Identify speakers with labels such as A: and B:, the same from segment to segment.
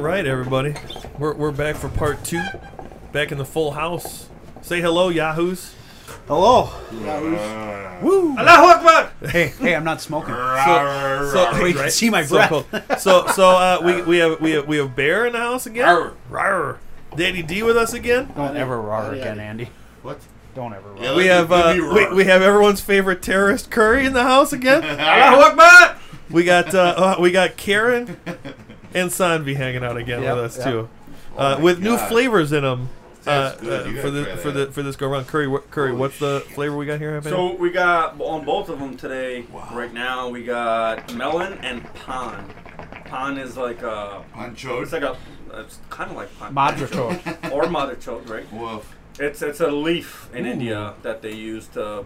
A: right, everybody. We're, we're back for part two. Back in the full house. Say hello, Yahoos.
B: Hello.
A: Allahu Akbar!
B: Hey, hey, I'm not smoking.
A: So, so,
B: you can see my
A: So
B: breath.
A: cool. So, so, uh, we, we have we have we have Bear in the house again. Rawr. Daddy D with us again.
B: Don't ever roar again, Andy.
C: What?
B: Don't ever roar.
C: Yeah,
A: We
C: let-
A: have
C: let
A: uh,
C: me
A: we,
C: roar.
A: we have everyone's favorite terrorist Curry in the house again.
C: Ah,
A: We got uh, uh, we got Karen and Sanvi hanging out again
B: Yep,
A: with us
B: yep.
A: too,
C: Oh
A: uh,
C: my
A: with new
C: God.
A: flavors in them. Uh,
C: That's good. You
A: uh,
C: gotta
A: for the
C: try
A: for
C: that.
A: the for this go around curry what, curry
C: Holy
A: what's the flavor we got here? Habanero?
D: So we got on both of them today. Right now we got melon and pan. Pan is like a,
C: Pancho.
D: it's like a, it's kind of like pan.
B: Moderator.
D: or madrichok, right?
C: Woof.
D: It's it's a leaf in India that they use to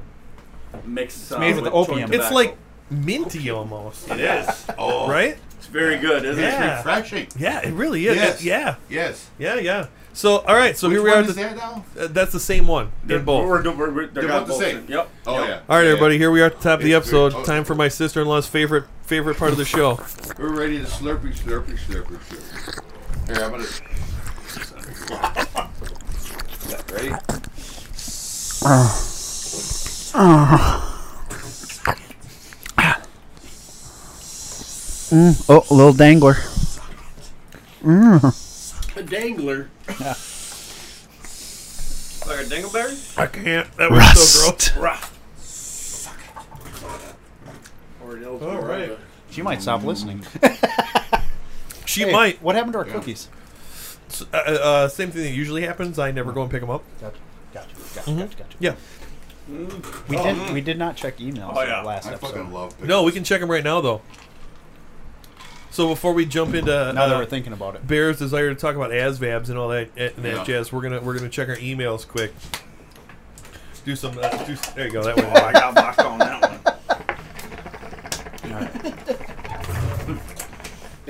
D: mix. uh,
B: made with opium.
D: joint
A: it's
D: tobacco.
A: like minty almost,
C: It is. Oh.
A: right?
D: it's very good, isn't
A: Yeah.
D: it?
C: Refreshing.
A: Yeah, it really is.
C: Yes.
A: yeah,
C: Yes.
A: yeah, yeah. So all right, so
C: Which
A: here we
C: one
A: are.
C: is
A: at the-
C: there now?
A: uh, that's the same one. They're both.
D: We're, we're, we're, they're
C: They're
D: got
C: both the
D: both
C: same.
D: Yep.
C: Oh
D: yep.
C: yeah.
A: all right,
C: Yeah.
A: everybody. Here we are at the top of the
C: It's
A: episode.
C: good. Oh.
A: Time for my sister-in-law's favorite favorite part of the show.
C: We're ready to slurpy, slurpy, slurpy, slurpy. Here, I'm gonna. Ready?
B: Oh, little dangler.
D: Like a dingleberry,
A: I can't. That was so gross.
D: or an
A: All right.
B: She might stop listening.
A: She
B: Hey,
A: might.
B: What happened to our cookies?
A: s- Uh, uh, same thing that usually happens. I never go and pick them up.
B: Gotcha. Gotcha. Gotcha. Gotcha. gotcha.
A: Yeah.
B: Mm-hmm. We did.
A: Mm-hmm.
B: We did not check emails
D: Oh,
B: in
D: yeah.
B: the last
C: I
B: episode.
C: fucking love pickles.
A: No, we can check them right now though. So before we jump into uh,
B: now that we're thinking about it.
A: Bear's desire to talk about ASVABs and all that eh, and that
C: Yeah.
A: jazz. We're gonna we're gonna check our emails quick. Do some. Uh, do, s- there you go.
B: Oh,
A: That way.
D: I got locked on that one.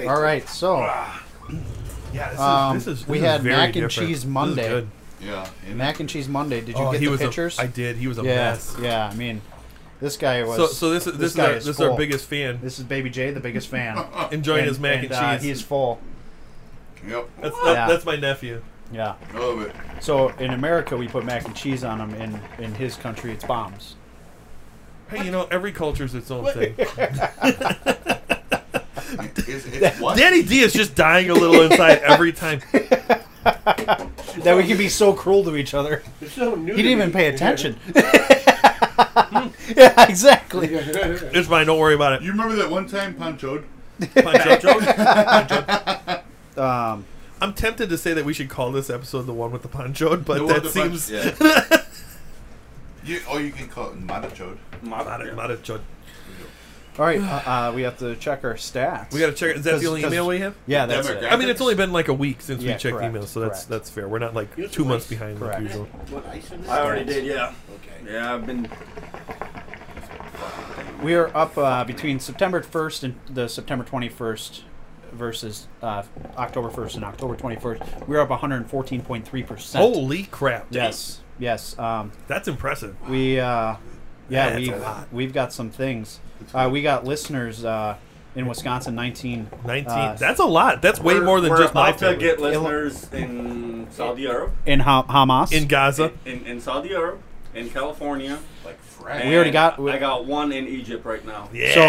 B: All right. So
A: Ah. Yeah. This
B: Um,
A: is, this is,
B: we
A: this is
B: had
A: very
B: mac and
A: different.
B: cheese
A: This is
B: Monday.
A: good.
C: Yeah. And
B: mac and cheese Monday. Did you
A: Oh,
B: get
A: he
B: the
A: was a-
B: pictures?
A: I did. He was a
B: yeah.
A: mess.
B: Yeah. I mean, this guy was.
A: So so this is this, is,
B: guy
A: our, this is our
B: full.
A: biggest fan
B: This is Baby J, the biggest fan.
A: enjoying his mac and,
B: uh,
A: cheese.
B: he's full.
C: Yep.
A: that's, that,
B: Yeah.
A: that's my nephew.
B: Yeah.
C: Love it.
B: So in America, we put mac and cheese on them. In in his country, it's bombs.
A: Hey, you know every culture's its own thing.
C: It's, it's what?
A: Danny D is just dying a little inside every time.
B: that we can be so cruel to each other. He didn't even pay attention. yeah, exactly.
A: It's fine. Don't worry about it.
C: You remember that one time Pancho?
A: Punch up.
B: Um,
A: I'm tempted to say that we should call this episode the one with the poncho, but
C: The one
A: that
C: with the punch-
A: seems
C: Yeah. you, or you can call it Madachode.
A: Not a-
D: My,
A: not a cho-
B: all right, uh, uh, we have to check our stats.
A: We got to check. Is that the
B: Cause-
A: only
B: cause-
A: email we have?
B: Yeah, that's it.
A: I mean, it's only been like a week since we
B: Yeah,
A: checked
B: correct,
A: emails, so that's
B: correct.
A: that's fair. We're not like
E: Here's
A: two
E: the
A: months
E: links.
A: behind
B: Correct.
A: like usual.
E: What ice in this?
D: I already did. Yeah.
E: Okay.
D: Yeah. I've been.
B: We are up uh, between September 1st and the September 21st versus uh, October 1st and October 21st. We're up 114.3 percent.
A: Holy crap!
B: yes, yes. Um,
A: that's impressive.
B: we uh yeah
A: That's a
B: we've,
A: lot.
B: we've got some things uh, we got listeners uh in wisconsin 19
A: Nineteen.
B: uh,
A: that's a lot. That's way
D: We're-
A: more than
D: we're
A: just my
D: about to
A: favorite.
D: get listeners in Saudi Arab,
B: in ha- hamas
A: in Gaza.
D: in, in Saudi Arab, in California.
C: Like
D: and
C: Frank.
B: We already got- we-
D: I got one in Egypt right now.
A: Yeah.
D: So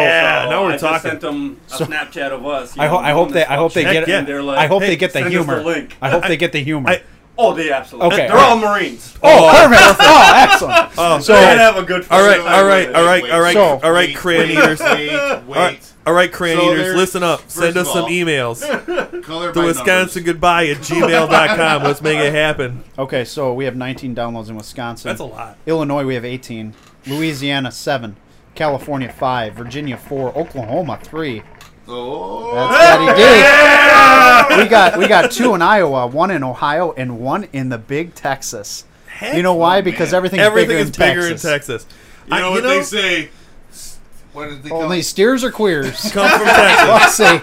A: now we're
D: oh, I Just
A: talking.
D: sent them a Snapchat of us. you
B: I, ho-
D: know,
B: I hope
D: doing
B: they
D: this
B: I hope they
A: Heck
B: get it.
A: yeah.
D: And they're like,
B: I hope
A: hey,
B: they get the
D: send us
B: humor.
D: the link.
B: I hope they get the humor.
A: I-
D: Oh, they absolutely.
B: Okay.
D: They're all Marines.
B: oh, perfect. oh, excellent.
A: Oh,
B: So-
D: They're
A: man.
D: gonna have a good.
A: All right,
D: fucking time
A: all right,
D: with
A: all
D: it.
A: right, all right,
B: So-
A: all right, crayon eaters. All
C: Wait, wait.
A: right, all right, crayon
C: So
A: eaters.
C: there's-
A: Listen up.
C: first
A: Send us
C: of
A: some
C: all-
A: emails.
C: Color
A: The
C: by
A: Wisconsin
C: numbers.
A: goodbye at gmail.com. Let's make it happen.
B: Okay, so we have 19 downloads in Wisconsin.
A: That's a lot.
B: Illinois we have 18, Louisiana 7, California 5, Virginia 4, Oklahoma 3.
C: Oh.
B: That's Daddy Dave. We got we got two in Iowa, one in Ohio, and one in the Big Texas. you know why? Because
C: man.
B: everything's
A: Oh, Everything
B: bigger
A: is
B: in
A: bigger
B: Texas.
A: in Texas.
C: You
A: I-
C: know what they say? s- What did they call
B: Only
C: it?
B: steers or queers.
A: Come from Texas.
B: Fuck's sake.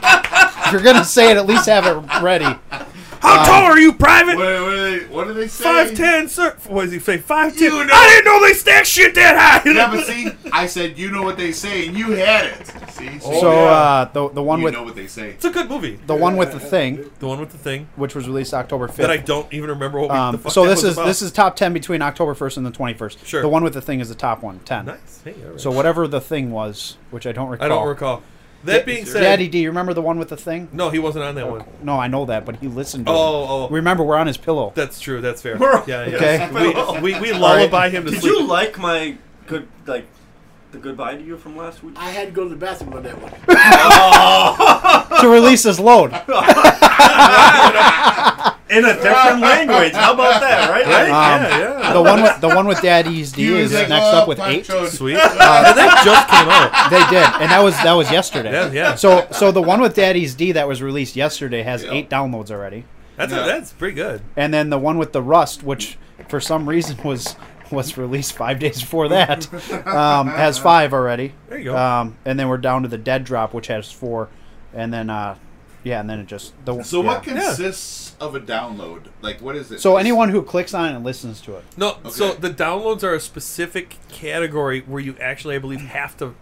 B: If you're gonna say it, at least have it ready.
A: How tall are you, Private?
C: What, what, do they, what do they say?
A: Five ten, sir. What does he say? Five ten.
C: You know-
A: I didn't know they stack shit that high.
C: Yeah, but see, I said you know what they say, and you had it. See, see?
B: so
A: Oh, yeah.
B: uh, the the one
C: you
B: with
C: know what they say.
A: it's a good movie.
B: the one with the thing,
A: The one with the thing
B: which was released October fifth.
A: that I don't even remember what we, the
B: Um,
A: fuck
B: so
A: that
B: this
A: was
B: is
A: about.
B: this is top ten between October first and the twenty first.
A: Sure.
B: The one with the thing is the top one, 10.
A: nice. Hey, all right.
B: So whatever the thing was, which I don't recall.
A: I don't recall. That being said,
B: Daddy D, you remember the one with the thing?
A: no, he wasn't on that one.
B: No, I know that, but he listened. to him.
A: Oh, oh,
B: remember we're on his pillow.
A: that's true. That's fair.
D: We're-
A: Yeah, yeah.
B: Okay.
A: We, we, we lullaby him to
D: Did
A: sleep.
D: you like my good like the goodbye to you from last week?
E: I had to go to the bathroom on that one.
B: to release his load.
D: In a different language. How about that, right? Right?
A: yeah, yeah.
B: The one with the one with Daddy's D is
C: Music
B: next up
C: of
B: with eight.
C: Pancho.
A: Sweet. And Uh, that just came out.
B: They did, and that was that was yesterday.
A: Yeah, yeah.
B: So so the one with Daddy's D that was released yesterday has eight downloads already,
A: That's
C: Yeah.
A: that's pretty good.
B: and then the one with the Rust, which for some reason was was released five days before that, um, has five already.
A: There you go.
B: Um, and then we're down to the Dead Drop, which has four, and then uh, yeah, and then it just the
C: So
B: yeah.
C: what consists of a download? Like what is it?
B: So anyone who clicks on it and listens to it.
A: No, so
C: Okay.
A: the downloads are a specific category where you actually, I believe, have to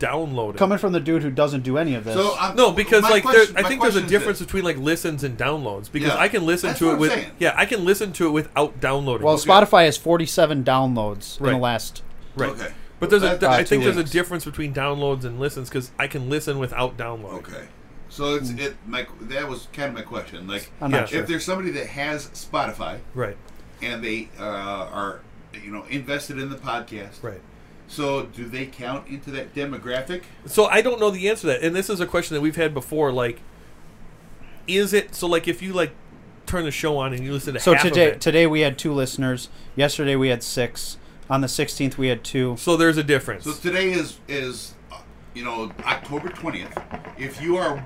A: download it.
B: Coming from the dude who doesn't do any of this.
C: So I'm,
A: No, because
C: my
A: like
C: question-
A: there, I
C: my
A: think there's a
C: question is this.
A: difference between like listens and downloads because
C: Yeah.
A: I can listen
C: That's
A: to
C: what
A: it
C: I'm
A: with
C: saying.
A: yeah I can listen to it without downloading.
B: well,
A: it.
B: Spotify has 47 downloads in
A: Right.
B: the last.
A: right.
C: Okay.
A: But there's a
C: That's
A: th-
B: about
A: I think
B: two
A: there's a
B: weeks.
A: difference between downloads and listens because I can listen without downloading.
C: Okay. So it's it. My that was kind of my question. Like
B: Hmm. I'm
A: Yeah.
B: not sure.
C: if there's somebody that has Spotify
A: Right.
C: and they uh, are you know invested in the podcast,
A: Right.
C: So do they count into that demographic?
A: So I don't know the answer to that, and this is a question that we've had before. Like, is it so? Like, if you like turn the show on and you listen to
B: So
A: half of
B: today
A: it-
B: today we had two listeners. Yesterday we had six. On the 16th we had two.
A: so there's a difference.
C: So today is is uh, you know October twentieth. If you are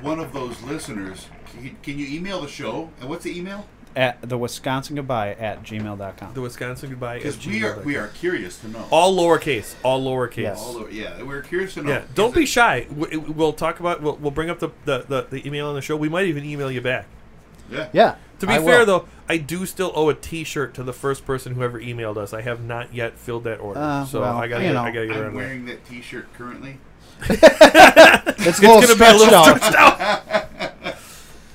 C: one of those listeners, can you, can you email the show? And what's the email?
B: At the Wisconsin goodbye at gmail.com.
A: the Wisconsin goodbye at
C: Because we are
A: gmail.com.
C: we are curious to know.
A: all lowercase, all lowercase.
B: Yes.
C: All over, yeah, we're curious to know.
A: Yeah,
C: Is
A: don't
C: it-
A: be shy. We- We'll talk about. We'll, we'll bring up the, the, the, the email on the show. We might even email you back.
C: Yeah.
B: Yeah.
A: To be
B: I
A: fair,
B: will.
A: though, I do still owe a T-shirt to the first person who ever emailed us. I have not yet filled that order,
B: Uh,
A: so
B: well,
A: I gotta
B: you
A: get,
B: know,
A: I gotta get
C: I'm
A: around that.
C: wearing that T-shirt currently.
B: it's a little
A: It's gonna be a
B: stretched
A: little
B: out.
A: stretched out.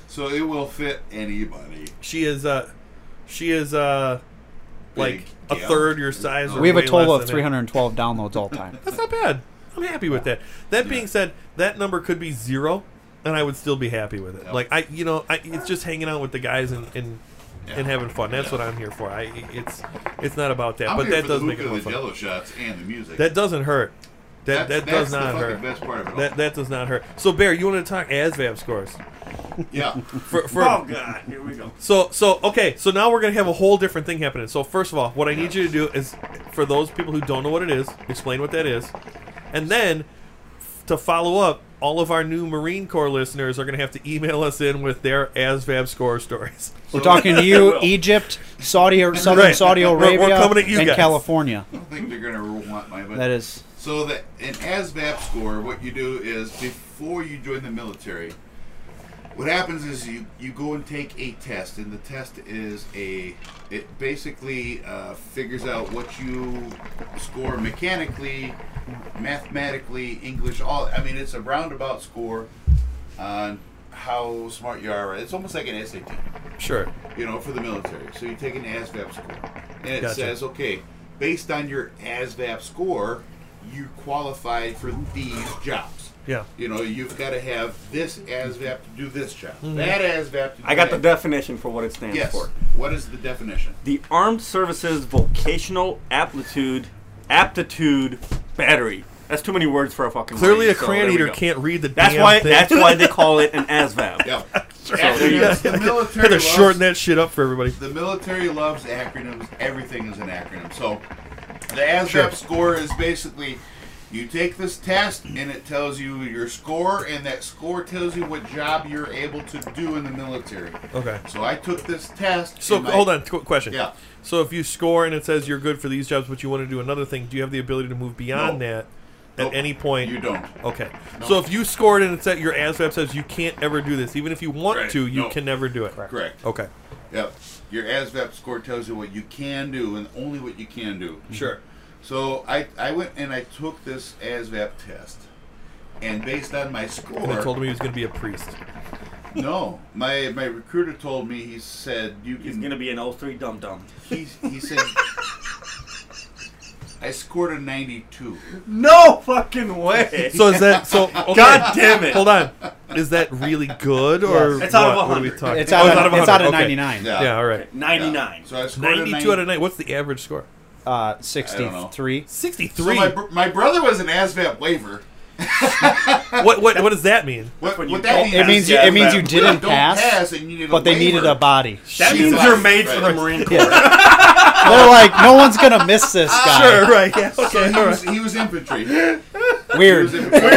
C: So it will fit anybody.
A: She is uh, she is uh, like a
C: Big gal.
A: third your size. or
B: We have a
A: way
B: total
A: less
B: of
A: than that.
B: 312 downloads all time.
A: That's not bad. I'm happy with that. That being said, that number could be zero, and I would still be happy with it.
C: Yeah.
A: Like I, you know, I, it's just hanging out with the guys and and,
C: Yeah.
A: and having fun. That's what I'm here for. I it's it's not about that,
C: I'm
A: but
C: here
A: that
C: for
A: does
C: the
A: make it
C: hookah,
A: more
C: the
A: fun.
C: jello shots and the music.
A: That doesn't hurt. That
C: That's-
A: that does
C: that's the
A: not
C: fucking
A: hurt.
C: Best part of it. all.
A: That that does not hurt. So Bear, you want to talk ASVAB scores
C: yeah.
A: for for.
D: Oh god, here we go.
A: So so okay, so now we're gonna have a whole different thing happening. So first of all, what I need you to do is, for those people who don't know what it is, explain what that is, and then to follow up, all of our new Marine Corps listeners are gonna have to email us in with their ASVAB score stories.
B: We're talking to you,
D: will.
B: Egypt, Saudi, or Southern
A: Right.
B: Saudi
A: We're- we're
B: Arabia,
A: coming at you
B: and
A: guys.
B: California.
C: I don't think they're gonna want my. But
B: That is.
C: So that an ASVAB score, what you do is before you join the military, what happens is you, you go and take a test, and the test is a it basically uh, figures out what you score mechanically, mathematically, English. All I mean, it's a roundabout score on how smart you are. It's almost like an SAT
A: Sure.
C: you know, for the military. So you take an ASVAB score, and it
A: Gotcha.
C: says, okay, based on your ASVAB score, you qualify for these jobs.
A: Yeah.
C: You know, you've got to have this ASVAB to do this job,
A: Mm-hmm.
C: that ASVAB to do
D: I got the
C: that.
D: definition for what it stands
C: Yes.
D: for.
C: What is the definition?
D: The Armed Services Vocational Aptitude Aptitude Battery. That's too many words for a fucking.
A: Clearly,
D: Marine,
A: a
D: so
A: crayon
D: Oh, there we
A: eater
D: go.
A: can't read the
D: That's
A: damn
D: why.
A: thing.
D: That's why they call it an ASVAB.
C: Yeah.
D: there you go.
C: Acronyms, the military
A: Had to
C: loves-
A: shorten that shit up for everybody.
C: The military loves acronyms. Everything is an acronym. So the ASVAB score is basically you take this test and it tells you your score, and that score tells you what job you're able to do in the military.
A: Okay.
C: So I took this test.
A: So
C: and I-
A: hold on, qu- question.
C: Yeah.
A: So if you score and it says you're good for these jobs, but you want to do another thing, do you have the ability to move beyond
C: No.
A: that?
C: Nope.
A: at any point.
C: You don't.
A: Okay. So if you scored and it's at your ASVAB says you can't ever do this, even if you want
C: Right.
A: to, you
C: No.
A: can never do it.
C: Correct.
A: Okay.
C: Yep. Your ASVAP score tells you what you can do and only what you can do.
A: Sure.
C: So I, I went and I took this ASVAP test. And based on my score,
A: And I told him he was going to be a priest.
C: no, my my recruiter told me he said you
D: He's
C: can.
D: gonna be an 03 dum dum.
C: he, he said I scored a 92.
B: No fucking way.
A: So is that so? Okay.
D: God damn it.
A: Hold on. Is that really good or
B: Yes.
D: It's out of
A: what? What are we
D: 100.
A: talking?
B: It's
A: Oh,
B: out, of, it's
A: 100.
B: out of
A: Okay.
B: 99.
C: Yeah.
A: Yeah. All right.
D: 99.
C: So I scored a
A: 92 out
C: 90
A: of 9. What's the average score?
B: Uh,
C: don't know.
B: 63.
A: 63.
C: So my, br- my brother was an ASVAP waiver.
A: what what what does that mean?
C: What,
D: when
C: what
D: you
C: that
D: don't
C: means
B: It means you,
D: Yeah,
B: it means you
D: but-
B: didn't
C: don't
B: pass,
C: pass, and you need a
B: but they
C: waiver.
B: needed a body.
D: That
C: Jesus
D: means you're made for the
C: Christ.
D: Marine Corps.
B: Yeah. They're like, no one's gonna miss this guy.
A: right. Yeah. Okay.
C: He was, he was infantry. He
B: Weird.
C: was infantry.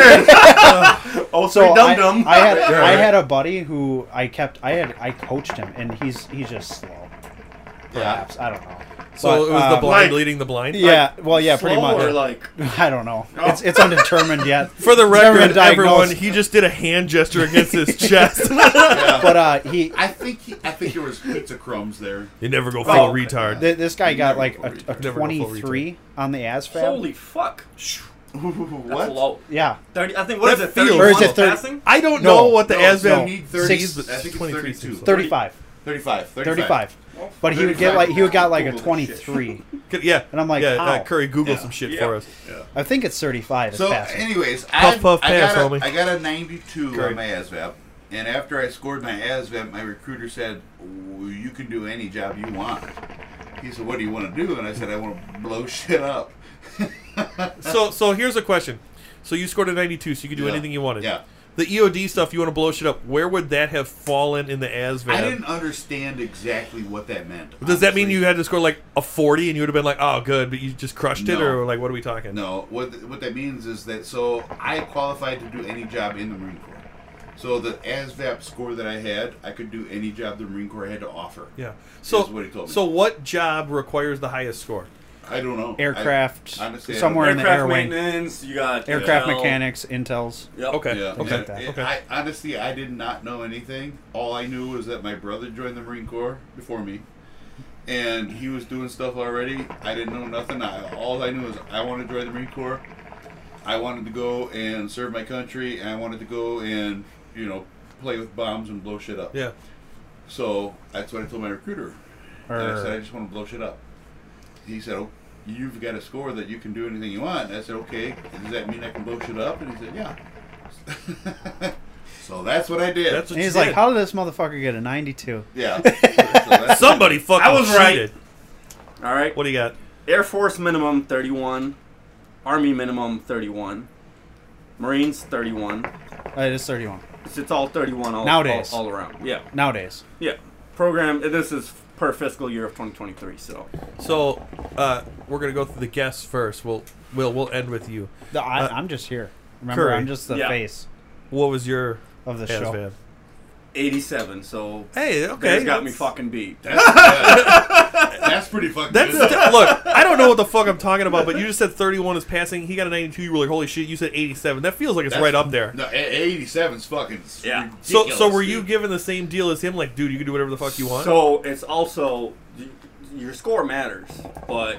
B: So
D: Oh, so
B: I,
D: dum dum.
B: I had I
A: right.
B: had a buddy who I kept I had I coached him and he's he's just slow.
C: yeah.
B: Perhaps I don't know.
A: So
B: But,
A: it was
B: um,
A: the blind
D: Like-
A: leading the blind.
B: Yeah. Well, yeah. Pretty
D: Slow
B: much.
D: Or like,
B: I don't know. It's it's undetermined yet.
A: For the
B: It's never
A: record,
B: been diagnosed.
A: everyone, he just did a hand gesture against his chest.
B: But uh, he
C: I think he, I think there was pizza crumbs there.
A: you never go full
B: Oh.
A: retard.
B: th- this guy got
C: Never
B: like
C: go
B: a,
C: full
B: a
A: retard. Never go full
B: 23 on the ASFAB.
D: holy fuck. That's
C: what?
D: low.
B: Yeah.
D: 30, I think, what is
A: That
D: it,
A: feels-
D: 31
A: Or
B: is it
D: was
B: thirty-
D: passing?
A: I don't
B: No,
A: know what the
C: no,
A: ASVAB
C: no. You need 30
A: Six-
C: I think it's
A: 23
C: 32.
A: seems like.
B: 35.
C: 35. 35.
B: 35. But he would get
C: 35.
B: like he would got like a
C: Holy shit.
B: 23.
A: Could- Yeah,
B: And I'm like,
A: yeah,
B: how?
A: uh, Curry, Google
C: Yeah.
A: some shit
D: Yeah.
A: for us.
B: I think it's 35. It's
C: So,
B: passing.
C: anyways, I,
A: Puff, puff,
C: I, got
A: pass,
C: a,
A: homie.
C: I got a 92
A: Great.
C: on my ASVAB, and after I scored my ASVAB, my recruiter said, "Oh, "You can do any job you want." He said, "What do you want to do?" And I said, "I want to blow shit up."
A: So, so here's a question. So you scored a 92, so you could do
C: Yeah.
A: anything you wanted.
C: Yeah.
A: The EOD stuff, you want to blow shit up. Where would that have fallen in the ASVAB?
C: I didn't understand exactly what that meant.
A: Does that mean
C: honestly.
A: you had to score like a 40 and you would have been like, oh, good, but you just crushed it,
C: No.
A: or like, what are we talking?
C: No, what what that means is that so I qualified to do any job in the Marine Corps. So the ASVAP score that I had, I could do any job the Marine Corps had to offer.
A: Yeah. So,
C: Is what he told me.
A: so what job requires the highest score?
C: I don't know. I-
B: Aircraft,
C: honestly, I don't
B: somewhere in the
D: Aircraft
B: air wing.
D: maintenance, you got
B: Aircraft
D: Intel.
B: mechanics, intels.
D: Yep.
A: Okay.
C: Yeah.
A: Okay.
C: and
B: Okay.
C: it- I, honestly, I did not know anything. All I knew was that my brother joined the Marine Corps before me, and he was doing stuff already. I didn't know nothing. I, all I knew was I wanted to join the Marine Corps. I wanted to go and serve my country, and I wanted to go and you know play with bombs and blow shit up.
A: Yeah.
C: So that's what I told my recruiter. And I said, I
B: Or
C: just want to blow shit up. He said, oh, you've got a score that you can do anything you want. And I said, okay, does that mean I can blow shit up? And he said, yeah. so that's what I did.
A: That's what
B: and he's
A: you
B: like,
A: did.
B: how did this motherfucker get a 92?
C: yeah. So that's-
A: Somebody fucking
D: I was right.
A: cheated.
D: All right.
A: What do you got?
D: Air Force minimum 31, Army minimum 31, Marines 31.
B: Uh, it is 31
D: It's, it's all 31 all,
B: Nowadays.
D: all all around. Yeah.
B: nowadays.
D: Yeah. Program this is per fiscal year of 2023, so
A: So, uh, we're gonna go through the guests first. We'll, we'll, we'll end with you.
B: The, I,
A: Uh,
B: I'm just here. Remember,
A: Curry.
B: I'm just the
D: Yeah.
B: face
A: What was your
B: of the show.
A: ASVAB?
D: 87. So
A: Hey, okay,
D: has got me
A: that's-
D: fucking beat.
C: That's, yeah. That's pretty fucking
A: That's
C: good.
A: look. I don't know what the fuck I'm talking about, but you just said 31 is passing. He got a 92. You were like, holy shit. You said 87. That feels like it's
C: That's-
A: right up there.
C: No, a- 87's fucking
D: Yeah.
A: So, so
C: ridiculous,
A: were you
C: dude.
A: given the same deal as him? Like, dude, you can do whatever the fuck you want.
D: So it's also y- your score matters, but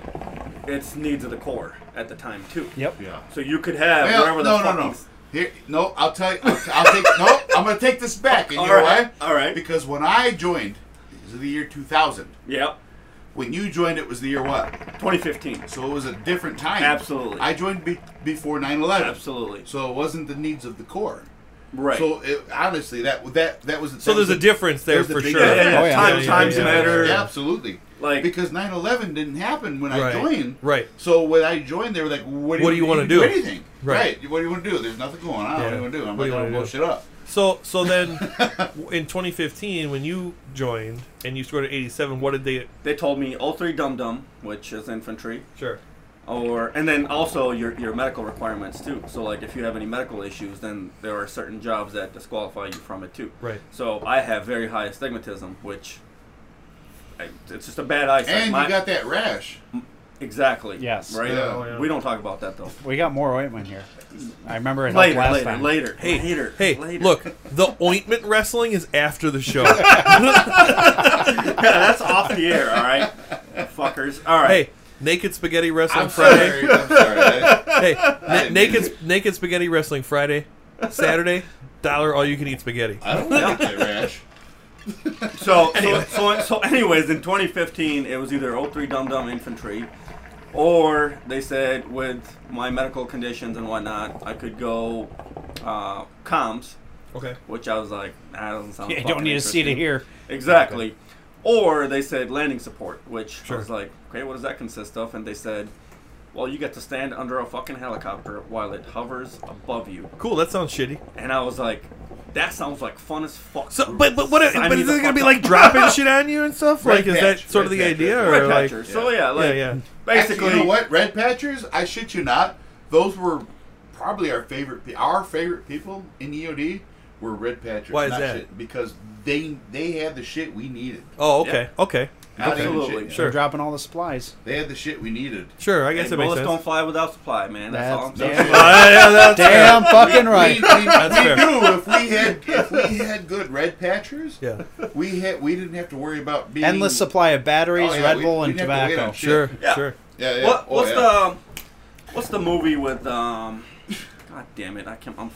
D: it's needs of the core at the time too.
B: Yep.
C: Yeah.
D: So you could have
C: Well,
D: whatever the
C: no,
D: fuck
C: no, no.
D: is-
C: Here, no, I'll tell you. I'll, I'll take. no, I'm gonna take this back. And
D: All
C: you know
D: right,
C: why?
D: all right.
C: Because when I joined, this is the year 2000.
D: Yep.
C: When you joined, it was the year what?
D: 2015.
C: So it was a different time.
D: Absolutely.
C: I joined be- before 9/11.
D: Absolutely.
C: So it wasn't the needs of the core.
D: Right.
C: So it, honestly, that that that was.
A: So there's a difference there
C: there's a
A: for
C: big
A: sure.
D: yeah, yeah, yeah.
B: Oh, yeah.
D: Time,
A: Yeah, yeah,
D: times
A: yeah, yeah.
D: matter.
C: Yeah, absolutely.
D: Like-
C: because 9/11 didn't happen when
A: Right,
C: I joined.
A: right.
C: So when I joined, they were like, "What do
A: What
C: you,
A: do you wanna
C: can
A: do?"
C: Anything.
A: Right.
C: What do you want to do? There's nothing going on. What do
A: Yeah.
C: you want to do? I'm
A: What do
C: like,
A: you wanna
C: I'll blow
A: do?
C: shit up.
A: So, so then, in 2015, when you joined and you scored an 87, what did they?
D: They told me all three dum dum, which is infantry,
A: Sure.
D: or and then also your your medical requirements too. So like if you have any medical issues, then there are certain jobs that disqualify you from it too.
A: Right.
D: So I have very high astigmatism, which I, it's just a bad eyesight.
C: And
D: My-
C: you got that rash.
D: Exactly.
B: Yes.
D: Right.
C: Yeah.
A: Oh, yeah.
D: We don't talk about that though.
B: We got more ointment here. I remember it helped
D: Later,
B: last
D: later,
B: time.
D: later,
A: Hey,
D: later,
A: hey,
D: later.
A: look, the ointment wrestling is after the show.
D: Yeah, that's off the air. All right, fuckers. All right.
A: hey, naked spaghetti wrestling
C: I'm
A: Friday.
C: sorry. I'm sorry. I-
A: Hey, na-
C: didn't mean
A: naked naked spaghetti wrestling Friday, Saturday, dollar all you can eat spaghetti.
C: I don't like that rash.
D: So, so, so, so, anyways, in 2015, it was either 03 Dum Dum Infantry, or they said with my medical conditions and whatnot, I could go uh, comms,
A: Okay.
D: which I was like, nah, that doesn't sound.
B: You don't
D: fucking
B: need to see to
D: interesting.
B: hear.
D: Exactly. Or they said landing support, which
A: Sure.
D: I was like, okay, what does that consist of? And they said, well, you get to stand under a fucking helicopter while it hovers above you.
A: Cool. That sounds shitty.
D: And I was like, that sounds like fun as fuck.
A: So, but but what?
D: Sign
A: But
D: me
A: is
D: the
A: it gonna
D: fuck
A: be
D: up.
A: like dropping shit on you and stuff?
C: Red
A: Like, is that
C: patch,
A: sort of
C: red
A: the
C: patch,
A: idea,
C: red
A: or
D: Red
A: like,
D: Patcher. So yeah, like
A: yeah, yeah.
D: basically,
C: Actually, you know what? Red patchers. I shit you not. Those were probably our favorite. pe- Our favorite people in EOD were red patchers.
A: Why is
C: not
A: that?
C: Shit, because they they had the shit we needed.
A: Oh, okay, okay,
C: Not even
D: Absolutely.
C: shit,
A: Sure.
B: They're dropping all the supplies.
C: They had the shit we needed.
A: sure. I guess
D: hey,
A: that makes
D: bullets
A: sense.
D: don't fly without supply, man. That's, all I'm
B: That's-
D: saying.
A: Oh, yeah, that's fair.
B: Damn fucking right.
C: We, we, we
A: fair.
C: knew if we had if we had good red patchers,
A: Yeah.
C: we had we didn't have to worry about being
B: Endless supply of batteries,
C: Oh, yeah,
B: Red
C: we-
B: Bull,
C: we
B: and
C: didn't have to wait
B: tobacco.
C: on shit.
A: Sure,
D: Yeah.
A: sure.
C: Yeah, yeah.
D: What,
C: Oh,
D: what's
C: yeah.
D: the um, What's the movie with um? God damn it! I can't. I'm,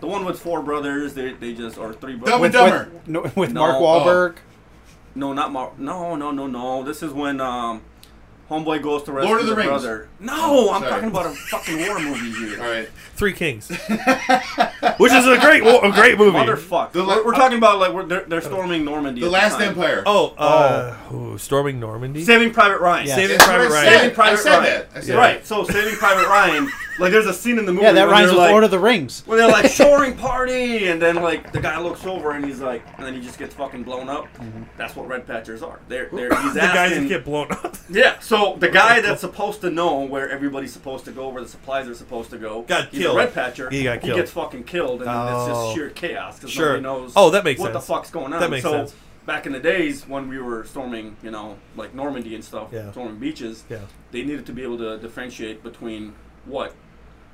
D: the one with four brothers. They, they just or three
C: Dumb
D: brothers.
C: and Dumber.
B: With, no, with
D: No.
B: Mark Wahlberg.
D: No, not Mar- No, no, no, no. This is when um, homeboy goes to rescue
C: Lord of the
D: the,
C: Rings.
D: brother. No, I'm
C: Sorry.
D: talking about a fucking war movie here.
C: All right.
A: Three Kings, which is a great, wo- a great movie.
D: Motherfuck.
C: The la-
D: we're, we're talking about like we're, they're, they're storming Normandy.
C: The
D: at
C: Last
D: time.
C: Empire.
A: Oh, uh, ooh, storming Normandy.
D: Saving Private Ryan.
B: Yeah.
A: Saving
C: That's what I
A: Private
C: said.
A: Ryan.
D: Saving Private
C: I said
D: Ryan.
C: that. I said
D: Right. So Saving Private Ryan. Like there's a scene in the movie.
B: Yeah, that
D: where
B: rhymes
D: they're
B: with
D: like,
B: Lord of the Rings.
D: Well, they're like shoring party, and then like the guy looks over and he's like, and then he just gets fucking blown up.
B: Mm-hmm.
D: That's what red patchers are. They're they're he's
A: The guys that
D: asking.
A: get blown up.
D: yeah, so the guy that's supposed to know where everybody's supposed to go, where the supplies are supposed to go,
A: Got
D: he's
A: killed.
D: A red patcher.
A: He got killed.
D: gets fucking killed, and then it's
A: Oh.
D: just sheer chaos because
A: Sure.
D: nobody knows.
A: Oh, that makes
D: what
A: sense.
D: the fuck's going on.
A: That makes
D: so,
A: sense.
D: Back in the days when we were storming, you know, like Normandy and stuff,
A: Yeah.
D: storming beaches,
A: Yeah.
D: they needed to be able to differentiate between what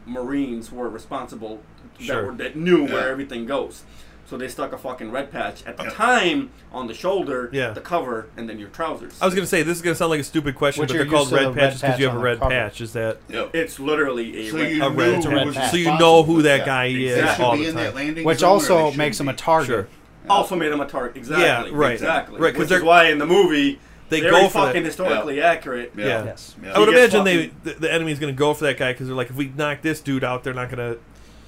D: Marines were responsible
A: Sure.
D: that, were, that knew where
C: Yeah.
D: everything goes. So they stuck a fucking red patch at the time on the shoulder,
A: Yeah.
D: the cover, and then your trousers.
A: I was gonna say this is gonna sound like a stupid question,
B: Which
A: but
B: you're
A: they're called
B: used to the
A: red
B: red
A: patches because
B: patch
A: you have a
B: on the
A: red
B: cover.
A: patch. Is that
C: Yep.
D: it's literally a
C: So
D: red
C: you
A: A
C: knew
A: red- it's a
C: who
B: red
C: was
B: patch.
A: So you know who
C: responsible.
A: that guy
C: Yeah,
A: is
C: They should
A: all
C: be
A: the
C: in
A: time.
C: that landing
B: Which
C: zone or they
B: also
C: shouldn't
B: makes him a
C: be.
B: target.
A: Sure.
D: also made him a target. Exactly.
A: Yeah, right.
D: Exactly.
A: Right, 'cause
D: Which
A: they're-
D: is why in the movie,
A: They
D: very
A: go for
D: fucking
A: that-
D: historically accurate.
C: Yeah.
A: Yeah.
B: Yes.
C: Yeah.
A: I would
D: He gets
A: imagine they the, the enemy's going to go for that guy because they're like, if we knock this dude out, they're not going to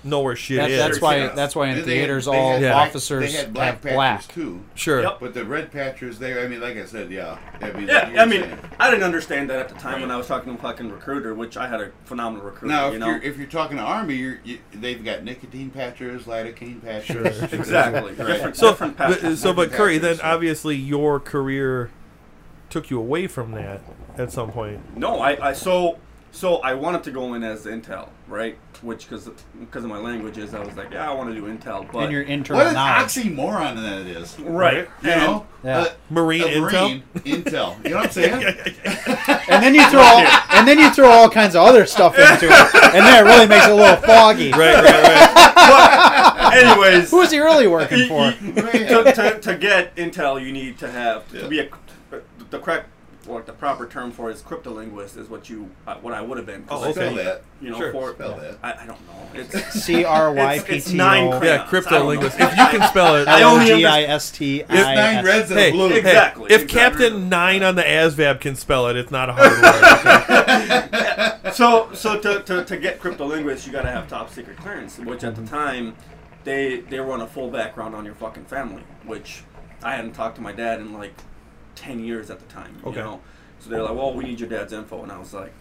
A: know where shit
B: That-
A: is.
B: that's why.
C: Yeah.
B: That's why in
C: They- they
B: theaters,
C: had- they
B: all
C: had black-
B: officers
C: they had
B: have
C: black
B: black.
C: patches too.
A: Sure.
D: Yep.
C: But the red patchers there, I mean, like I said, yeah. I mean,
D: Yeah,
C: like you
D: I
C: were
D: mean,
C: saying.
D: I didn't understand that at the time when I was talking to a fucking recruiter, which I had a phenomenal recruiter.
C: now if
D: you
C: you
D: know,
C: are if you're talking to army, you're, you they've got nicotine patchers, lidocaine patchers.
D: exactly. Different,
A: So,
D: different
A: but-
D: paths.
A: so but
C: Different
A: Curry,
C: patches,
A: then
C: so.
A: obviously your career took you away from that at some point.
D: No, I, I so so I wanted to go in as intel, right? Which because because of my languages, I was like, yeah, I want to do intel, but
B: And your
C: What
B: internal
C: an
B: knowledge.
C: oxymoron that is.
D: right,
C: You know,
B: Yeah.
C: uh,
A: Marine
C: a
A: intel?
C: Marine intel. You know what I'm saying?
B: and then you throw all, and then you throw all kinds of other stuff into it, and then it really makes it a little foggy.
A: Right, right, right.
D: And, anyways,
B: Who is he really working for?
D: to, to, to get intel, you need to have
C: Yeah.
D: to be a the correct or the proper term for it is cryptolinguist is what you uh, what I would have been. 'cause
A: Oh,
D: I
A: okay.
C: Spell
D: think,
C: that.
D: You know,
A: Sure.
D: for
C: Spell that.
D: I, I don't know. It's
B: C R Y P
D: it's
B: T
D: nine
B: O
A: yeah,
D: crayons. I don't know.
A: cryptolinguist. if you can spell it.
D: I
B: L
D: only
B: G I S T
C: It's
B: I
D: uh,
C: nine
B: S.
C: reds and
A: Hey,
C: a blue.
A: hey,
D: Exactly,
A: if
D: exactly.
A: Captain Nine on the ASVAB can spell it, it's not a hard word.
D: so so to, to, to get cryptolinguists you got to have top secret clearance which at the
A: Mm-hmm.
D: time they they run a full background on your fucking family which i hadn't talked to my dad in like 10 years at the time
A: Okay.
D: you know so they're like well we need your dad's info and i was like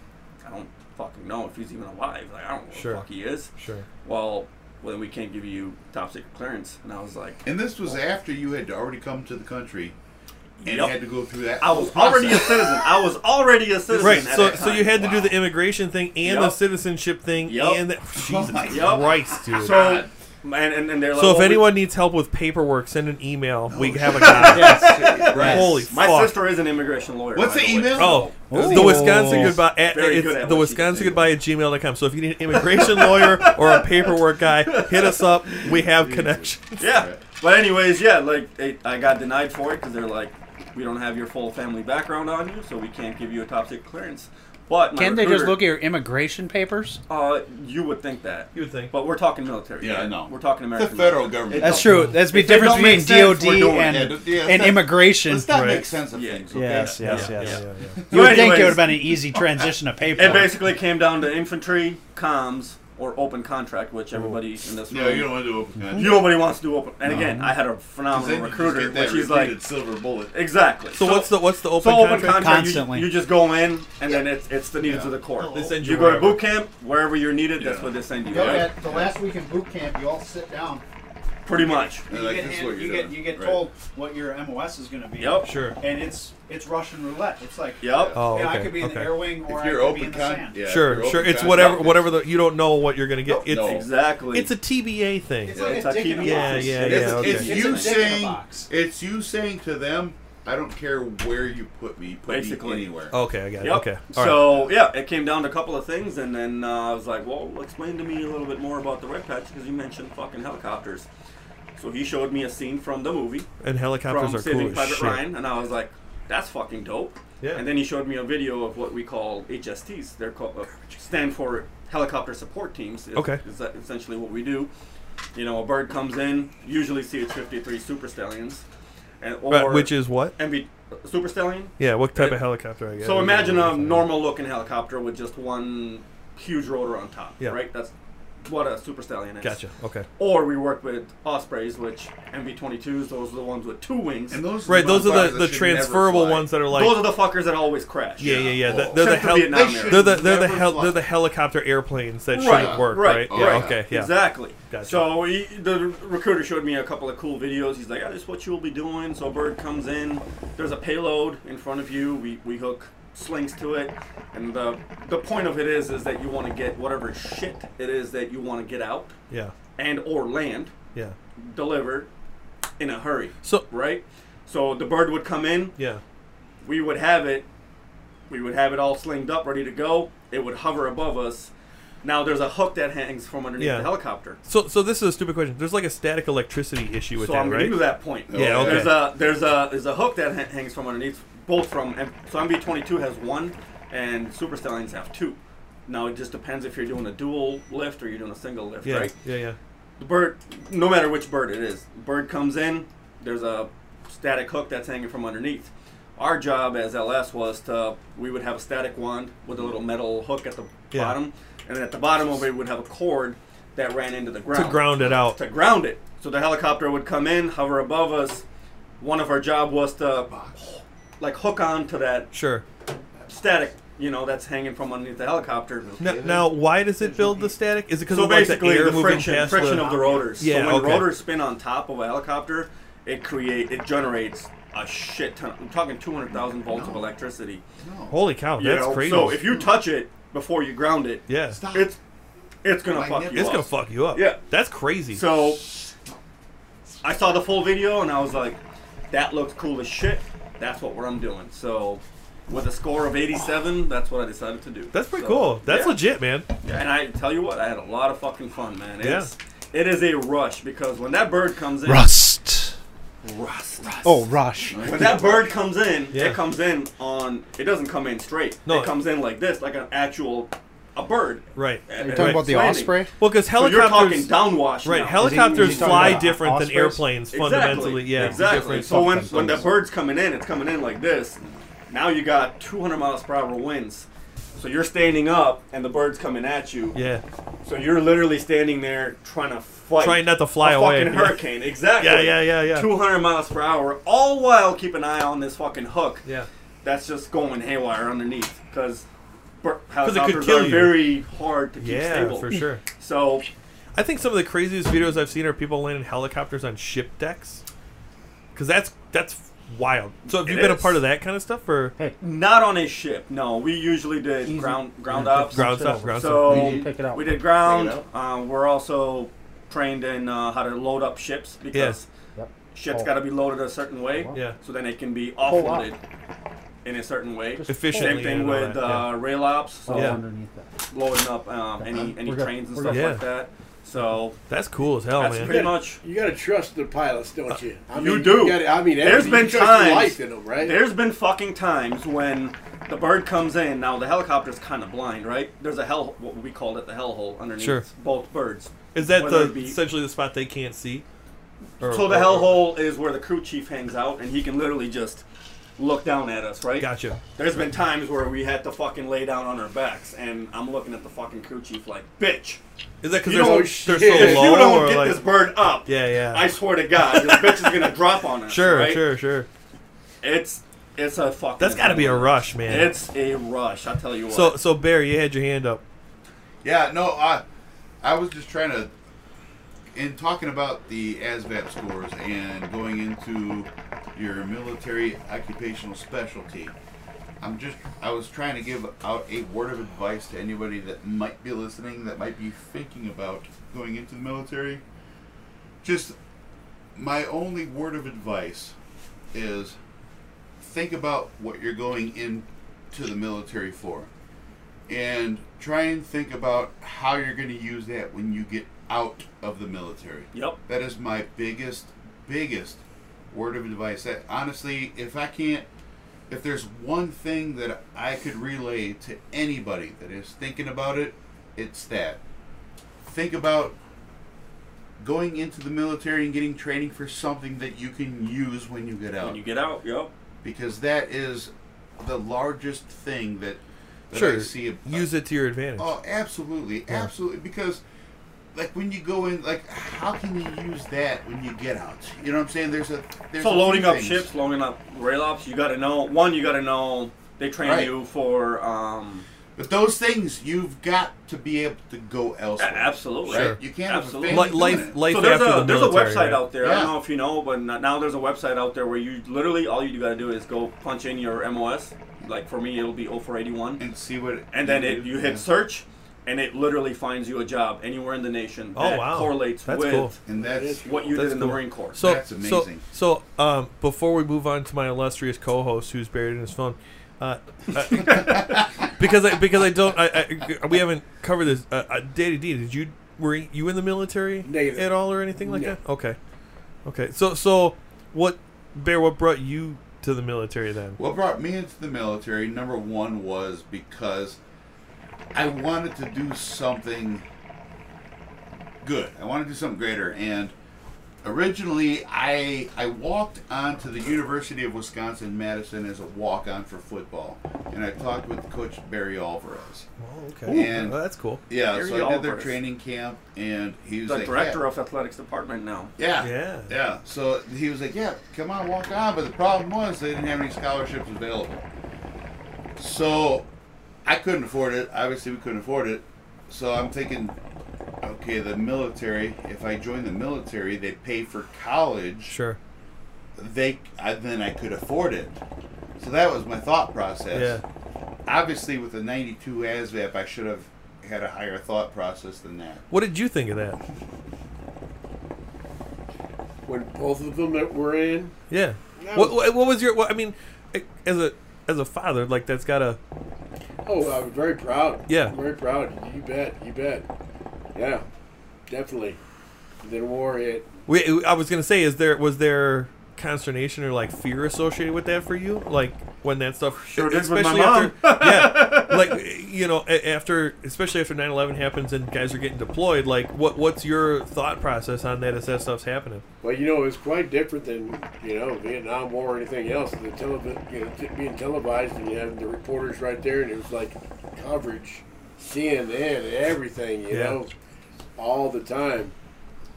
D: i don't fucking know if he's even alive like i don't know where
A: Sure.
D: the fuck he is
A: Sure.
D: well well then we can't give you top secret clearance and i was like
C: And this was after you had already come to the country and
D: Yep.
C: had to go through that.
D: i
C: whole
D: was already a
C: process.
D: citizen i was already a citizen
A: Right.
D: at
A: So,
D: that
A: so you
D: time.
A: had to do
C: Wow.
A: the immigration thing and
D: Yup. Oh
A: the citizenship thing
D: Yup.
A: and the, Jesus
C: my
A: Christ, dude.
D: So Uh, And, and, and they're like,
A: So if
D: well, we-
A: anyone needs help with paperwork, send an email. we have a guy.
C: Right.
A: Holy
D: my
A: fuck.
D: sister is an immigration lawyer.
C: What's
D: by
C: the
D: way.
C: email?
A: Oh,
B: Ooh.
A: the Wisconsin goodbye. At,
D: Very
A: it's
D: good at
A: the
D: what she
A: Wisconsin
D: did.
A: goodbye at gmail.com. So if you need an immigration lawyer or a paperwork guy, hit us up. We have connections.
D: Yeah. But anyways, yeah, like it, I got denied for it because they're like, we don't have your full family background on you, so we can't give you a top secret clearance. But my
B: Can they just
D: recruiter-
B: look at your immigration papers?
D: Uh, you would think that.
A: You would think.
D: But we're talking military.
C: Yeah,
D: right?
C: I know.
D: We're talking
C: The
D: American.
C: federal
D: military.
C: government.
B: That's
C: don't-
B: true. That's the
D: If they
B: difference
D: don't make
B: between
D: sense,
B: DOD
D: we're doing it.
C: Yeah,
B: and,
C: th- yeah,
B: and
C: let's not-
B: immigration.
C: Let's not
A: Right.
C: make sense of
D: Yeah.
C: things. okay?
B: Yes, yes,
D: Yeah,
B: yes,
D: yeah.
B: yeah, yeah.
D: So
B: You would think it
D: anyways-
B: would have been an easy transition to paper.
D: It basically came down to infantry, comms, or open contract, which everybody in this
C: No,
D: room-
C: you don't want to do open
D: you- nobody wants to do open. And again, I had Mm-hmm. a
C: Then
D: phenomenal
C: you just
D: recruiter,
C: get that
D: which he's
C: repeated
D: like,
C: silver bullet.
D: exactly.
A: So, what's the what's the open
D: so open
A: contract?
D: contract?
B: Constantly.
D: You, you just go in, and then it's it's the needs
C: Yeah.
D: of the court.
A: They send you
D: you go to
A: wherever.
D: boot camp wherever you're needed. That's
C: Yeah.
D: what they send you.
E: Go
D: right?
E: at the last week in boot camp, you all sit down.
D: Pretty much.
C: They're like, this is what you're doing. Right.
B: what your MOS is going to be.
D: Yep.
A: Sure.
B: And it's it's Russian roulette. It's like
D: Yep.
A: Oh, okay. okay.
B: wing
C: If you're open con, yeah, if
A: Sure,
C: you're open
A: sure. It's
C: con-
A: whatever, whatever the you don't know what you're gonna get.
C: Nope.
A: It's
C: No.
D: Exactly.
A: Oh. it's a TBA thing.
E: It's
D: Yeah,
E: like
D: it's
E: a
D: a
E: dick in a
D: TV.
A: Yeah,
E: box.
A: yeah,
C: It's,
A: yeah.
C: it's
A: Okay.
E: It's a
C: you
E: dick in a
C: saying,
E: box.
C: it's you saying to them, I don't care where you put me, put
D: Basically.
C: me anywhere.
A: Okay, I got it.
D: Yep.
A: Okay, all right.
D: so yeah, it came down to a couple of things, and then uh, I was like, "Well, explain to me a little bit more about the red patch because you mentioned fucking helicopters." So he showed me a scene from the movie
A: and helicopters
D: from
A: are
D: Saving
A: cool as
D: Private
A: shit.
D: Ryan, and I was like, "That's fucking dope."
A: Yeah.
D: And then he showed me a video of what we call HSTs. They're called uh, stand for helicopter support teams. Is,
A: Okay.
D: Is that essentially what we do? You know, a bird comes in, usually CH-53 Super Stallions, and or
A: Right, which is what?
D: MV Super Stallion.
A: Yeah, what type
D: It-
A: of helicopter? I guess.
D: So imagine a normal looking helicopter with just one huge rotor on top,
A: Yeah.
D: right? That's what a Super Stallion is.
A: Gotcha. Okay.
D: Or we work with Ospreys, which MV-22s, those are the ones with two wings.
C: And those
A: Right, those are the, the
C: motherfuckers that should never
A: transferable
C: fly.
A: ones that are like.
D: those are the fuckers that always crash.
A: yeah, yeah, yeah.
C: Oh.
A: the- They're the
D: Except for
A: hel-
D: Vietnam
C: They
D: era.
C: should
A: They're the they're the
C: never
A: hel-
C: fly.
A: they're the helicopter airplanes that
D: Right,
A: shouldn't work, right?
D: right,
A: Yeah.
C: right.
A: Okay. Yeah.
D: Exactly.
A: Gotcha.
D: So he, the recruiter showed me a couple of cool videos. He's like, "Ah, "This is what you'll be doing." So a bird comes in. There's a payload in front of you. We, we hook slings to it, and the the point of it is is that you want to get whatever shit it is that you want to get out
A: Yeah.
D: and or land
A: Yeah.
D: deliver in a hurry,
A: So
D: right? So the bird would come in.
A: yeah.
D: We would have it. We would have it all slinged up, ready to go. It would hover above us. Now there's a hook that hangs from underneath
A: Yeah.
D: the helicopter.
A: So so this is a stupid question. There's like a static electricity issue with
D: so
A: that,
D: I'm
A: right?
D: gonna do that point.
A: Yeah, okay.
D: There's a there's a there's a hook that ha- hangs from underneath, both from M- so MV22 has one, and Super Stallions have two. Now it just depends if you're doing a dual lift or you're doing a single lift,
A: Yeah.
D: right?
A: Yeah. Yeah.
D: The bird, no matter which bird it is, bird comes in. There's a static hook that's hanging from underneath. Our job as LS was to we would have a static wand with a little metal hook at the
A: Yeah.
D: bottom, and then at the bottom of it would have a cord that ran into the ground
A: To ground it out.
D: to ground it. So the helicopter would come in, hover above us. One of our job was to like hook on to that
A: Sure.
D: static, you know, that's hanging from underneath the helicopter.
A: Now, now, why does it build the static? Is it because
D: So
A: of like
D: basically,
A: the air
D: the,
A: moving
D: friction,
A: past
D: friction
A: the,
D: of the rotors.
A: Yeah,
D: so when
A: okay.
D: rotors spin on top of a helicopter, it create it generates a shit ton. I'm talking 200,000 volts of electricity.
A: Holy cow,
D: You
A: that's
D: know,
A: crazy.
D: So if you touch it before you ground it,
A: yeah,
C: Stop.
D: it's it's gonna fuck you.
C: Magnificent.
A: it's
D: up.
A: gonna fuck you up.
D: Yeah.
A: that's crazy.
D: So I saw the full video and I was like, that looks cool as shit. That's what I'm doing. So with a score of 87, that's what I decided to do.
A: that's pretty
D: So,
A: cool. That's
D: yeah.
A: legit, man.
D: And I tell you what, I had a lot of fucking fun, man.
A: Yeah.
D: It's, It is a rush because when that bird comes in,
B: Rust.
D: rust.
B: Oh, rush.
D: When that bird comes in,
A: Yeah.
D: it comes in on. It doesn't come in straight.
A: No.
D: it comes in like this, like an actual, a bird.
A: Right.
D: Are
A: Right.
B: You're talking about the
D: Landing.
B: Osprey?
A: Well, because
D: So you're talking
A: helicopters,
D: downwash.
A: right?
D: now.
A: Helicopters
B: Is he- is he talking
A: fly
B: about
A: different than
B: Ospreys?
A: airplanes fundamentally. Yeah, it's
D: exactly.
A: different.
D: So when
E: fucking
D: when the
E: things.
D: bird's coming in, it's coming in like this. Now you got 200 miles per hour winds. So you're standing up, and the bird's coming at you.
A: yeah,
D: So you're literally standing there trying to fight.
A: Trying not to fly
D: a
A: away.
D: Fucking hurricane, exactly.
A: Yeah, yeah, yeah, yeah.
D: 200 miles per hour, all while keep an eye on this fucking hook.
A: yeah,
D: That's just going haywire underneath because
A: it could
D: helicopters
A: kill
D: are
A: you.
D: very hard to keep
A: yeah,
D: stable.
A: for sure.
D: So
A: I think some of the craziest videos I've seen are people landing helicopters on ship decks, because that's that's wild. So have you
D: It
A: been a
D: is.
A: part of that kind of stuff, or
D: not on a ship. No, we usually did ground ground ops.
A: ground stuff? Ground stuff.
D: So
B: Pick it up.
D: we did ground.
C: Pick it
D: Um, we're also trained in uh, how to load up ships because
F: Yep.
D: ship's
F: Oh.
D: got to be loaded a certain way,
A: Yeah.
D: so then it can be
F: Pull up.
D: offloaded in a certain way.
A: Efficiently
D: Same thing
A: and all
D: with
A: that,
D: uh, rail ops, so
F: Oh,
A: Yeah.
F: underneath that.
D: loading up um, any any
F: We're good.
D: trains and
F: We're
D: stuff
A: good.
D: like that. So
A: That's cool as hell,
D: that's
A: man.
D: pretty much.
G: You gotta trust the pilots, don't you? I
D: You
G: mean,
D: do.
G: gotta- I mean,
D: There's
G: everything-
D: been
G: you trust your
D: times-
G: life in them, right?
D: There's been fucking times when the bird comes in. Now the helicopter's kind of blind, right? There's a hell, what we called it, the hellhole underneath
A: Sure.
D: both birds.
A: Is that
D: Whether
A: the
D: it be-
A: essentially the spot they can't see? Or-
D: So the
A: or-
D: hellhole is where the crew chief hangs out, and he can literally just look down at us, right?
A: Gotcha.
D: There's been times where we had to fucking lay down on our backs, and I'm looking at the fucking crew chief like, bitch,
A: Is that because
D: You
A: they're,
D: know,
A: so- they're
D: if
A: so
D: you
A: low?
D: don't
A: Oh, or
D: get
A: like,
D: this bird up,
A: yeah, yeah.
D: I swear to God, this bitch is gonna drop on us.
A: sure,
D: right?
A: sure, sure.
D: It's it's a fucking.
A: That's got to be a rush, man.
D: It's a rush. I tell you what.
A: so, so Bear, you had your hand up.
C: Yeah, no, I I was just trying to in talking about the ASVAB scores and going into your military occupational specialty. I'm just I was trying to give out a word of advice to anybody that might be listening that might be thinking about going into the military. Just my only word of advice is think about what you're going into the military for and try and think about how you're going to use that when you get out of the military.
D: yep.
C: That is my biggest, biggest word of advice. That honestly, if I can't, if there's one thing that I could relay to anybody that is thinking about it, it's that. Think about going into the military and getting training for something that you can use when you get out
D: When you get out, yep.
C: because that is the largest thing that, that I
A: Sure,
C: see. ab-
A: use it to your advantage.
C: Oh, absolutely, absolutely. Because, like, when you go in, like, how can you use that when you get out? You know what I'm saying? There's a there's a
D: So
C: few
D: loading up
C: things.
D: ships, loading up rail ops, you got to know. One, you got to know they train
C: Right.
D: you for. um
C: but those things you've got to be able to go
D: a-
C: elsewhere.
D: Absolutely.
C: Right?
A: Sure.
C: You can't have a
D: Absolutely.
A: Li-
C: family doing
A: life,
C: it.
A: life
D: so there's
A: after
D: a
A: the
D: there's a
A: military.
D: website
A: right?
D: out there. I
C: Yeah.
D: don't know if you know, but n- now there's a website out there where you literally all you got to do is go punch in your MOS. Like for me, it'll be 0481,
C: and see what.
D: and then it you hit
C: yeah.
D: search, and it literally finds you a job anywhere in the nation
A: Oh,
D: that
A: wow.
D: correlates
A: That's
D: with
A: cool.
C: and that's
D: what you
A: That's
D: did in
A: cool.
D: the Marine Corps.
A: So,
C: That's amazing.
A: So, so um, before we move on to my illustrious co-host, who's buried in his phone, uh, uh, because I because I don't I, I we haven't covered this. Uh, uh, Daddy D, did you were you in the military
G: Negative.
A: at all or anything like
G: No.
A: that? Okay, okay. So so what bear? What brought you to the military then?
C: What brought me into the military, number one, was because I wanted to do something good. I wanted to do something greater. And originally, I I walked on to the University of Wisconsin Madison as a walk on for football. And I talked with Coach Barry Alvarez.
A: Oh,
C: Ooh, And-
A: that's cool.
C: Yeah,
D: Barry
C: so I did their
D: Alvarez.
C: training camp, and he was
D: the
C: like,
D: director
C: "Yeah."
D: of athletics department now.
C: Yeah.
A: Yeah.
C: Yeah. So he was like, yeah, come on, walk on. But the problem was they didn't have any scholarships available. So I couldn't afford it. Obviously, we couldn't afford it. So I'm thinking, okay, the military, if I join the military, they pay for college
A: Sure.
C: they I, then I could afford it. So that was my thought process.
A: Yeah.
C: Obviously, with the '92 ASVAP, I should have had a higher thought process than that.
A: What did you think of that?
G: when both of them that were in,
A: Yeah.
G: No.
A: What, what what was your? What, I mean, as a as a father, like that's gotta.
G: oh, I was very proud.
A: Yeah.
G: very proud. You bet, you bet. Yeah, definitely. Then war hit.
A: We, I was gonna say, is there was there consternation or like fear associated with that for you, like when that stuff?
D: Sure did with my
A: after, yeah, like you know, a- after especially after 9-11 happens and guys are getting deployed, like what what's your thought process on that as that stuff's happening?
G: Well, you know, it was quite different than you know Vietnam War or anything else. The televi- you know, t- being televised and you have the reporters right there, and it was like coverage, CNN, everything, you
A: Yeah.
G: know, all the time.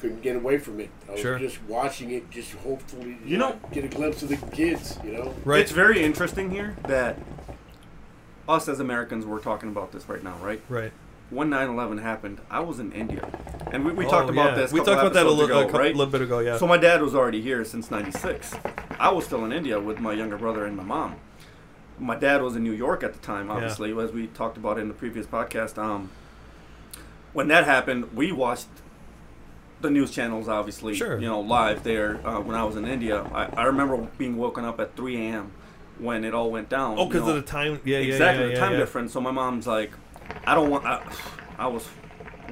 G: Couldn't get away from it. I was
A: Sure.
G: just watching it, just hopefully
D: You know-
G: get a glimpse of the kids, you know.
A: Right.
D: It's very interesting here that us as Americans we're talking about this right now, right?
A: Right.
D: When 9/11 happened, I was in India, and we, we
A: Oh,
D: talked about
A: yeah.
D: this.
A: We
D: couple
A: talked about that a
D: episodes
A: little
D: ago,
A: a couple,
D: right?
A: little bit ago. Yeah.
D: So my dad was already here since '96. I was still in India with my younger brother and my mom. My dad was in New York at the time, obviously, as we talked about in the previous podcast. Um, when that happened, we watched the news channels, obviously,
A: Sure.
D: you know, live there. Uh, when I was in India, I, I remember being woken up at 3 a.m. when it all went down.
A: Oh,
D: you
A: because
D: know.
A: of the time. Yeah, yeah,
D: exactly
A: yeah,
D: the
A: yeah,
D: time
A: yeah.
D: difference. So my mom's like, I don't want. I, I was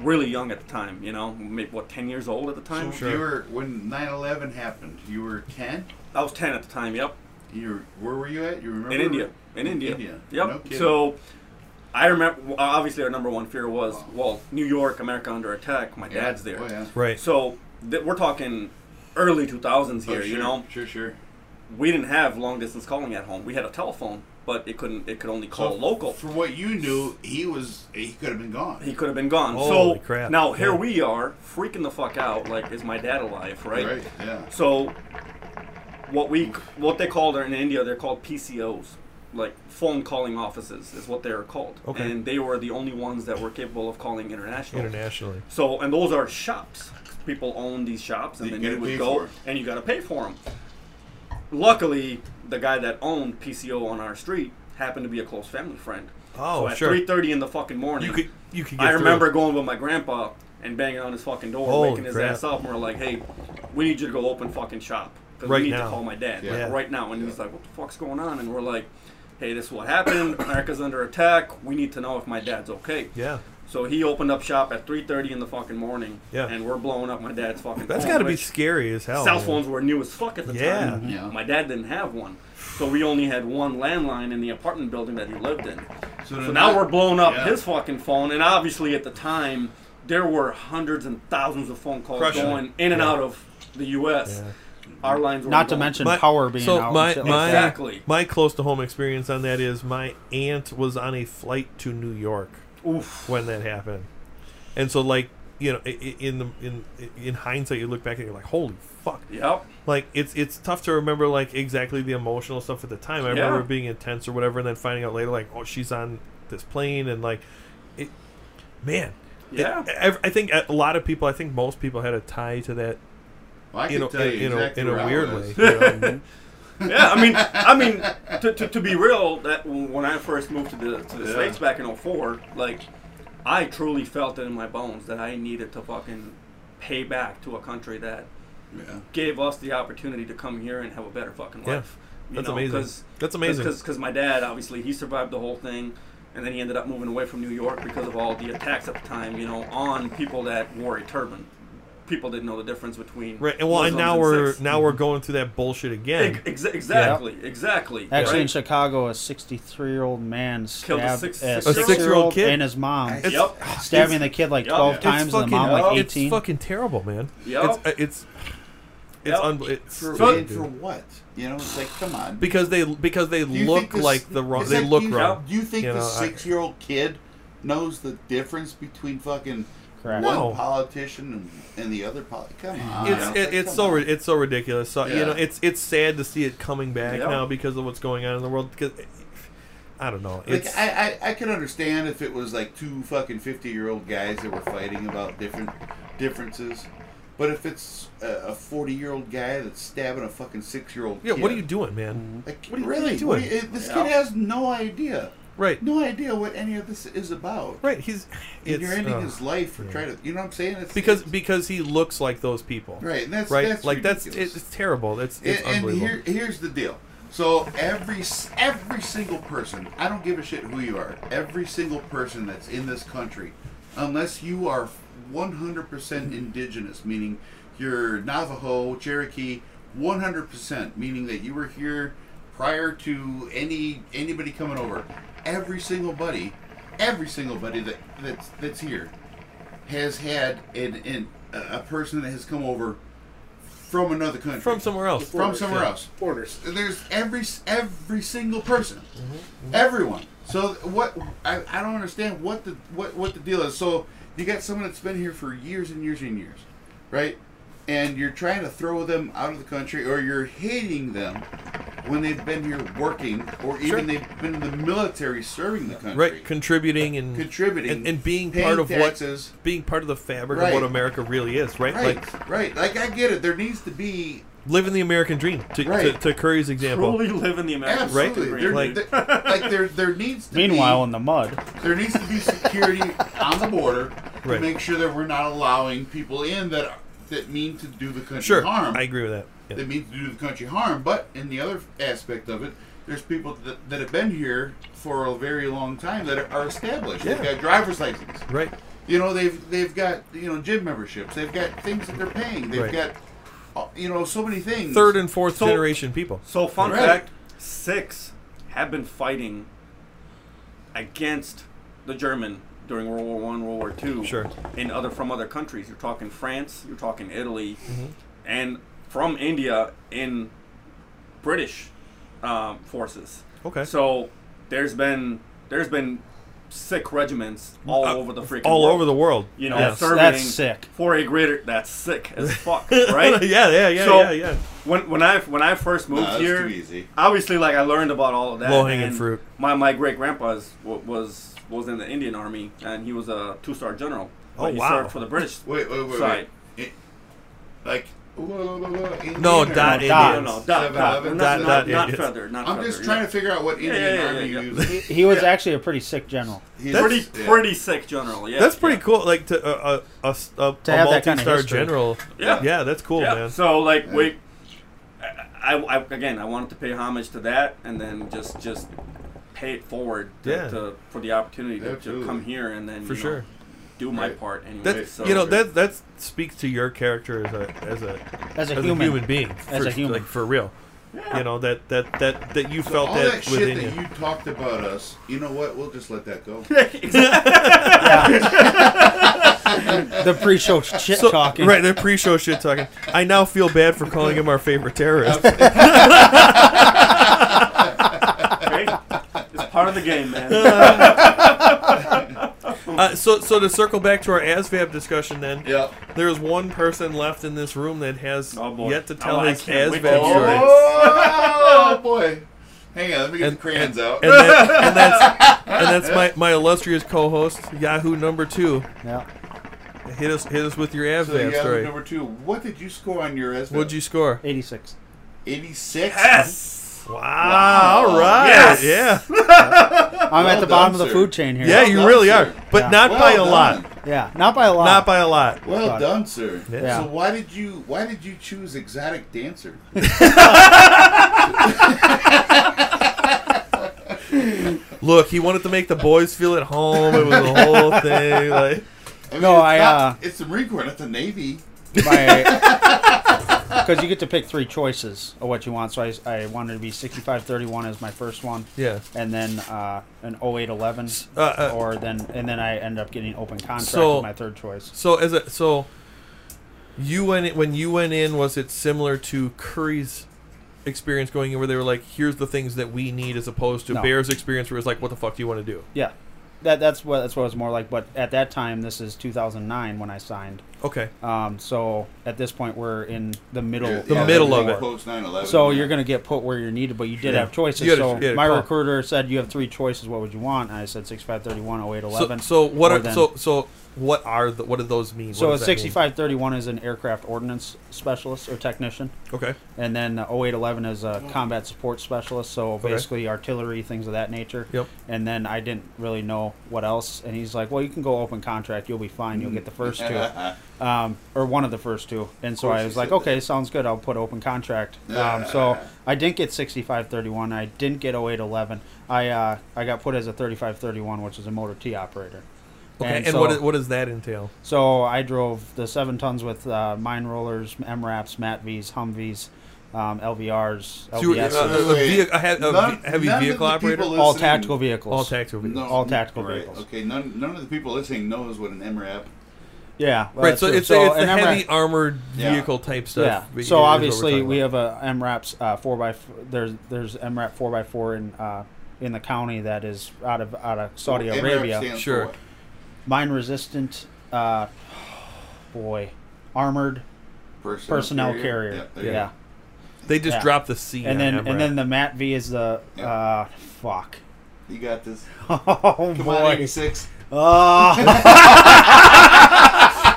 D: really young at the time, you know, maybe what 10 years old at the time.
C: So
A: Sure.
C: you were when 9/11 happened. You were 10.
D: I was 10 at the time. Yep.
C: You where were you at? You remember?
D: in India. In India.
C: India.
D: Yep.
C: No kidding.
D: so I remember well, obviously our number one fear was well New York, America under attack. My
C: Yeah.
D: dad's there.
C: Oh, yeah.
A: Right.
D: So th- we're talking early 2000s
C: Oh,
D: here. You
C: sure,
D: know,
C: Sure, sure.
D: we didn't have long distance calling at home. We had a telephone, but it couldn't. It could only call
C: So,
D: local.
C: From what you knew, he was he could have been gone.
D: He could have been gone.
A: Holy
D: so
A: crap,
D: now here
A: yeah.
D: we are, freaking the fuck out. Like, is my dad alive?
C: right. Yeah.
D: So, what we what they called in India, they're called PCOs, like phone calling offices, is what they are called.
A: Okay.
D: And they were the only ones that were capable of calling international.
A: Internationally.
D: So, and those are shops. People own these shops, and
C: You
D: then you
C: gotta pay
D: would
C: for
D: go
C: it.
D: and you got to pay for them. Luckily, the guy that owned PCO on our street happened to be a close family friend.
A: Oh,
D: so at
A: sure.
D: three thirty in the fucking morning,
A: You could. You could. Get
D: I
A: through.
D: remember going with my grandpa and banging on his fucking door,
A: Holy
D: waking his
A: crap.
D: ass up, and we're like, "Hey, we need you to go open fucking shop because
A: Right
D: we need
A: now.
D: to call my dad like,
A: Yeah.
D: right now." And he's like, "What the fuck's going on?" And we're like, "Hey, this is what happened. America's under attack. We need to know if my dad's okay."
A: Yeah.
D: So he opened up shop at 3:30 in the fucking morning,
A: Yeah.
D: and we're blowing up my dad's fucking.
A: That's
D: phone,
A: got to be
D: which-
A: scary as hell.
D: Cell
A: man.
D: phones were new as fuck at the
A: Yeah.
D: time.
C: Yeah.
D: My dad didn't have one, so we only had one landline in the apartment building that he lived in. So,
C: then
D: now
C: that-
D: we're blowing up
C: yeah.
D: his fucking phone, and obviously at the time there were hundreds and thousands of phone calls
A: Crushing it.
D: going in and out of the U.S.
A: Yeah.
D: Our lines were
B: Not to
D: going-
B: mention
A: My-
B: power being
A: so
B: out. and
A: my
B: shit like
A: my
B: that.
D: Exactly.
A: my close to home experience on that is my aunt was on a flight to New York
D: Oof.
A: when that happened, and so like you know i- i- in the in in hindsight you look back and you're like holy fuck
D: Yep.
A: like it's it's tough to remember like exactly the emotional stuff at the time. I
D: Yeah.
A: remember being intense or whatever, and then finding out later like oh she's on this plane and like it, man. it-
D: Yeah.
A: I, I think a lot of people. I think most people had a tie to that.
C: Well, I
A: You
C: can
A: know,
C: tell
A: in,
C: you
A: in
C: exactly
A: a, in
C: where
A: a
C: I
A: weird
C: was.
A: way. you
B: Mm-hmm.
A: know?
D: Yeah, I mean, I mean, to, to, to be real, that when I first moved to the to the
C: Yeah.
D: states back in 04, like, I truly felt it in my bones that I needed to fucking pay back to a country that
C: Yeah.
D: gave us the opportunity to come here and have a better fucking
A: Yeah.
D: life. You
A: That's
D: know,
A: amazing. That's amazing.
D: Because my dad, obviously, he survived the whole thing, and then he ended up moving away from New York because of all the attacks at the time, you know, on people that wore a turban. People didn't know the difference between
A: Right, and well, and
D: Muslims
A: now we're
D: Sikhs.
A: now we're going through that bullshit again.
D: Ex- ex- exactly, exactly.
B: Actually,
D: right?
B: in Chicago, a 63-year-old man
D: Killed a
B: stabbed
D: six-
B: a
D: six-year-old
B: six-year-old
A: kid.
B: and his mom,
A: It's-
D: Yep.
B: stabbing the
A: it's-
B: kid like
D: Yup.
B: 12
D: It's
B: times, and the mom like 18.
A: It's fucking terrible, man.
D: Yup.
A: It's uh, it's it's,
D: Yup.
A: un- it's
C: For,
A: stupid,
C: and
A: dude.
C: for what? You know, it's like come on.
A: because they because they
C: Do you
A: look
C: think this-
A: like the wrong.
C: is
A: They
C: that-
A: look
C: do you,
A: wrong.
C: Do you think
A: You
C: the
A: know, I-
C: six-year-old kid knows the difference between fucking
B: Correct.
C: one
A: No.
C: politician and, and the other? Poli- come on.
A: it's it,
C: Like,
A: it's
C: come
A: so
C: on.
A: ri- it's so ridiculous. So you
C: Yeah.
A: know, it's it's sad to see it coming back
D: Yeah.
A: now because of what's going on in the world. Because I don't know,
C: Like
A: it's
C: I, I, I could understand if it was like two fucking fifty-year-old guys that were fighting about different differences, but if it's a forty-year-old guy that's stabbing a fucking six-year-old,
A: yeah.
C: kid,
A: What are you doing, man?
C: Like,
A: what are you- what are you
C: really? What are
A: doing?
C: you- this
D: Yeah.
C: kid has no idea,
A: Right,
C: no idea what any of this is about.
A: right. He's
C: And
A: it's
C: you're ending
A: uh,
C: his life for
A: yeah.
C: trying to, you know what I'm saying? It's,
A: because
C: it's-
A: because he looks like those people.
C: right, and that's
A: right.
C: that's
A: like
C: ridiculous.
A: that's it's terrible. That's it's
C: and, and
A: unbelievable.
C: here, here's the deal. So every s- every single person, I don't give a shit who you are. Every single person that's in this country, unless you are 100% indigenous, meaning you're Navajo, Cherokee, 100%, meaning that you were here prior to any anybody coming over. Every single buddy, every single buddy that that's that's here has had an, an a a person that has come over from another country
A: from somewhere else.
C: from somewhere
A: Yeah.
C: else.
G: Borders.
C: There's every every single person,
A: Mm-hmm.
C: everyone. So what? I, I don't understand what the what what the deal is. So you got someone that's been here for years and years and years, right? And you're trying to throw them out of the country, or you're hating them when they've been here working, or even
A: Sure.
C: they've been in the military serving the country,
A: Right, contributing and
C: Contributing,
A: and, and being
C: paying
A: part of
C: taxes.
A: what being part of the fabric
C: Right.
A: of what America really is. Right,
C: Right,
A: like
C: right. Like I get it. There needs to be
A: living the American dream. To,
C: Right.
A: to, to Curry's example,
D: truly live in the American
C: absolutely
D: dream.
C: there,
A: Like-
C: there- like there there needs to
B: Meanwhile,
C: be,
B: in the mud.
C: there needs to be security on the border to
A: Right.
C: make sure that we're not allowing people in that that mean to do the country
A: Sure,
C: harm.
A: I agree with that. Yeah.
C: That mean to do the country harm. But in the other aspect of it, there's people that, that have been here for a very long time that are, are established.
A: Yeah.
C: They've got driver's licenses.
A: Right.
C: You know, they've they've got you know gym memberships. They've got things that they're paying. They've
A: Right.
C: got uh, you know so many things.
A: Third and fourth
D: So-
A: generation people.
D: So fun
C: Right.
D: fact: six have been fighting against the German during World War One, World War Two.
A: Sure.
D: In other from other countries, you're talking France, you're talking Italy, and from India in British um, forces.
A: Okay.
D: So there's been there's been sick regiments all
A: Uh,
D: over the freaking
A: All
D: world.
A: over the world.
D: You know,
A: Yeah.
B: That's-
D: serving
B: that's sick.
D: for a greater. That's sick as fuck, right?
A: yeah, yeah, yeah,
D: So-
A: yeah, yeah.
D: When when I when I first moved
C: Nah, that's
D: here,
C: too easy.
D: obviously, like I learned about all of that.
A: Low-hanging
D: and
A: fruit.
D: My my great grandpa's was was in the Indian Army, and he was a two star general.
A: Oh,
D: But he
A: wow.
D: served for the British.
C: Wait, wait, wait,
D: Sorry.
C: wait. It- like.
A: No,
C: No,
B: dot.
A: dot
D: No,
A: Indians.
D: no, dot, dot,
C: Seven,
A: dot,
D: not, not,
A: dot,
D: not
A: yes.
D: feather, not
C: I'm
D: feather.
C: just trying to figure out what Indian
D: yeah, yeah,
C: army
D: yeah.
C: you use.
B: He was
C: Yeah.
B: actually a pretty sick general.
C: He's-
D: yeah. pretty
C: yeah.
D: pretty sick general. Yeah,
A: That's pretty
D: yeah.
A: cool. Like to uh, a a, s- a,
B: To
A: a
B: have that
A: multi-star
B: kind of history.
A: general.
D: Yeah.
A: yeah, that's cool,
D: yeah.
A: man.
D: So like we, I, I, I again I wanted to pay homage to that, and then just just pay it forward to,
A: Yeah.
D: to, for the opportunity to, to
C: Absolutely.
D: come here and then
A: For
D: you know,
A: sure.
D: do my
C: Right.
D: part anyway.
A: That
D: so
A: you know that that speaks to your character as a as a
B: As a
A: as
B: human.
A: a human being
B: As
A: for,
B: a human.
A: like for real. You know that that that that you felt
C: all
A: that,
C: that shit
A: within
C: that
A: you.
C: you talked about us, you know what? We'll just let that go.
B: The pre-show shit
A: So-
B: talking.
A: Right, the pre-show shit talking. I now feel bad for calling him our favorite terrorist.
D: Okay? it's part of the game, man.
A: Uh, so, so to circle back to our ASVAB discussion, then
C: yeah.
A: there's one person left in this room that has
D: Oh, boy.
A: yet to
D: Oh,
A: tell
D: I
A: his
D: can't
A: ASVAB
D: wait
A: story,
D: to hear this.
C: Oh boy! Hang on, let me get the crayons out.
A: and, that, and that's and that's my, my illustrious co-host Yahoo number two.
B: Yeah.
A: Hit us hit us with your
C: so you
A: ASVAB
C: got
A: story.
C: number two. What did you score on your SBAP?
A: What'd you score?
B: 86.
C: 86.
D: yes.
A: Wow! All right,
D: Yes.
A: yeah,
B: I'm
C: Well
B: at the
C: done,
B: bottom of the
C: sir.
B: food chain here.
A: yeah, you
C: done,
A: really
C: sir.
A: are, but
B: Yeah.
A: not
C: Well
A: by a
C: done.
A: lot,
B: Yeah. Not by a lot.
A: not by a lot.
C: Well
B: Got it.
C: done, sir.
A: Yeah.
C: So why did you why did you choose exotic dancer?
A: Look, he wanted to make the boys feel at home. It was a whole thing. Like,
C: I mean,
B: No,
C: it's
B: I,
C: not-
B: uh,
C: it's the Marine Corps, not the Navy.
B: Because you get to pick three choices of what you want. So I, I wanted to be 6531 as my first one.
A: yeah.
B: And then uh, an 0811,
A: Uh, uh,
B: or then and then I ended up getting open contract
A: So-
B: with my third choice.
A: So as a so, you went in, when you went in. Was it similar to Curry's experience going in, where they were like, "Here's the things that we need," as opposed to
B: No.
A: Bear's experience, where it was like, "What the fuck do you want to do?"
B: Yeah, that that's what that's what it was more like. But at that time, this is 2009 when I signed.
A: Okay,
B: Um, so at this point, we're in the middle.
C: Yeah,
A: The
C: yeah,
A: middle of
B: war.
A: it.
C: Post 9/11.
B: So you're going to get put where you're needed, but you did
A: Yeah.
B: have choices.
A: You had a-
B: so
A: you had a
B: my
A: call.
B: recruiter said you have three choices. What would you want? And I said 6531, 0811.
A: so so what
B: or
A: are
B: then-
A: so so what are the, what do those mean?
B: So
A: What
B: a
A: does that mean?
B: 6531 is an aircraft ordnance specialist or technician,
A: Okay,
B: and then the 0811 is a combat support specialist. So basically artillery, things of that nature.
A: Yep.
B: And then I didn't really know what else, and he's like, "Well, you can go open contract. You'll be fine. You'll get the first two, um, or one of the first two. And so
C: course
B: I
C: he
B: was like,
C: said
B: "Okay, sounds good. I'll put open contract." Um, so I didn't get 6531. I didn't get 0811. I uh, I got put as a 3531, which is a motor T operator.
A: okay, and,
B: so-
A: what i- what does that entail?
B: so I drove the seven tons with uh, mine rollers, M wraps, Mat V's, Humvees, um, LVRs,
A: So you were, uh,
B: LVS,
A: a,
C: Wait.
A: vehi- a, he- a
C: None-
A: ve- heavy
C: none of the
A: vehicle operator,
C: people
B: all
C: listening-
B: tactical vehicles.
A: all tactical vehicles.
C: No,
B: all tactical
C: right,
B: vehicles.
C: Okay, none, none of the people listening knows what an MRAP.
B: Yeah, well,
A: Right,
B: that's
A: so
B: true.
A: it's, it's the
B: an MRAP
A: heavy armored
C: Yeah.
A: vehicle type stuff.
B: Yeah.
A: that is what
B: So
A: we're
B: obviously
A: talking
B: we
A: about.
B: have a MRAPs uh, four by f- there's there's MRAP four by four in uh, in the county that is out of out of Saudi
C: MRAP
B: Arabia.
C: stands for
A: Sure.
C: what?
B: Mine resistant, uh, boy, armored
C: Personnel,
B: personnel carrier.
C: Yep, there you
B: yeah.
A: they just
B: yeah.
A: dropped the C
B: and then
A: on
B: and then
A: MRAP.
B: the Mat V is the
C: Yeah.
B: uh fuck.
C: go. You got this.
B: Oh
C: Come on,
B: boy.
C: 86.
B: Oh,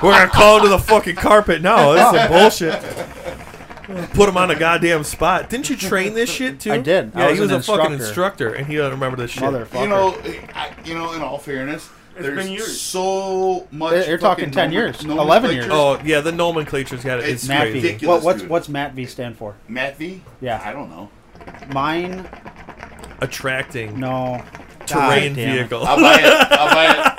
A: We're gonna call him to the fucking carpet now. This is some bullshit. Put him on a goddamn spot. Didn't you train this shit too?
B: I did. I
A: Yeah,
B: was
A: he was
B: an
A: a fucking
B: instructor.
A: instructor, and he doesn't remember this shit.
B: motherfucker.
C: You eh, know, I, you know. In all fairness,
D: It's
C: There's
D: been years.
C: so much.
B: You're talking 10
C: fucking nomen-
B: years, 11
C: nomenclature.
B: years.
A: Oh yeah, the nomenclature's got it. It's,
C: It's
B: Matt
A: crazy.
B: V. What,
C: ridiculous,
B: what's
C: dude.
B: what's Matt V stand for?
C: Matt V.
B: Yeah.
C: I don't know.
B: Mine.
A: Attracting
B: No.
A: terrain
B: God damn it.
A: vehicle.
C: I'll buy it. I'll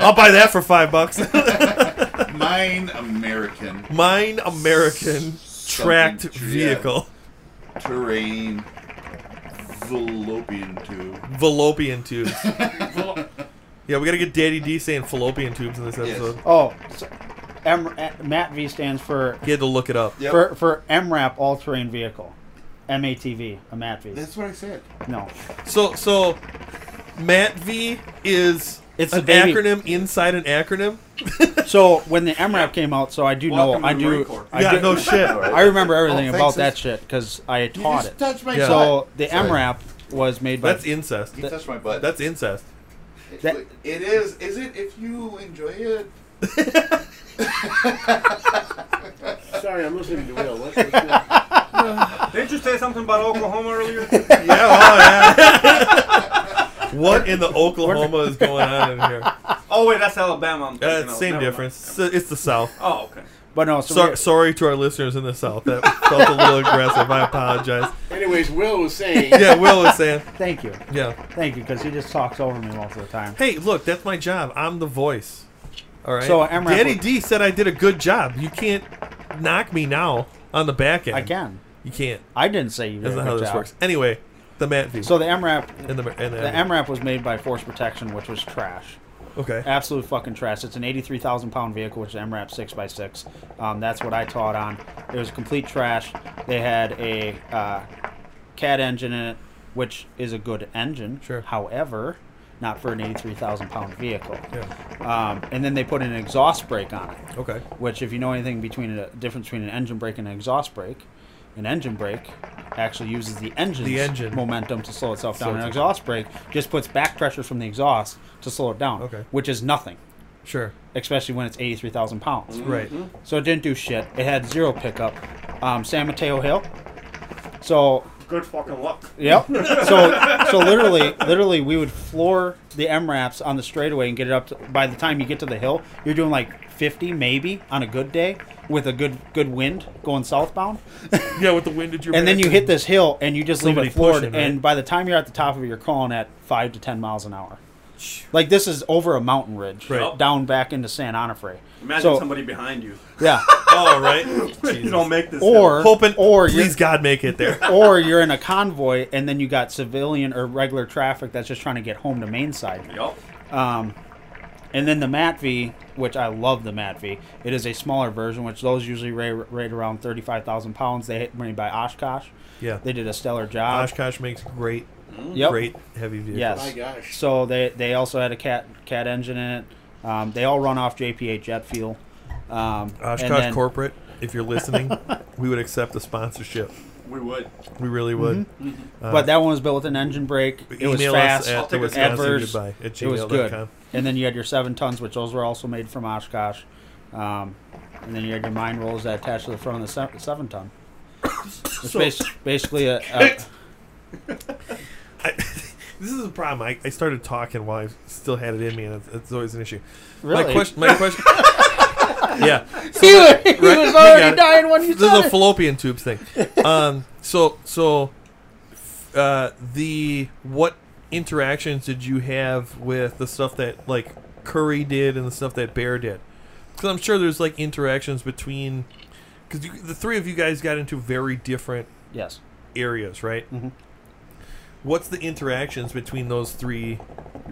A: I'll buy that for five bucks.
C: buy it. Mine American
A: Mine American
C: Something
A: tracked
C: tr- yeah.
A: vehicle.
C: terrain fallopian tube.
A: Fallopian tubes. yeah, we gotta get Daddy D saying fallopian tubes in this
C: Yes.
A: episode.
B: Oh, so, M, eh, Matt V stands for
A: He had to look it up.
C: Yep.
B: for for MRAP all terrain vehicle, MATV, a Matt V.
C: That's what I said.
B: No,
A: So so Matt V is
B: It's
A: an
B: the baby.
A: acronym inside an acronym.
B: so when the MRAP came out, so I do
D: Welcome
B: know, I
D: to the Marine
B: do,
D: Corps.
B: I,
A: yeah,
B: do-
A: no shit.
B: I remember everything
C: Oh,
B: about
C: thanks,
B: that
C: sis.
B: shit because I had
C: You
B: taught
C: just
B: it.
C: touched my
A: Yeah.
B: So
C: butt.
B: the
C: Sorry.
B: MRAP was made by
A: That's incest.
C: You touched my butt.
A: That's incest.
B: that-
C: it is. Is it if you enjoy it?
G: Sorry, I'm listening to Will. Let's, let's go.
D: Didn't you say something about Oklahoma earlier?
A: Yeah, oh yeah. what in the Oklahoma is going on in here?
D: oh wait, that's Alabama. I'm
A: Uh,
D: thinking
A: it's
D: of.
A: same
D: Never mind.
A: difference. It's the- It's the South.
D: Oh okay.
B: but no, so
A: So,
B: we-
A: sorry to our listeners in the South. That felt a little aggressive. I apologize.
G: Anyways, Will was saying.
A: Yeah, Will was saying.
B: thank you,
A: Yeah.
B: thank you, because he just talks over me most of the time.
A: Hey, look, that's my job. I'm the voice. All right.
B: So, Amrap
A: Daddy
B: was-
A: D said I did a good job. You can't knock me now on the back end.
B: I can.
A: You can't.
B: I didn't say you did
A: That's
B: a
A: not
B: good
A: how this
B: job.
A: works. Anyway, the Matt V.
B: So the MRAP,
A: and the and the,
B: the MRAP was made by Force Protection, which was trash.
A: Okay.
B: absolute fucking trash. It's an 83,000 pound vehicle, which is MRAP 6x6. Um, that's what I taught on. It was complete trash. They had a uh, CAD engine in it, which is a good engine.
A: Sure.
B: However, not for an 83,000 pound vehicle.
A: Yeah.
B: Um, and then they put an exhaust brake on it,
A: Okay.
B: which, if you know anything between a difference between an engine brake and an exhaust brake, an engine brake actually uses the engine's
A: The engine.
B: momentum to slow itself
A: Slow
B: down. An
A: it
B: exhaust brake just puts back pressure from the exhaust to slow it down,
A: Okay.
B: which is nothing
A: Sure.
B: especially when it's 83,000 pounds.
A: Right.
B: So it didn't do shit. It had zero pickup. Um, San Mateo Hill. So,
D: Good fucking luck.
B: yep. so, so literally, literally, we would floor the M wraps on the straightaway and get it up. To, by the time you get to the hill, you're doing like 50, maybe on a good day with a good good wind going southbound.
A: Yeah, with the wind at your
B: And then
A: back.
B: you hit this hill and you just leave
A: Somebody
B: it floored.
A: pushing, right?
B: And by the time you're at the top of it, you're calling at five to ten miles an hour. Like this is over a mountain ridge,
A: Right.
B: down back into San Onofre.
D: Imagine
B: So-
D: somebody behind you.
B: Yeah.
A: Oh, right.
D: you
A: Jesus.
D: don't make this.
B: Or
A: Hoping.
B: or
A: please
B: you're,
A: God make it there.
B: or you're in a convoy and then you got civilian or regular traffic that's just trying to get home to main side.
D: Yup.
B: And then the MATV, which I love the MATV. It is a smaller version, which those usually rate right around thirty five thousand pounds. They hit made by Oshkosh.
A: Yeah.
B: They did a stellar job.
A: Oshkosh makes great,
B: Mm-hmm. Yep.
A: great heavy vehicles.
B: Yes.
G: My gosh.
B: So they they also had a cat cat engine in it. Um, they all run off JPA jet fuel. Um, and
A: Oshkosh
B: then-
A: Corporate, if you're listening, we would accept a sponsorship.
D: We would.
A: We really would.
B: but that one was built with an engine brake. Mm-hmm. It was
A: uh, Email
B: fast.
A: us at the
D: take a
A: Wisconsin
B: adverse.
A: Goodbye at
B: It was
A: gmail.com.
B: good. And then you had your seven tons, which those were also made from Oshkosh. Um, and then you had your mine rolls that attached to the front of the se- seven ton. It's bas- basically a, a
A: I, this is a problem. I, I started talking while I still had it in me, and it's, it's always an issue. My
B: Really?
A: question. My question. yeah.
B: he, was-
A: So the-
B: he
A: right, you
B: was
A: got it.
B: already dying when you
A: this is
B: said
A: a
B: it.
A: fallopian tubes thing. Um. So so, uh, the what interactions did you have with the stuff that like Curry did and the stuff that Bear did? Because I'm sure there's like interactions between, because the three of you guys got into very different
B: yes.
A: areas, right? What's the interactions between those three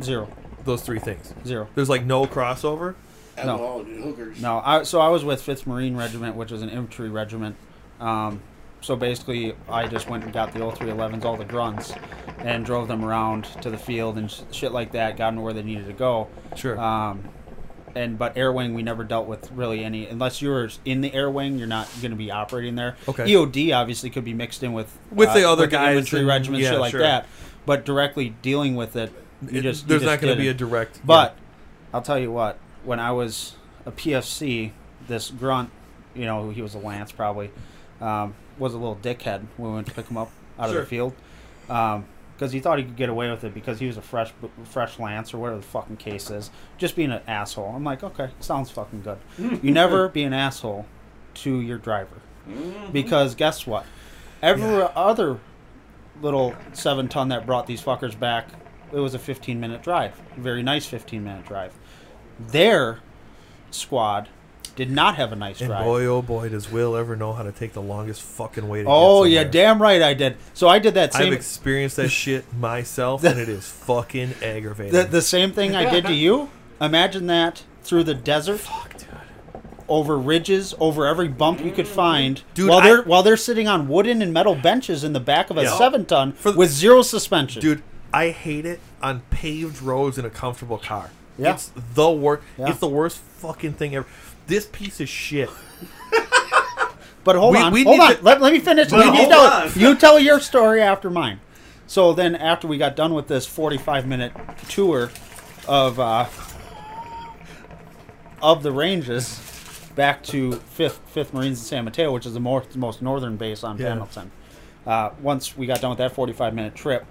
B: Zero.
A: those three things?
B: Zero.
A: There's like no crossover.
G: Alcohol and hookers.
B: No, I, so I was with 5th Marine Regiment, which is an infantry regiment. Um, so basically, I just went and got the 0311s, all the grunts, and drove them around to the field and sh- shit like that, got them where they needed to go.
A: Sure.
B: Um, and but air wing we never dealt with really any unless you're in the air wing you're not going to be operating there.
A: Okay.
B: EOD obviously could be mixed in with
A: With the other guys
B: infantry
A: and-
B: regiments,
A: yeah,
B: shit like
A: sure.
B: that. But directly dealing with it, you
A: It-
B: just you
A: there's
B: just
A: not going to
B: didn't.
A: be a direct.
B: But I'll tell you what, when I was a PFC, this grunt, you know, he was a Lance probably, um, was a little dickhead when we went to pick him up out of
A: Sure.
B: the field. Um, because he thought he could get away with it because he was a fresh fresh lance or whatever the fucking case is, just being an asshole. I'm like, okay, sounds fucking good. you never be an asshole to your driver because guess what? Every other little seven ton that brought these fuckers back, it was a 15 minute drive, very nice 15 minute drive. Their squad did not have a nice
A: And
B: drive.
A: boy, oh boy, does Will ever know how to take the longest fucking way to get
B: Oh yeah,
A: somewhere.
B: damn right I did. So I did that
A: I've
B: same
A: experienced that shit myself, and it is fucking aggravating.
B: the, the same thing I did to you. Imagine that through the desert, over ridges, over every bump you could find.
A: Dude,
B: while
A: I-
B: they're while they're sitting on wooden and metal benches in the back of a
A: Yeah.
B: seven ton
A: For the-
B: with zero suspension.
A: Dude, I hate it on paved roads in a comfortable car.
B: Yeah.
A: It's the worst.
B: Yeah.
A: It's the worst fucking thing ever. This piece of shit.
B: But hold
A: We-
B: on,
A: we
B: hold
A: need
B: on.
A: to-
B: let, let me finish.
D: But
B: Let me
D: hold
B: tell-
D: on.
B: you tell your story after mine. So then, after we got done with this forty-five minute tour of uh, of the ranges, back to Fifth Fifth Marines in San Mateo, which is the most most northern base on
A: Yeah.
B: Pendleton. Uh, once we got done with that forty-five minute trip,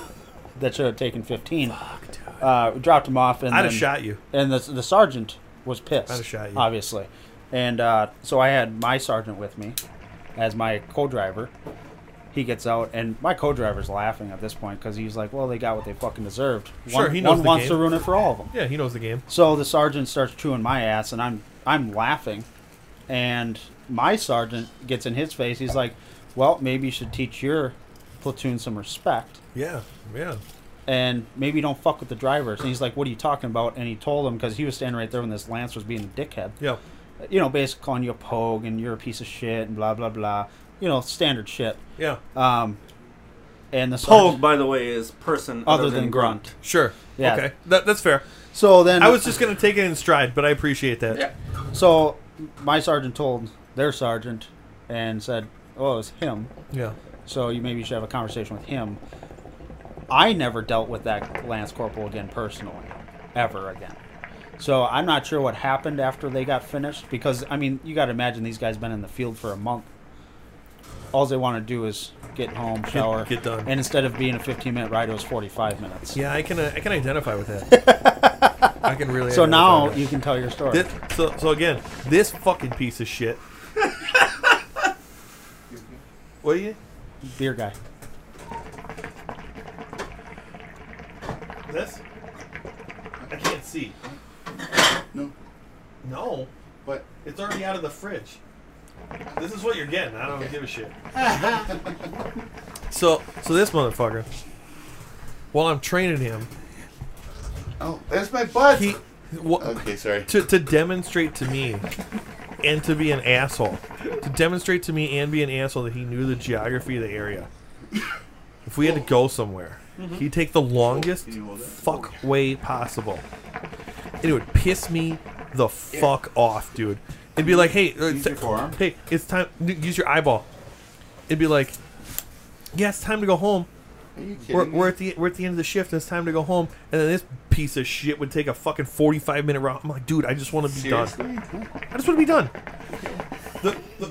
B: that should have taken fifteen. Uh, we dropped him off, and
A: I'd
B: then,
A: have shot you.
B: and the, the sergeant was pissed.
A: I'd have shot you.
B: Obviously. And uh, so I had my sergeant with me as my co driver. He gets out, and my co driver's laughing at this point because he's like, well, they got what they fucking deserved.
A: Sure,
B: one
A: he knows
B: one
A: the
B: wants to
A: game.
B: ruin it for all of them.
A: Yeah, he knows the game.
B: So the sergeant starts chewing my ass, and I'm I'm laughing, and my sergeant gets in his face. He's like, well, maybe you should teach your platoon some respect
A: Yeah, yeah.
B: and maybe don't fuck with the drivers. And he's like, "What are you talking about?" And he told him because he was standing right there when this Lance was being a dickhead.
A: Yeah.
B: You know, basically calling you a pogue and you're a piece of shit and blah blah blah. You know, standard shit.
A: Yeah.
B: Um, and the
D: Pogue,
B: sergeant,
D: by the way, is person
B: other than grunt.
A: Sure.
B: Yeah.
A: Okay. That, that's fair.
B: So then
A: I was just gonna take it in stride, but I appreciate that.
D: Yeah.
B: so my sergeant told their sergeant and said, "Oh, it's him."
A: Yeah.
B: So you maybe should have a conversation with him. I never dealt with that Lance Corporal again personally, ever again. So I'm not sure what happened after they got finished because I mean you got to imagine these guys been in the field for a month. All they want to do is get home, shower,
A: get done.
B: and instead of being a 15 minute ride, it was 45 minutes.
A: Yeah. I can. Uh, I can identify with that. I can really.
B: So
A: identify
B: now
A: with that.
B: you can tell your story.
A: This, so, so again, this fucking piece of shit. what are you?
B: Beer guy.
A: This? I can't see.
C: No,
A: No,
C: but
A: it's already out of the fridge. This is what you're getting. I don't give a shit. so, so this motherfucker. While I'm training him,
C: oh, that's my butt.
A: he wha-
C: okay, sorry.
A: to to demonstrate to me and to be an asshole. To demonstrate to me and be an asshole that he knew the geography of the area. If we had to go somewhere, he'd take the longest
C: Mm-hmm. Can you hold it?
A: fuck way possible. And it would piss me the fuck off, dude. It'd be like, hey, uh,
C: Use your forearm.
A: hey, it's time. n- Use your eyeball. It'd be like, yeah, it's time to go home.
C: Are you kidding?
A: We're,
C: me?
A: we're at the we're at the end of the shift. And it's time to go home. And then this piece of shit would take a fucking forty five minute route. I'm like, dude, I just want to be done.
C: Seriously?
A: I just want to be done. The, the,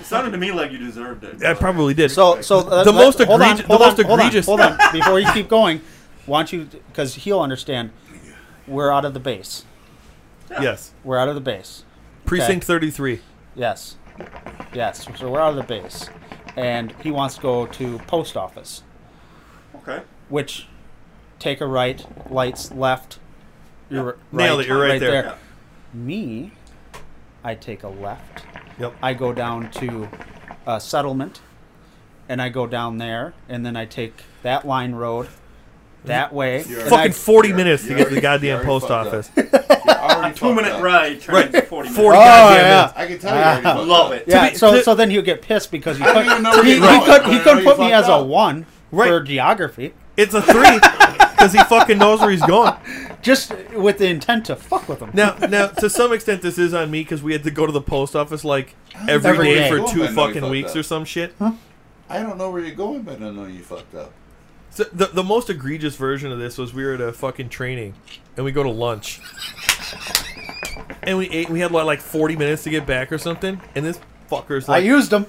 D: It sounded to me like you deserved it.
A: I probably did.
B: So, so uh,
A: The
B: let-
A: most
B: let- hold on,
A: egregious- the
B: hold
A: most
B: on, hold on,
A: egregious-
B: Hold on, before you keep going, why don't you? Because he'll understand. We're out of the base.
A: yes,
B: We're out of the base.
A: precinct thirty three.
B: Yes. Yes. So we're out of the base. And he wants to go to post office,
D: Okay.
B: which take a right, lights left. You're
A: Nailed it, you're right there.
D: Yeah.
B: Me, I take a left.
A: Yep.
B: I go down to a settlement and I go down there and then I take that line road that way.
C: You're
B: and
A: Fucking
B: I-
A: forty
C: You're-
A: minutes to
C: you're
A: get to the
C: already-
A: goddamn
C: you're
A: post
C: already
A: office.
C: fucked You're already
D: Two minute
C: fucked up.
D: ride. Turns right. 40 minutes.
A: 40
B: Oh,
A: goddamn
B: yeah.
A: minutes.
C: I can tell you already fucked
D: Love
C: up.
D: it.
B: Yeah,
A: be-
B: so
A: to-
B: so then he'll get pissed because you
C: I don't
B: couldn't
C: even know
B: he,
C: where
B: he,
C: you're going.
B: could,
C: I
B: he
C: know
B: couldn't
C: you
B: put me
C: fucked
B: as a
C: up.
B: one
A: Right.
B: for geography,
A: It's a three because he fucking knows where he's going.
B: just with the intent to fuck with him.
A: Now, now, to some extent, this is on me because we had to go to the post office like
B: Every
A: every day,
B: day.
A: for
C: Cool,
A: two
C: I know you
A: fucking
C: fucked
A: weeks
C: up.
A: or some shit.
C: I don't know where you're going, but I know you fucked up.
A: So the, the most egregious version of this was we were at a fucking training and we go to lunch. And we ate and we had like 40 minutes to get back or something. And this fucker's
B: I
A: like,
B: used him.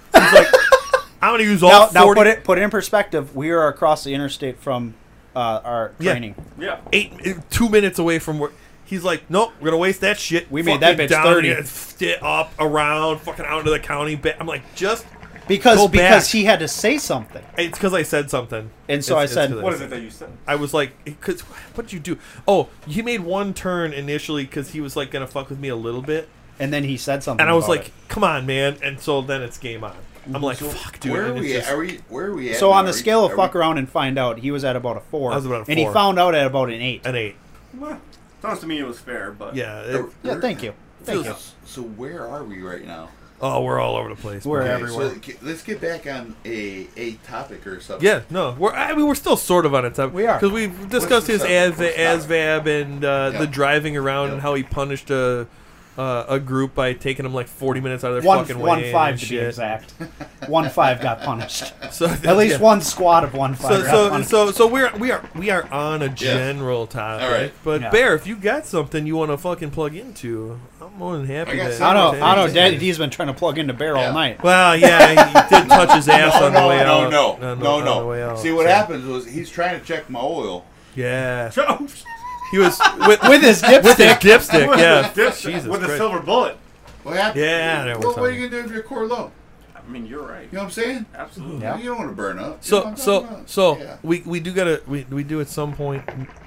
A: I'm going to use
B: Now,
A: all
B: now
A: 40
B: put it put it in perspective. We are across the interstate from uh, our
A: Yeah.
B: training.
D: Yeah.
A: eight eh, two minutes away from where he's like, nope, we're gonna waste that shit.
B: We made that
A: Fucking
B: bitch
A: down
B: 30.
A: here, st- up around fucking out into the county. ba- I'm like, just
B: Because
A: Go
B: because
A: back.
B: he had to say something.
A: it's because I said something.
B: And so
A: It's-
B: I
A: it's
B: said-
A: 'cause
D: What is it that you said?
A: I was like, because what did you do? Oh, he made one turn initially because he was like gonna fuck with me a little bit,
B: And then he said something.
A: and I was
B: about
A: like,
B: it.
A: come on, man. And so then it's game on. I'm like,
C: So
A: fuck, dude.
C: Where are
A: and it's
C: we?
A: just-
C: at? Are we? Where are we at?
B: so on
C: now?
B: the
C: Are we-
B: scale of
C: are
B: fuck
C: we-
B: around and find out, he was at about a four.
A: I was about a
B: And he
A: four.
B: found out at about an eight.
A: an eight.
D: Well, sounds to me it was fair, but
A: Yeah. it-
C: are-
B: yeah,
C: we're-
B: thank you. Thank you.
C: so, so where are we right now?
A: oh, we're all over the place.
B: We're
A: man.
B: everywhere.
C: So k- let's get back on a a topic or something.
A: Yeah, no, we're I mean we're still sort of on it.
B: We are.
A: because we discussed
C: What's the
A: his
C: subject?
A: ASV,
C: What's
A: ASVAB and uh,
C: Yeah.
A: the driving around and
C: Yeah.
A: how he punished a uh, a group by taking them like forty minutes out of their
B: One
A: fucking way.
B: one
A: and
B: five to be
A: shit.
B: exact. one five got punished.
A: So
B: At least
A: yeah.
B: one squad of one five.
A: So
B: got
A: so,
B: punished.
A: so so we're we are we are on a general topic.
C: All right.
A: But
B: Yeah.
A: Bear, if you got something you want to fucking plug into, I'm more than happy.
C: I got
A: to-
B: I
C: something.
B: don't know. I don't know.
C: Yeah.
B: Daddy D's been trying to plug into Bear all
C: Yeah.
B: night.
A: Well, yeah, he did touch his ass
C: No,
A: on the
C: no,
A: way
C: no,
A: out.
C: no,
A: On the-
C: no,
A: on the way
C: no.
A: out,
C: See what
A: so-
C: happens was he's trying to check my oil.
A: Yeah,
D: Oh,
A: he was with,
B: With his dipstick.
A: with his dipstick. Yeah, Jesus
D: Jesus with a
A: Christ.
D: silver bullet.
C: What happened?
A: Yeah, there was
C: Well, what are you gonna do if you're core low?
D: I mean, you're right.
C: You know what I'm saying?
D: Absolutely.
B: Yeah.
C: You don't want to burn up. You know
A: So
C: what I'm talking
A: so so
C: about? Yeah.
A: we we do gotta we, we do at some point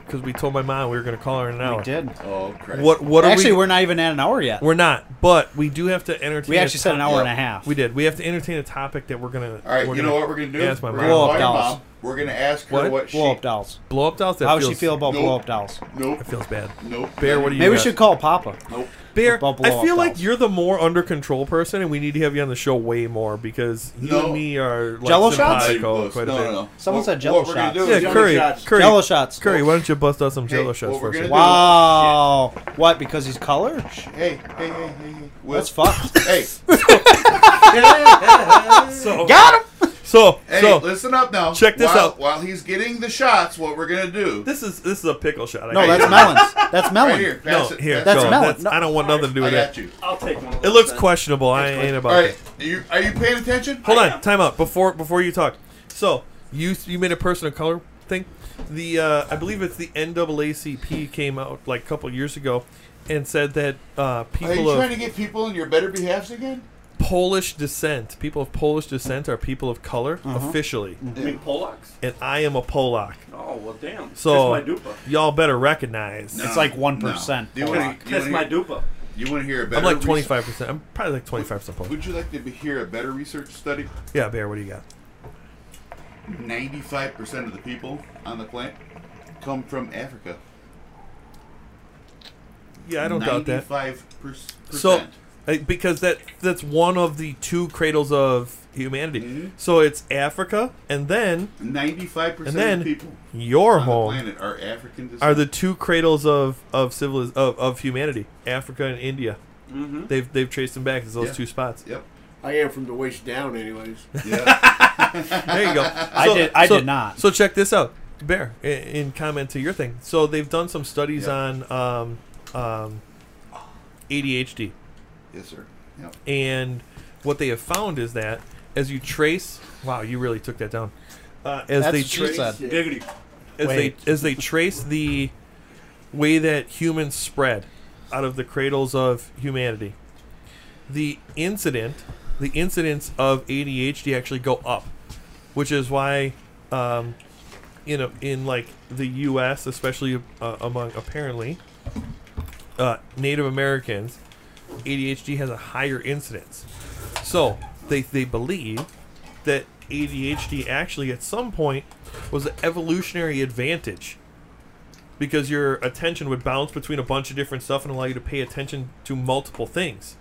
A: because we told my mom we were gonna call her in an hour.
B: We did.
C: Oh, Christ.
A: What what are
B: Actually,
A: we?
B: we, are not even at an hour yet.
A: we're not, but we do have to entertain.
B: We
A: a
B: actually said an
A: top-
B: hour
C: Yeah.
B: and a half.
A: We did. We have to entertain a topic that we're gonna.
C: All right,
A: we're
C: you know
A: gonna
C: what we're gonna do?
A: Ask my
C: we're
A: mom.
C: gonna
B: Blow
C: call
B: up
C: your
B: dolls.
C: mom. We're gonna ask her
A: What?
C: what, she.
B: Blow up dolls.
A: Blow up dolls. That
B: How
A: feels,
B: does she feel about
C: Nope.
B: blow up dolls?
C: Nope.
A: It feels bad.
C: Nope.
A: Bear, what do you?
B: Maybe we
A: got?
B: should call Papa.
C: Nope.
A: Bear,
B: about
A: I
B: blow up
A: feel like
B: dolls?
A: you're the more under control person, and we need to have you on the show way more because you
C: No.
A: and me are like
B: Jello shots?
A: simpatico quite
C: no,
A: a bit.
C: no, no.
B: Someone
C: What-
B: said jello
C: what we're gonna
B: shots.
C: do is
A: Yeah,
C: jello
A: Curry,
C: shots.
A: Curry,
B: Jello shots.
A: Curry, why don't you bust out some
C: Hey,
A: Jello
C: what
A: shots
C: we're
A: for us?
C: gonna do-
B: Wow. What? Because he's colored?
C: Hey, hey, hey, hey, hey. Will,
B: That's fucked.
C: hey,
A: So,
B: Got him.
A: so,
C: hey,
A: so
C: listen up now.
A: check this
C: while,
A: out.
C: While he's getting the shots, what we're gonna do?
A: this is this is a pickle shot. I
B: No,
A: got
B: that's
A: you.
B: melons. That's melon.
C: right here.
A: No,
C: Pass it.
A: here,
C: pass
B: That's
A: go.
C: it.
B: melon.
A: That's, I don't want nothing to do
C: I
A: with
C: got
A: that.
C: you.
D: I'll take one. Of
A: It
D: those
A: looks
D: then.
A: questionable. I ain't
C: All
A: about
C: right,
A: that.
C: are you, are you paying attention?
A: Hold on, time out before before you talk. So you you made a person of color thing. The uh, I believe it's the NAACP came out like a couple years ago and said that uh,
C: Are you
A: people
C: trying
A: of
C: to get people in your better behalfs again?
A: Polish descent, people of Polish descent, are people of color
C: Uh-huh.
A: officially,
C: Mm.
D: I mean, Polacks.
A: and I am a Polak.
D: Oh well, damn.
A: So
D: kiss my dupa.
A: y'all better recognize.
B: It's like 1%.
C: Do you want
D: Kiss my
C: to
D: dupa.
C: you wanna hear a better?
A: I'm like
C: research-
A: 25. percent I'm probably like 25 percent Polish.
C: Would you like to be- hear a better research study?
A: Yeah, Bear, what do you got?
C: 95% of the people on the planet come from Africa.
A: Yeah, I don't doubt that.
C: 95%.
A: So, uh, because that that's one of the two cradles of humanity.
C: Mhm.
A: So it's Africa, and then
C: 95%
A: and
C: of the
A: then
C: people
A: your
C: on the
A: home
C: planet are African descent.
A: are the two cradles of of civiliz- of, of humanity. Africa and India.
D: Mm-hmm.
A: They've they've traced them back as those
C: Yeah.
A: two spots.
C: Yep.
G: I am from the waist down, anyways.
C: Yeah.
A: There you go.
B: I
A: So-
B: did- I
A: so-
B: did not.
A: So check this out, Bear. i- In comment to your thing, so they've done some studies
C: Yeah.
A: on um, um, ADHD.
C: yes, sir. Yep.
A: And what they have found is that as you trace, wow, you really took that down. Uh, as
B: That's
A: they
B: what she
A: trace,
B: said.
A: as
G: Yeah.
D: Diggity.
A: they
B: Wait.
A: as they trace the way that humans spread out of the cradles of humanity, the incident, the incidence of ADHD actually go up, which is why, um, in a, in like the U.S., especially uh, among apparently uh, Native Americans, ADHD has a higher incidence. So they, they believe that ADHD actually at some point was an evolutionary advantage because your attention would bounce between a bunch of different stuff and allow you to pay attention to multiple things.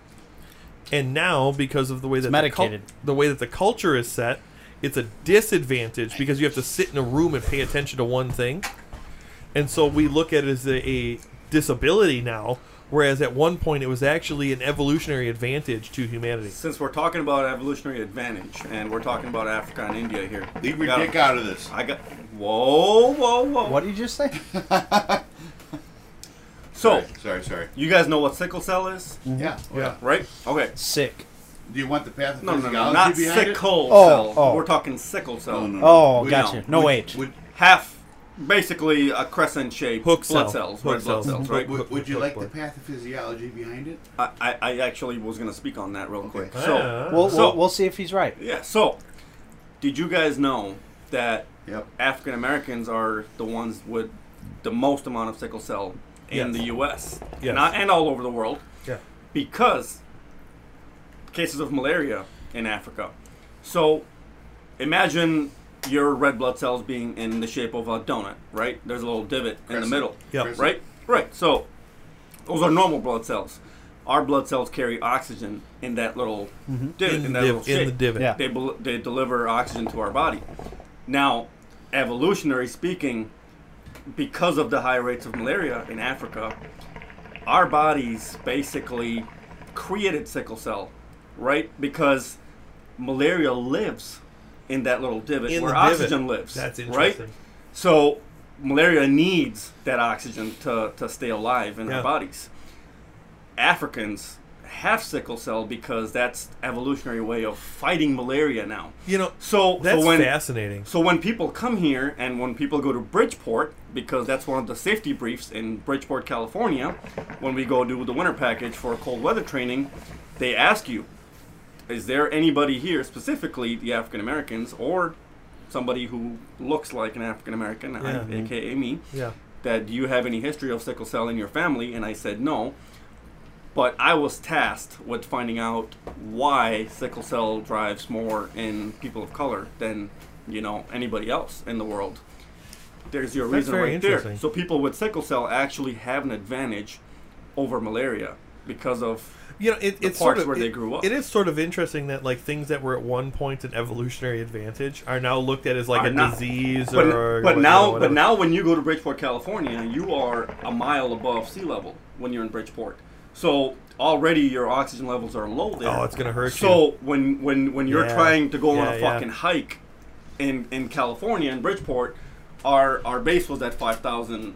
A: And now, because of the way that the,
B: medicated.
A: the way that the culture is set, it's a disadvantage because you have to sit in a room and pay attention to one thing and so we look at it as a, a disability now whereas at one point it was actually an evolutionary advantage to humanity
D: Since we're talking about evolutionary advantage, and we're talking about Africa and India here,
C: Leave your
D: I got-
C: dick out of this.
D: I got. Whoa, whoa, whoa!
B: What did you just say?
D: So
C: Sorry, sorry. sorry.
D: you guys know what sickle cell is,
C: Yeah.
A: yeah
D: right? Okay.
B: Sick.
C: Do you want the path of
D: No, no,
C: physiology
D: no, not
C: behind it?
D: sickle
B: Oh,
D: cell.
B: oh.
D: We're talking sickle cell.
C: No, no, no.
B: Oh,
C: We-
B: gotcha. No, wait.
C: Would,
D: Half, basically a crescent shape.
A: Hook
D: blood
A: cell.
D: cells,
A: Hook
D: red blood
A: cells.
C: would,
D: cells, right?
C: would, would you
A: Hook
C: like
A: boy.
C: the pathophysiology behind it?
D: I, I- I actually was gonna speak on that real quick.
A: Ah.
D: So,
B: We'll,
D: So-
B: we'll, we'll see if he's right.
D: yeah. So, did you guys know that
C: Yep.
D: African Americans are the ones with the most amount of sickle cell in
A: Yes.
D: the U.S.
A: Yes.
D: Not, and all over the world
A: yeah.
D: because cases of malaria in Africa. So imagine your red blood cells being in the shape of a donut, right? There's a little divot in the
C: Crescent.
D: middle,
A: Yeah.
C: Crescent.
D: right? Right. So those are normal blood cells. Our blood cells carry oxygen in that little divot, in,
A: Mm-hmm. In,
D: that
A: the
D: little
A: div- in
D: shape
A: the divot.
B: Yeah.
D: they, bel they deliver oxygen to our body. Now, evolutionary speaking, because of the high rates of malaria in Africa, our bodies basically created sickle cell, right? Because malaria lives in that little divot
A: In
D: where
A: the divot.
D: oxygen lives.
A: That's interesting.
D: Right? So malaria needs that oxygen to, to stay alive in
A: Yeah.
D: our bodies. Africans have sickle cell because that's evolutionary way of fighting malaria now.
A: You know,
D: So
A: that's
D: so when
A: fascinating.
D: so when people come here and when people go to Bridgeport because that's one of the safety briefs in Bridgeport, California, when we go do the winter package for cold weather training, they ask you, is there anybody here specifically the African Americans or somebody who looks like an African American,
A: Yeah.
D: I aka me,
A: Yeah.
D: that do you have any history of sickle cell in your family? And I said no. But I was tasked with finding out why sickle cell drives more in people of color than you know anybody else in the world. There's your
A: That's
D: reason
A: very
D: right
A: interesting.
D: there. So people with sickle cell actually have an advantage over malaria because of
A: you know, it,
D: the
A: it's sort
D: parts
A: of,
D: where
A: it-
D: they grew up.
A: It is sort of interesting that like things that were at one point an evolutionary advantage are now looked at as like
D: Are
A: a
D: not.
A: disease
D: But,
A: or.
D: but
A: like, you know,
D: now, but
A: whatever.
D: now, when you go to Bridgeport, California, you are a mile above sea level when you're in Bridgeport. So already your oxygen levels are low there.
A: Oh, it's gonna hurt
D: So when when when you're
A: Yeah.
D: trying to go on
A: Yeah,
D: a
A: yeah.
D: fucking hike in in California in Bridgeport, our our base was at five thousand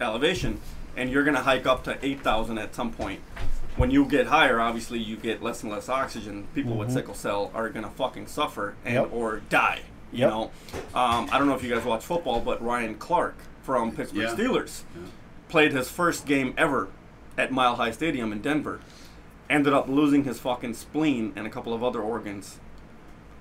D: elevation, and you're gonna hike up to eight thousand at some point. When you get higher, obviously you get less and less oxygen. People with
A: Mm-hmm.
D: sickle cell are gonna fucking suffer and
B: Yep.
D: or die. You
B: Yep.
D: know, um, I don't know if you guys watch football, but Ryan Clark from Pittsburgh
C: Yeah.
D: Steelers played his first game ever at Mile High Stadium in Denver. Ended up losing his fucking spleen and a couple of other organs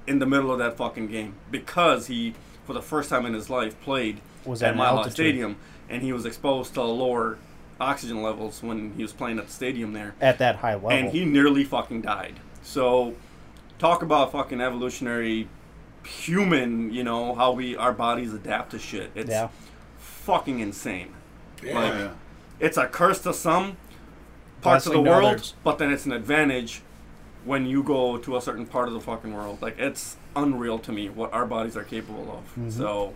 D: in the middle of that fucking game because he, for the first time in his life, played
B: Was at
D: at
B: an
D: Mile High
B: altitude.
D: Stadium and he was exposed to lower oxygen levels when he was playing at the stadium there
B: At that high level.
D: and he nearly fucking died. So, talk about fucking evolutionary human. You know how we our bodies adapt to shit. It's
B: yeah.
D: fucking insane.
G: Yeah.
D: Like,
C: Yeah.
D: it's a curse to some parts
B: Blessing
D: of
B: to
D: the world,
B: others.
D: but then it's an advantage when you go to a certain part of the fucking world. Like it's unreal to me what our bodies are capable of.
B: Mm-hmm.
D: So,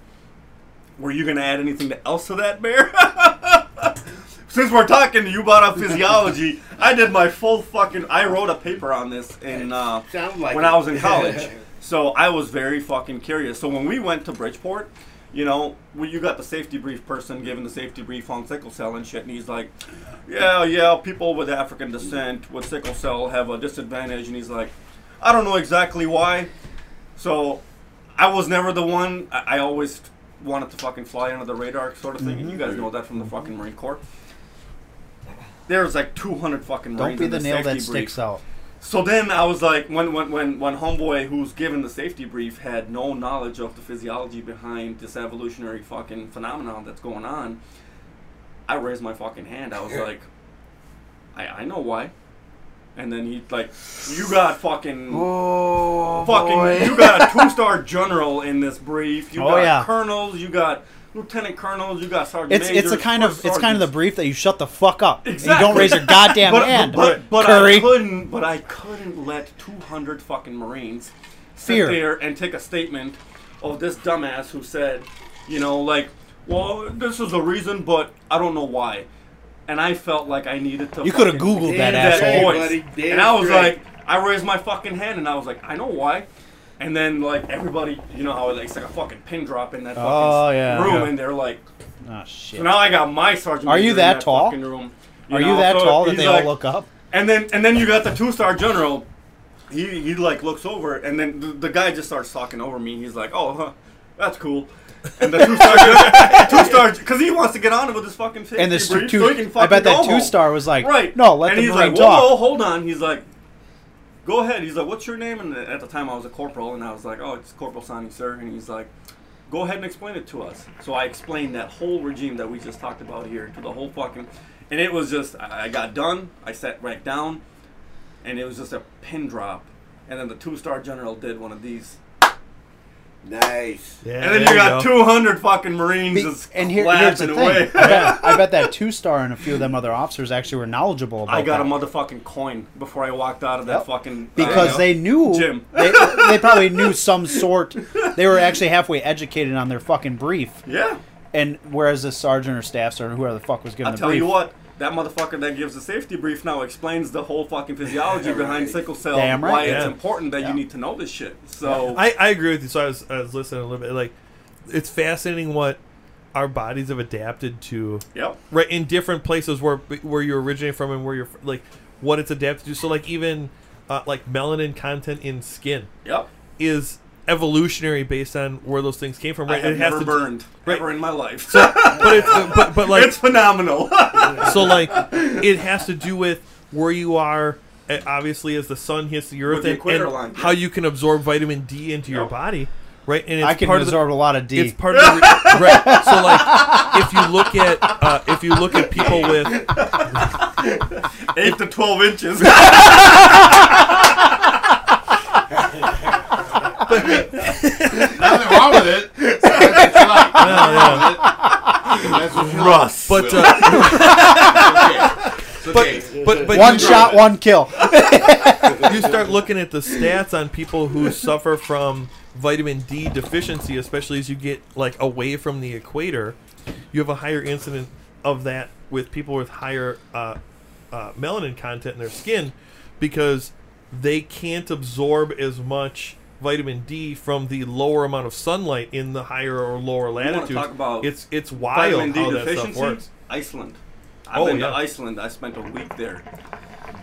D: were you gonna add anything to- else to that, Bear? Since we're talking to you about physiology, I did my full fucking. I wrote a paper on this in uh,
G: Sound like
D: when
G: it.
D: I was in college. so I was very fucking curious. So when we went to Bridgeport, you know, we, you got the safety brief person giving the safety brief on sickle cell and shit, and he's like, "Yeah, yeah, people with African descent with sickle cell have a disadvantage," and he's like, "I don't know exactly why." So I was never the one. I, I always wanted to fucking fly under the radar sort of thing, and you guys
B: Mm-hmm.
D: know that from the fucking Marine Corps. There's like 200 fucking
B: Don't
D: Marines
B: be
D: in
B: the nail
D: safety
B: that
D: brief.
B: sticks out.
D: So then I was like, when when when when homeboy who's given the safety brief had no knowledge of the physiology behind this evolutionary fucking phenomenon that's going on, I raised my fucking hand. I was like, I I know why. And then he like, you got fucking
B: Oh,
D: fucking you got a two star general in this brief. You
B: Oh,
D: got
B: yeah.
D: colonels. You got lieutenant colonels. You got sergeant.
B: It's it's a
D: majors,
B: kind of
D: first
B: it's kind of the
D: sergeants.
B: brief that you shut the fuck up. and You don't
D: Exactly.
B: raise your goddamn
D: but,
B: hand.
D: But, but
B: Curry.
D: I couldn't. But I couldn't let 200 fucking Marines sit
B: Fear.
D: there and take a statement of this dumbass who said, you know, like, well, this is the reason, but I don't know why. And I felt like I needed to.
B: You coulda
D: fucking
B: Googled that
D: hear
B: asshole.
D: voice.
G: Buddy, damn
D: and I was
G: straight.
D: like, I raised my fucking hand, and I was like, I know why. And then like everybody, you know how like, it's like a fucking pin drop in that fucking
B: Oh, yeah.
D: room,
B: Yeah.
D: and they're like,
B: oh shit.
D: so now I got my sergeant.
B: Are you
D: major in
B: that tall?
D: fucking Room,
B: Are
D: know,
B: you that
D: so
B: tall that
D: he's
B: they
D: like-
B: all look up?
D: And then and then you got the two star general he, he like looks over, and then the, the guy just starts talking over me. He's like, "Oh, huh, that's cool." And the two star, two star, because he wants to get on with his fucking. 50
B: And this
D: brief,
B: two,
D: so he can
B: I
D: fucking
B: bet
D: go
B: that two
D: home.
B: star was like,
D: Right.
B: No, let
D: and
B: the
D: he's
B: marine
D: like,
B: talk.
D: Whoa, whoa, hold on. He's like, go ahead. He's like, what's your name? And at the time, I was a corporal, and I was like, oh, it's Corporal Sonny, sir. And he's like, go ahead and explain it to us. So I explained that whole regime that we just talked about here to the whole fucking, and it was just, I I got done. I sat right down, and it was just a pin drop. And then the two-star general did one of these,
G: Nice.
A: Yeah,
D: and then
A: there
D: you got
A: go.
D: 200 fucking Marines
B: Be-
D: just
B: and here, here's the
D: clapping
B: thing.
D: away.
B: I, bet, I bet that two star and a few of them other officers actually were knowledgeable about
D: I got a
B: that.
D: motherfucking coin before I walked out of that
B: Yep.
D: fucking uh,
B: because they knew
D: Jim.
B: They, they probably knew some sort. They were actually halfway educated on their fucking brief,
D: yeah.
B: and whereas the sergeant or staff sergeant, whoever the fuck was giving
D: I'll
B: the
D: tell
B: brief,
D: you what, that motherfucker that gives the safety brief now explains the whole fucking physiology behind sickle cell,
B: Damn right.
D: why
A: Yeah.
D: it's important that you need to know this shit. So
A: I, I agree with you. So I was, I was listening a little bit. Like, it's fascinating what our bodies have adapted to,
D: yep,
A: right? In different places where where you originate from and where you're fr- like what it's adapted to. So like even uh, like melanin content in skin
D: yep.
A: is evolutionary based on where those things came from.
D: I
A: Right?
D: have
A: it has
D: never
A: to
D: burned
A: right.
D: ever in my life.
A: but it's but but like
D: it's phenomenal.
A: so like it has to do with where you are uh, obviously as the sun hits the earth
D: the
A: and,
D: equator
A: and
D: line, yeah.
A: how you can absorb vitamin d into your
D: Yep.
A: body right and it's
B: I can
A: part of the-
B: absorb a lot of D.
A: it's part of the re- right. So like, if you look at uh, if you look at people with
D: Eight to twelve inches.
C: Nothing wrong with it. It's like, nothing wrong with it. That's what you like.
D: Russ.
A: but
C: Will.
A: uh,
C: It's okay. It's okay.
A: but but
B: one
A: you,
B: shot, one kill.
A: you start looking at the stats on people who suffer from vitamin D deficiency, especially as you get like away from the equator, you have a higher incident of that with people with higher uh, uh, melanin content in their skin because they can't absorb as much vitamin D from the lower amount of sunlight in the higher or lower
D: wanna
A: latitudes.
D: talk about
A: it's it's wild
D: Vitamin D
A: how that stuff
D: deficiency.
A: works.
D: Iceland. I've
A: Oh,
D: been
A: yeah.
D: to Iceland. I spent a week there,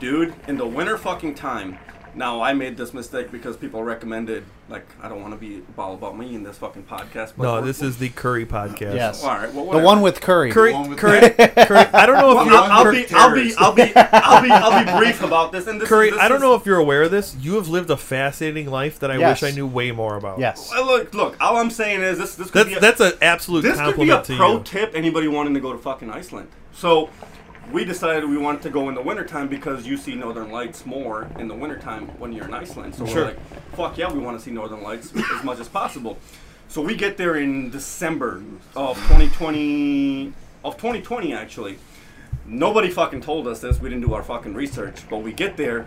D: dude. In the winter fucking time. Now I made this mistake because people recommended. Like I don't want to be all about me in this fucking podcast. But
A: No,
D: we're-
A: this is the curry podcast.
B: Yes.
D: all right. Well,
B: The
D: whatever.
B: one with Curry.
A: Curry,
C: one with
A: curry, curry. I don't know if
C: Well,
A: you're
D: I'll, I'll
A: Cur-
D: be, I'll be, I'll be, I'll be, I'll be brief about this. And this,
A: Curry,
D: this
A: I don't
D: is-
A: know if you're aware of this. You have lived a fascinating life that I
B: Yes.
A: wish I knew way more about.
B: Yes.
D: Well, Uh, look, look. All I'm saying is this. This could
A: That's
D: be a,
A: that's an absolute
D: this could be a
A: compliment to
D: pro
A: you.
D: tip. Anybody wanting to go to fucking Iceland? So, we decided we wanted to go in the wintertime because you see northern lights more in the wintertime when you're in Iceland. So
A: Sure.
D: we're like, fuck yeah, we want to see northern lights as much as possible. So we get there in December of 2020, of 2020 actually. Nobody fucking told us this. We didn't do our fucking research, but we get there,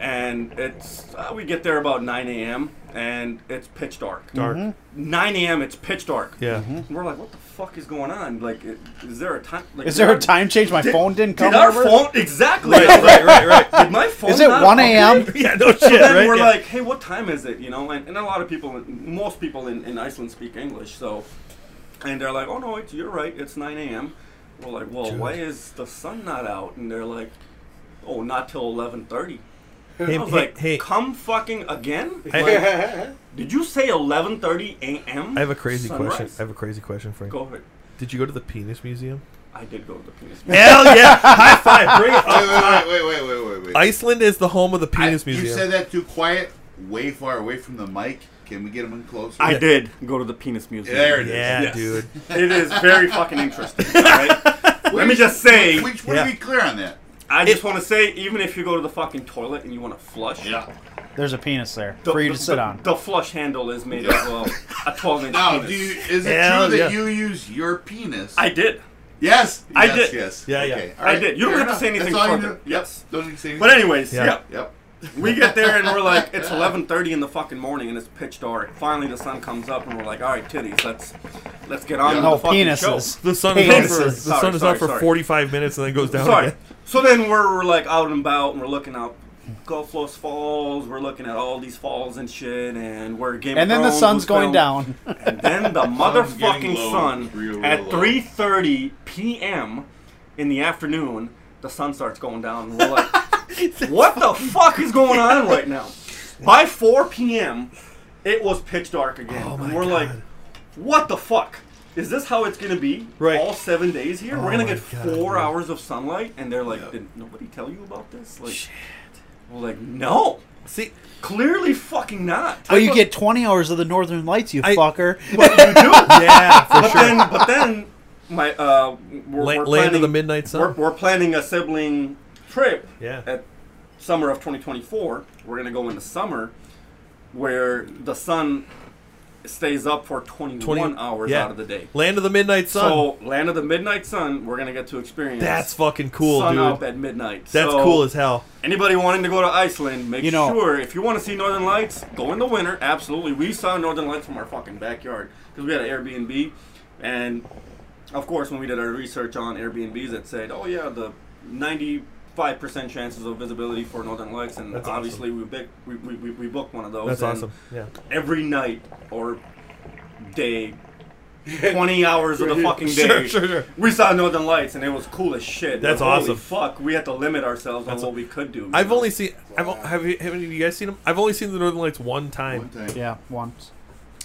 D: and it's uh, we get there about 9 a.m. and it's pitch dark.
A: Dark.
B: Mm-hmm.
D: 9 a.m. It's pitch dark.
A: Yeah.
D: And we're like, what the fuck is going on? Like, i- is there a time? Like,
B: Is there
D: did
B: a time change? My phone didn't
D: Our,
B: come
D: did our
B: over?
D: phone exactly?
A: Right, right, right, right.
D: Did my phone?
B: Is it
D: not
B: 1 a.m.?
A: yeah, no shit,
D: then
A: right?
D: we're
A: Yeah.
D: like, hey, what time is it? You know, and, and a lot of people, most people in, in Iceland speak English, so, and they're like, oh no, it's, you're right, it's 9 a.m. We're like, well, why is the sun not out? And they're like, oh, not till 11:30.
A: hey,
D: I was
A: hey,
D: like,
A: hey,
D: come fucking again?
A: I-
D: Like, did you say 11:30 a.m.?
A: I have a crazy question.
D: Sunrise?
A: I have a crazy question, Frank.
D: Go ahead.
A: Did you go to the penis museum?
D: I did go to the penis.
A: Hell yeah! High five! Bring it up.
C: wait, wait, wait, wait, wait, wait, wait.
A: Iceland is the home of the penis
C: I-
A: museum.
C: You said that too quiet, way far away from the mic. Can we get him in closer?
D: I did go to the penis museum.
C: There it is.
A: yeah,
D: Yes.
A: dude.
D: It is very fucking interesting. all right? Let me just say,
C: Which were
A: Yeah.
C: we clear on that?
D: I just want to say, even if you go to the fucking toilet and you want to flush,
B: There's a penis there
D: the,
B: for you to
D: the-
B: sit
D: the-
B: on.
D: The flush handle is made of uh, a 12 inch
C: Now,
D: penis.
C: do you, is it
A: Hell
C: true that
A: yeah.
C: you use your penis?
D: I did.
C: yes,
D: I
C: yes,
D: did.
C: Yes.
A: Yeah, yeah.
C: okay.
D: I
C: all right,
D: did. You don't
C: fair
D: have to
C: enough.
D: say anything
C: That's all you
D: further.
C: do.
D: Yep.
C: Yep. Don't need to say anything.
D: But anyways,
A: Yeah.
D: yeah.
C: Yep.
D: we get there and we're like, it's 11:30 in the fucking morning and it's pitch dark. Finally, the sun comes up and we're like, all right, titties, let's let's get
C: Yeah.
D: on with
B: No,
D: the fucking show.
B: Oh, penises.
A: The sun is out for, the
B: Penises.
A: sun
D: Sorry,
A: is
D: sorry,
A: out for
D: sorry.
A: 45 minutes and then goes down
D: Sorry.
A: again.
D: So then we're, we're like out and about and we're looking up Gulf Coast Falls. We're looking at all these falls and shit, and we're Game of
B: And then the
D: Thrones
B: sun's
D: was
B: going
D: filmed.
B: down.
D: And then the
C: getting
D: motherfucking
C: low.
D: sun
C: Real, real
D: at
C: low.
D: 3:30 p.m. in the afternoon, the sun starts going down. And we're like, what the fuck is going on right now? By 4 p.m., it was pitch dark again.
A: Oh my
D: and we're
A: God.
D: like, what the fuck? Is this how it's gonna be?
A: Right.
D: All seven days here?
A: Oh
D: we're gonna
A: my
D: get
A: God,
D: four
A: dude.
D: hours of sunlight, and they're like,
C: Yeah.
D: "Did nobody tell you about this?" Like, Shit. we're like, no,
A: See,
D: clearly fucking not.
B: Oh, you get 20 hours of the Northern Lights, you
A: I-
B: fucker.
A: yeah, for
D: but
A: sure.
D: then, but then, my uh, we're,
A: La-
D: we're
A: Land
D: planning,
A: of the Midnight Sun.
D: We're, we're planning a sibling trip.
A: Yeah.
D: At summer of 2024, we're gonna go into summer, where the sun stays up for 21
A: 20
D: hours
A: yeah.
D: out of the day.
A: Land of the Midnight Sun.
D: So, land of the midnight sun, we're gonna get to experience.
A: That's fucking cool,
D: sun
A: dude.
D: up at midnight.
A: That's
D: So,
A: cool as hell.
D: Anybody wanting to go to Iceland, make
B: You know-
D: sure if you want to see northern lights, go in the winter. Absolutely, we saw northern lights from our fucking backyard because we had an Airbnb, and of course, when we did our research on Airbnbs, it said, "Oh yeah, the ninety-five percent chances of visibility for northern lights," and
A: That's
D: obviously we, big, we, we we we booked one of those.
A: That's
D: and
A: awesome. Yeah.
D: Every night or day, twenty hours of the fucking day,
A: Sure, sure, sure.
D: we saw northern lights, and it was cool as shit.
A: That's
D: Holy
A: awesome.
D: Fuck, we had to limit ourselves
A: That's-
D: on what we could do. you
A: I've
D: know?
A: only seen. I've, o- have, you, have any of you guys seen them? I've only seen the Northern Lights one time.
C: One time
B: yeah, once.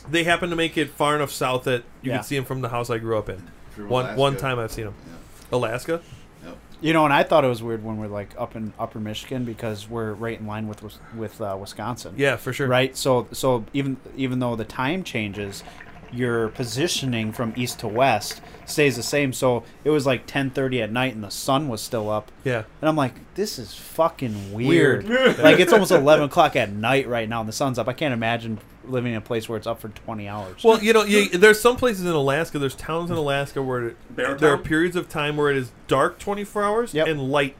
A: They happen to make it far enough south that you
B: Yeah.
A: can see them from the house I grew up in.
C: from
A: One one
C: Alaska.
A: time I've seen them.
C: Yeah.
A: Alaska.
C: Yep.
B: You know, and I thought it was weird when we're like up in Upper Michigan because we're right in line with Wis- with uh, Wisconsin.
A: Yeah, for sure.
B: Right. So so even even though the time changes, your positioning from east to west stays the same. So it was like 10:30 at night and the sun was still up.
A: Yeah.
B: And I'm like, this is fucking weird. like it's almost 11 o'clock at night right now and the sun's up. I can't imagine living in a place where it's up for 20 hours.
A: Well, you know, you, there's some places in Alaska. There's towns in Alaska where it,
D: Bear
A: there are
D: Town?
A: periods of time where it is dark 24 hours
B: Yep.
A: and light.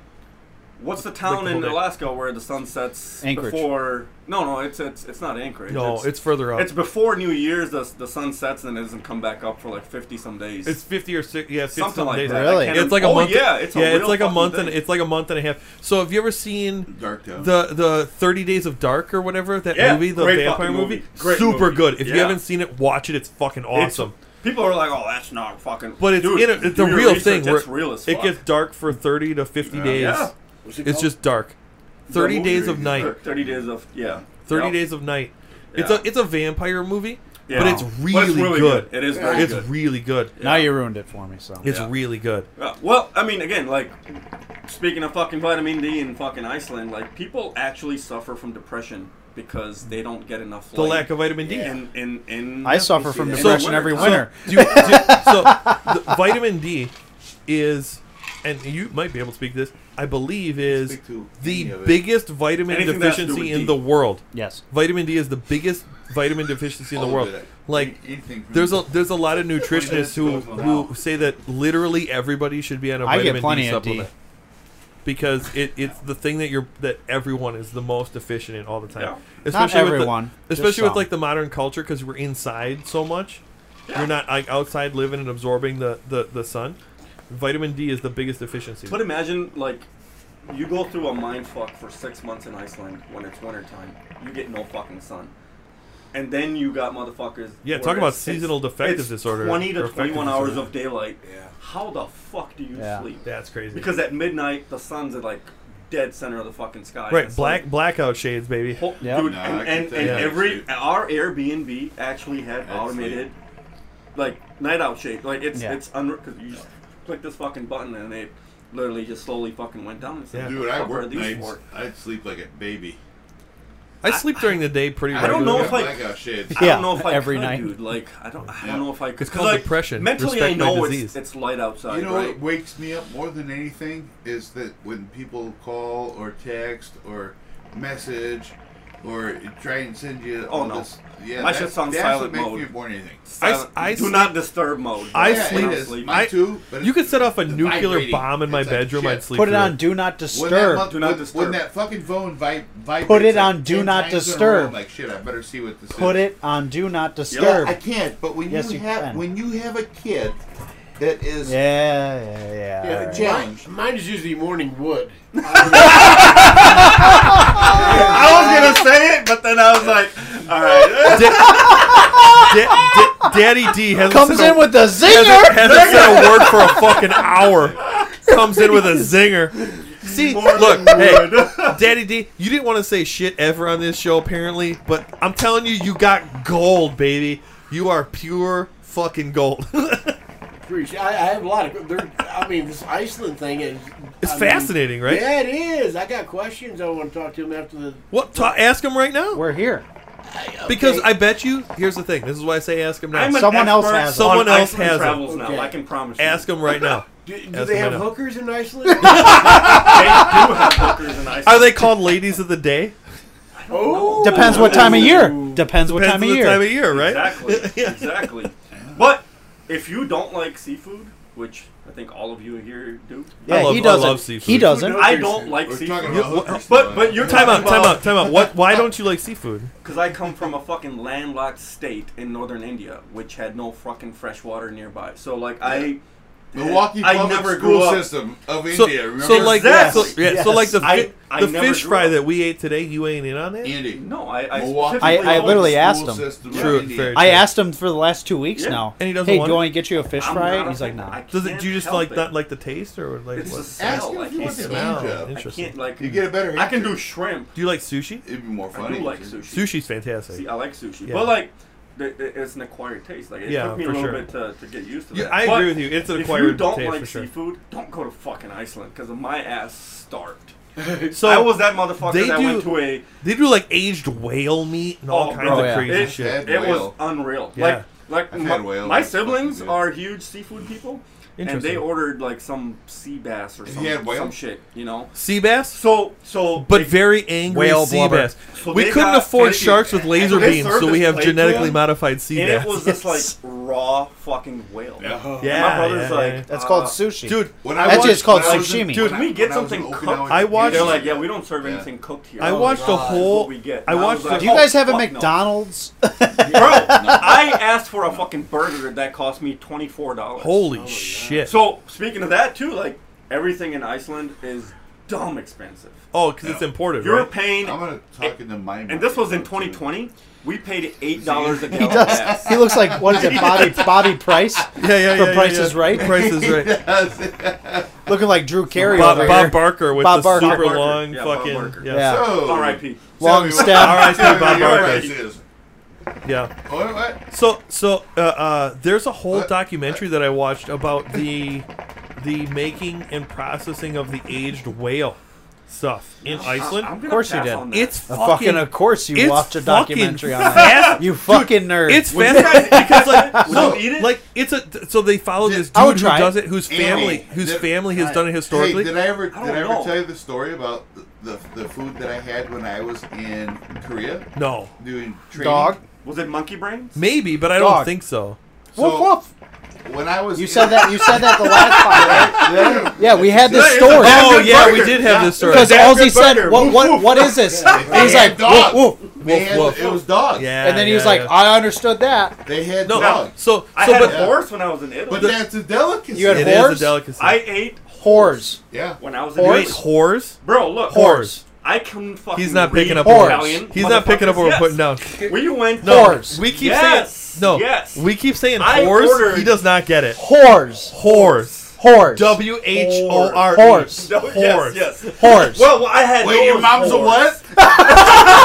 D: What's the town
A: the
D: in
A: whole day.
D: Alaska where the sun sets
B: Anchorage.
D: before? No, no, it's it's it's not Anchorage.
A: No, it's, further up.
D: it's before New Year's. The the sun sets and it doesn't come back up for like fifty some days.
A: It's fifty or six, yeah, 50
D: Something
A: some
D: like
A: days.
D: that. I
B: Really?
D: can't
A: Yeah, it's like a
D: rem- oh,
A: month.
D: Yeah, it's a
A: yeah, it's
D: real
A: like a
D: fucking
A: month and
D: thing.
A: it's like a month and a half. So have you ever seen
C: Dark Town.
A: the the Thirty Days of Dark or whatever that
D: Yeah,
A: movie, the
D: great
A: vampire
D: fucking
A: movie?
D: movie. Great
A: Super
D: movie.
A: good. If you
D: Yeah.
A: haven't seen it, watch it. It's fucking
D: It's-
A: awesome.
D: people are like, oh, that's not fucking.
A: but it's
D: dude,
A: in a, it's
D: do
A: a
D: your
A: real
D: research,
A: thing. Where
D: It's real as fuck.
A: it gets dark for thirty to fifty
C: Yeah.
A: days.
D: Yeah.
G: What's it
A: It's
G: called?
A: just dark. Thirty
C: movie
A: days of
C: is
A: night.
C: dark.
D: thirty days of yeah.
A: Thirty
D: Yeah.
A: days of night. It's
D: Yeah.
A: a it's a vampire movie,
D: Yeah.
A: but it's
D: But it's
A: really,
D: really
A: good.
D: good. It is very
A: It's
D: good.
A: really good.
B: now you ruined it for me, so.
A: It's
D: Yeah.
A: really good.
D: Yeah, well, I mean, again, like speaking of fucking vitamin D in fucking Iceland, like people actually suffer from depression because they don't get enough
A: The
D: light
A: lack of vitamin D.
D: in in in.
B: I suffer from
A: So-
B: depression every winter.
A: So, do you- do- so the vitamin D is, and you might be able to speak to this. I believe is
C: Speak to any
A: the
C: of it.
A: biggest vitamin
D: Anything that has to do
A: deficiency
D: with
A: in
D: D.
A: the world.
B: yes.
A: Vitamin D is the biggest vitamin deficiency in the
C: All
A: world.
C: of it.
A: Like
C: Any- anything from
A: there's a there's a lot of nutritionists who
C: Goes well.
A: who say that literally everybody should be on a
B: I
A: vitamin
B: get plenty
A: D
B: of D.
A: supplement. Because it, it's the thing that you're that everyone is the most efficient in all the time.
D: Yeah.
A: Especially
B: Not
A: with the-
B: everyone. just
A: especially with
B: some.
A: like the modern culture because we're inside so much you're not like outside living and absorbing the, the, the sun vitamin d is the biggest deficiency
D: But imagine like you go through a mind fuck for six months in Iceland when it's winter time. You get no fucking sun. And then you got motherfuckers.
A: Yeah,
D: where
A: talk about
D: it's- it's-
A: seasonal defective
D: it's
A: disorder
D: Twenty
A: or
D: to
A: affective
D: twenty-one hours
A: disorder.
D: of daylight.
G: Yeah.
D: How the fuck do you
B: Yeah.
D: sleep?
A: that's crazy
D: Because at midnight the sun's at like dead center of the fucking sky.
A: right
D: It's
A: black
D: like-
A: blackout shades baby
D: Ho-
B: Yeah.
D: Dude,
C: Nah, I
D: and,
C: can
D: and,
C: tell
D: and
A: you that
D: every
C: shit.
D: our Airbnb actually had automated like night out shade. Like it's
B: Yeah.
D: it's unreal because you just click this fucking button and it literally just slowly fucking went down. And said,
A: Yeah.
D: "What
C: Dude,
D: the
C: I
D: fuck are
C: work
D: these
C: nights.
D: for?"
C: I'd sleep like a baby.
A: i sleep during the day pretty
D: I
A: regularly
D: don't know
C: Got
D: if I-
C: blackout shades.
D: I
B: Yeah,
D: don't know if I
B: every
D: could,
B: night.
D: dude. Like I don't, I
C: Yeah.
D: don't know if I could.
A: It's
D: 'Cause,
A: called
D: like,
A: depression.
D: Mentally,
A: Respect
D: I
A: my
D: know
A: disease.
D: it's, it's light outside,
C: You know
D: right?
C: what wakes me up more than anything is that when people call or text or message or try and send you
D: Oh,
C: all
D: no.
C: this. Yeah,
D: My
C: that's,
D: shit's on
C: that's
D: silent
C: what makes
D: mode.
C: me more than anything.
A: I s-
D: Silent-
A: I
D: do
A: sleep-
D: not disturb mode.
A: I
D: That's
A: sleep-
D: when
C: It
D: I'm
C: is.
D: sleeping.
C: Mine
A: I-
C: too. But
A: you could set off a
C: it's
A: nuclear
C: vibrating.
A: bomb in my
C: It's like
A: bedroom
C: shit.
A: i'd sleep
B: Put it
A: through
B: on Do Not
C: When that,
B: Disturb.
C: month,
D: Do not
C: when,
D: disturb.
C: when that fucking phone vi- vibrates,
B: Put it
C: like
B: on do
C: 10
B: not
C: times in a
B: disturb.
C: row, I'm like shit, I better see what this is.
B: Put it on Do Not
C: Yeah,
B: Disturb.
C: I can't. But when
B: Yes,
C: you
B: you
C: have
B: can.
C: when you have a kid that is
B: Yeah, yeah, yeah.
G: Yeah,
B: all right.
C: Jack-
G: mine, mine is usually morning wood.
D: I was gonna say it, but then I was like, "All right."
A: Da- da- daddy d hasn't
B: Comes
A: said
B: in
A: a,
B: with a
A: hasn't,
B: zinger.
A: hasn't said a word for a fucking hour comes in with a zinger See,
D: More
A: look,
D: than
A: hey,
D: wood.
A: Daddy D, you didn't want to say shit ever on this show, apparently, but I'm telling you, you got gold, baby. You are pure fucking gold.
G: Preach. I, I have a lot of. There, I mean, this Iceland thing is.
A: It's
G: I mean,
A: fascinating, right?
G: Yeah, it is. I got questions. I want to talk to him after the.
A: What? Ta- ask him right now.
B: We're here.
A: Because
G: Okay.
A: I bet you. Here's the thing. This is why I say ask him now.
D: I'm an
B: Someone else
D: expert
B: has it.
A: Someone
D: on
A: else
D: Iceland
A: has it.
D: travels now.
G: Okay.
D: I can promise. you.
A: ask him right now.
G: Do, do
A: That's
G: they have
A: mine.
G: hookers in Iceland?
D: They do have hookers in Iceland.
A: Are they called ladies of the day?
G: oh,
B: Depends what time of year. Depends what
A: Depends
B: time of
A: on the
B: year.
A: time of year, right?
D: Exactly. Exactly. But if you don't like seafood, which I think all of you here do,
B: Yeah,
A: I love-
B: he
A: I
B: doesn't.
A: love seafood.
B: He doesn't.
D: I don't like
C: We're
D: seafood.
C: talking
A: You-
C: about hookers.
D: But but you're
A: Time out,
D: talking
A: time
D: about
A: out, time out. What? Why don't you like seafood?
D: because I come from a fucking landlocked state in northern India, which had no fucking fresh water nearby. So like I
C: Milwaukee
D: I
C: public
D: never
C: school
D: grew up-
C: system of
A: So,
C: India. Remember?
A: so like,
D: Yes.
A: so, yeah, so like the fi-
D: I- I
A: the
D: never
A: fish
D: grew
A: fry
D: up.
A: that we ate today, you ain't in on that.
C: Andy.
D: no I I,
C: Milwaukee
D: specifically
C: public
B: I
D: don't-
B: literally
C: school
B: asked him.
C: system of
A: True,
C: India.
A: fair.
B: I asked him for the last two weeks
D: Yeah.
B: now.
A: And he doesn't
B: Hey,
A: want
B: do
A: it?
B: I want to get you a fish
D: I'm
B: fry?
D: not
B: And he's
D: a-
B: like,
D: I
B: Nah.
A: Does it?
D: can't
A: Do you just
D: help
A: like
D: it.
A: not like the taste or like
D: It's
A: what?
D: a
C: Ask him
D: smell.
C: if
D: I
C: he
D: can't
C: wants to
D: smell.
A: Wow,
C: Ninja.
D: I
A: interesting.
D: can't like.
C: You get a better.
D: I can do
C: answer.
D: shrimp.
A: Do you like sushi?
C: It'd be more
D: I
C: funny.
D: do like sushi.
A: Sushi's fantastic.
D: See, I like sushi,
A: Yeah.
D: but like, th- th- it's an acquired taste. Like, it
A: Yeah,
D: took me a
A: for
D: little
A: sure.
D: bit to, to get used to
A: Yeah,
D: that.
A: I
D: But
A: agree with you. It's an
D: If you
A: acquired
D: don't
A: taste
D: like
A: for sure.
D: seafood, don't go to fucking Iceland because my ass starved.
A: So
D: I was that motherfucker
A: they
D: that
A: do-
D: went to a.
A: They do like aged whale meat and all
D: Oh,
A: kinds
D: bro,
A: of
B: yeah.
A: crazy
D: It,
A: shit.
D: it was
C: Whale.
D: unreal.
A: Yeah.
D: Like, like
C: I've
D: my,
C: had whale.
D: my
C: It's fucking
D: siblings
C: good.
D: are huge seafood people, and they
A: Interesting.
D: ordered like some sea bass or some,
C: had whale?
D: some shit, you know.
A: sea bass,
D: So so,
A: but
D: they-
A: very angry
B: Whale
A: sea
B: blubber.
A: bass.
D: So
A: we
D: they
A: couldn't
D: got
A: afford
D: fishy-
A: sharks with laser
D: they
A: beams,
D: served
A: so
D: this
A: we have
D: plate to
A: genetically
D: them,
A: modified sea
D: and
A: bass.
D: it was just like raw fucking whale.
C: Yeah.
A: yeah,
D: my brother's
A: yeah,
D: like,
A: yeah.
B: That's called
D: Uh,
B: sushi.
A: dude.
C: When
B: That's
C: was-
B: just called
C: when I was in-
B: sashimi.
A: Dude,
D: Can we
C: when
D: get
C: I was in
D: something
C: Okinawa,
D: cooked?
A: I watched-
D: They're like, yeah, we don't serve
C: Yeah.
D: anything cooked here.
A: I watched a
D: God,
A: whole-
D: What we get.
A: I
D: And
A: watched
D: was like, "Oh,
A: a-
B: Do you guys have a
D: fuck no.
B: McDonald's?
D: bro? I asked for a fucking burger that cost me twenty four dollars.
A: Holy shit!
D: Oh, So speaking of that too, like everything in Iceland is dumb expensive.
A: oh, because it's imported,
D: You're
A: right?
D: paying,
C: I'm gonna talk into my.
D: and this was in 2020. We paid eight dollars a gallon.
B: does.
D: gas.
B: he looks like what is it, Bobby Bobby Price?
A: yeah, yeah,
B: For
A: yeah.
B: Price
A: yeah,
B: is
A: yeah.
B: Right?
A: Price is right.
B: Looking like Drew Carey
A: Bob,
B: over
A: Bob
B: here.
A: Barker with
B: Bob
A: the
B: Barker.
A: super
D: Bob Barker.
A: long
D: Yeah, Bob Barker.
A: fucking yeah.
B: Yeah.
C: So,
D: R.I.P.
B: Long stem.
A: R.I.P. Bob Barker.
C: Is.
A: yeah.
C: Oh, what?
A: So so uh, uh, there's a whole
C: What?
A: documentary that I watched about the the making and processing of the aged whale stuff in Iceland.
D: Of
B: course you did.
A: it's
B: A
A: fucking,
B: fucking, of course you
A: it's
B: watched a
A: fucking
B: documentary on that. You fucking nerd.
A: it's
D: Would you
A: fascinating
D: guys-
A: because like
D: Would
A: no,
D: you eat it?
A: like it's a th- so they follow this
B: I would
A: dude who
B: try it.
A: does it, whose family
C: Andy,
A: whose
C: did-
A: family has done it historically.
C: Hey, did I ever did
D: I don't
C: I ever
D: know.
C: tell you the story about the, the the food that I had when I was in Korea
A: no,
C: doing training?
B: dog.
D: Was it monkey brains?
A: maybe, but I don't
B: Dog.
A: think so.
B: woof woof.
C: When I was
B: You
C: in-
B: said that. You said that the last time. Yeah, we had this
D: Yeah, it's a
B: story.
D: bad
A: Oh
D: good
A: yeah, we
D: burger.
A: did have this story.
B: Because
D: That's
B: all
D: good
B: he said,
D: burger.
B: what,
D: Woof,
B: what, what is this?
C: They
B: He was like, woof,
C: had dog.
B: woof.
C: They had-
A: woof.
C: It was dog.
A: Yeah,
B: And then he
A: yeah,
B: was like,
A: yeah.
B: I understood that.
C: They had
A: no,
C: dog.
A: so so
D: "Ah." I had
A: but
D: a horse when I was in Italy.
C: But that's a delicacy.
B: You had
A: it
B: a
A: is
B: horse?
A: a delicacy.
D: I ate
B: Whores.
C: yeah.
D: when I was in
A: you ate
D: Italy.
A: whores.
D: Bro, look,
A: Whores.
D: I can fucking.
A: He's not picking up
D: read
B: Whores.
D: Italian,
A: He's not picking up what we're
D: motherfuckers.
A: putting
D: Yes.
A: down.
D: We went
A: No,
B: Whores.
A: we keep
D: Yes,
A: saying no.
D: yes.
A: we keep saying
D: I
A: whores.
D: ordered-
A: He does not get it.
B: Whores.
A: Whores.
B: Whores.
A: W h o r e.
B: Whores.
D: No,
A: Whores.
D: Yes, yes.
B: Whores.
D: Well, well, I had.
C: Wait, your
D: those
C: mom's a
D: whores.
C: what?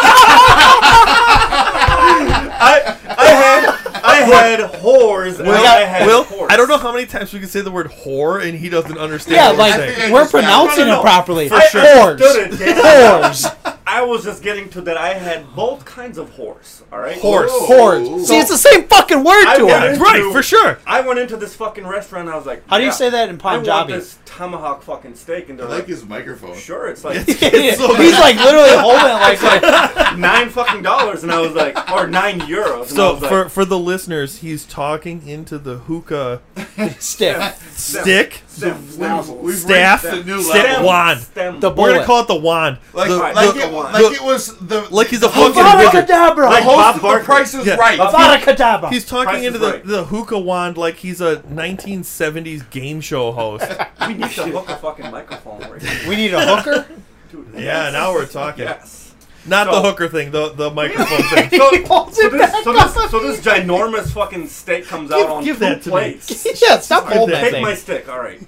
D: I, I had I had whores. and
A: Will,
D: I had
A: Will,
D: whores.
A: I don't know how many times we can say the word whore and he doesn't understand.
B: yeah,
A: what we're saying.
B: like,
C: think I
B: we're
C: just got-
B: pronouncing
D: No, no,
B: it
D: no.
B: properly.
D: I
B: Whores.
D: understood it, yeah.
B: Whores.
D: I was just getting to that. I had both kinds of whores. All right.
A: horse.
C: Whoa.
B: Whores. See, it's the same fucking word
D: I
B: to
D: wanted-
B: him.
A: That's right, for sure.
D: I went into this fucking restaurant. and I was like,
B: How do you
D: yeah,
B: say that in
D: I want
B: Punjabi?
D: this tomahawk fucking steak, and
C: I
D: they're
C: like
D: like,
C: his microphone.
D: sure, it's like
B: He's
A: so
B: like literally holding it like that.
D: nine fucking dollars, and I was like, or nine euros. And I
A: So
D: was like,
A: for for the listeners, he's talking into the hookah
B: stick.
A: stick,
D: stem,
C: Now,
D: stem,
C: we've
A: staff,
C: reached a new
A: staff,
C: level.
A: wand.
D: stem.
B: The
A: We're gonna
B: Bullet.
A: call it the wand.
C: Like,
A: the,
C: like,
A: the-
C: it, like
A: the-
C: it was the
A: like he's a
C: host-
A: fucking wizard.
C: The
B: Abracadabra.
C: host
D: Bob
C: of
D: Barker.
C: the Price is
A: Yeah.
C: Right.
D: Bob-
B: Abracadabra.
A: He's talking
D: Price is
A: into the,
D: Right.
A: the hookah wand like he's a 1970s game show host.
D: we need to hook a fucking microphone right here.
B: We need a hooker.
D: Dude,
A: yeah, now we're talking.
D: Yes.
A: Not
D: So-
A: the hooker thing, the the microphone thing.
D: So,
B: He holds
D: so
B: it
D: this,
B: back
D: so, this, so this ginormous fucking steak comes out
A: Give-
D: on
A: give
D: two
A: that to me.
D: plates.
B: yeah, stop holding that
D: Take
B: thing.
D: my stick, all right.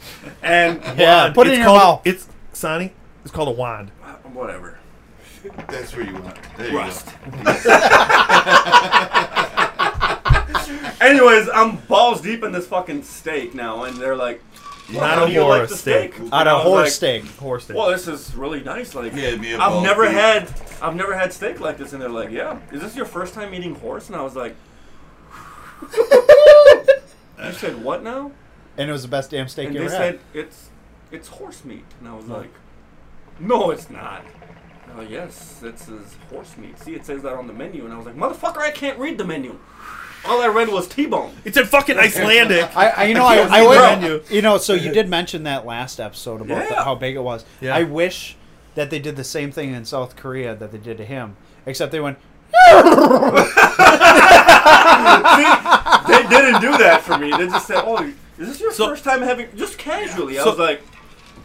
D: And
B: yeah,
A: Wand.
B: put it
A: Uh, It's
B: in your
A: called-
B: mouth.
A: It's Sonny. It's called a wand.
D: Uh, Whatever.
C: That's where you want. it. There you
D: Rust.
C: go.
D: Anyways, I'm balls deep in this fucking steak now, and they're like,
C: Yeah,
A: Not
D: "How
A: a Uh,
D: do you
A: horror
D: like the
A: steak.
D: steak?"
B: on
D: And I
B: a
D: was
B: horse
D: like,
B: steak.
A: Horse thing.
D: Well, this is really nice. Like,
C: Yeah, it'd be a
D: I've
C: balls
D: never
C: deep.
D: had, I've never had steak like this, and they're like, "Yeah, is this your first time eating horse?" And I was like, "You said what now?"
B: And it was the best damn steak
D: and
B: you
D: they
B: ever
D: said
B: had.
D: it's it's horse meat, and I was like, "No, it's not." Oh yes, it says horse meat. See, it says that on the menu, and I was like, "Motherfucker, I can't read the menu." All I read was T-bone.
A: it's in fucking Icelandic.
B: I, I you know I,
A: can't
B: I
A: read
B: would,
A: the menu.
B: you know so you did mention that last episode about the-
D: Yeah.
B: how big it was.
A: Yeah.
B: I wish that they did the same thing in South Korea that they did to him, except they went.
D: they didn't do that for me. They just said, "Oh, is this your
A: So-
D: first time having?" Just casually, I
A: So-
D: was like,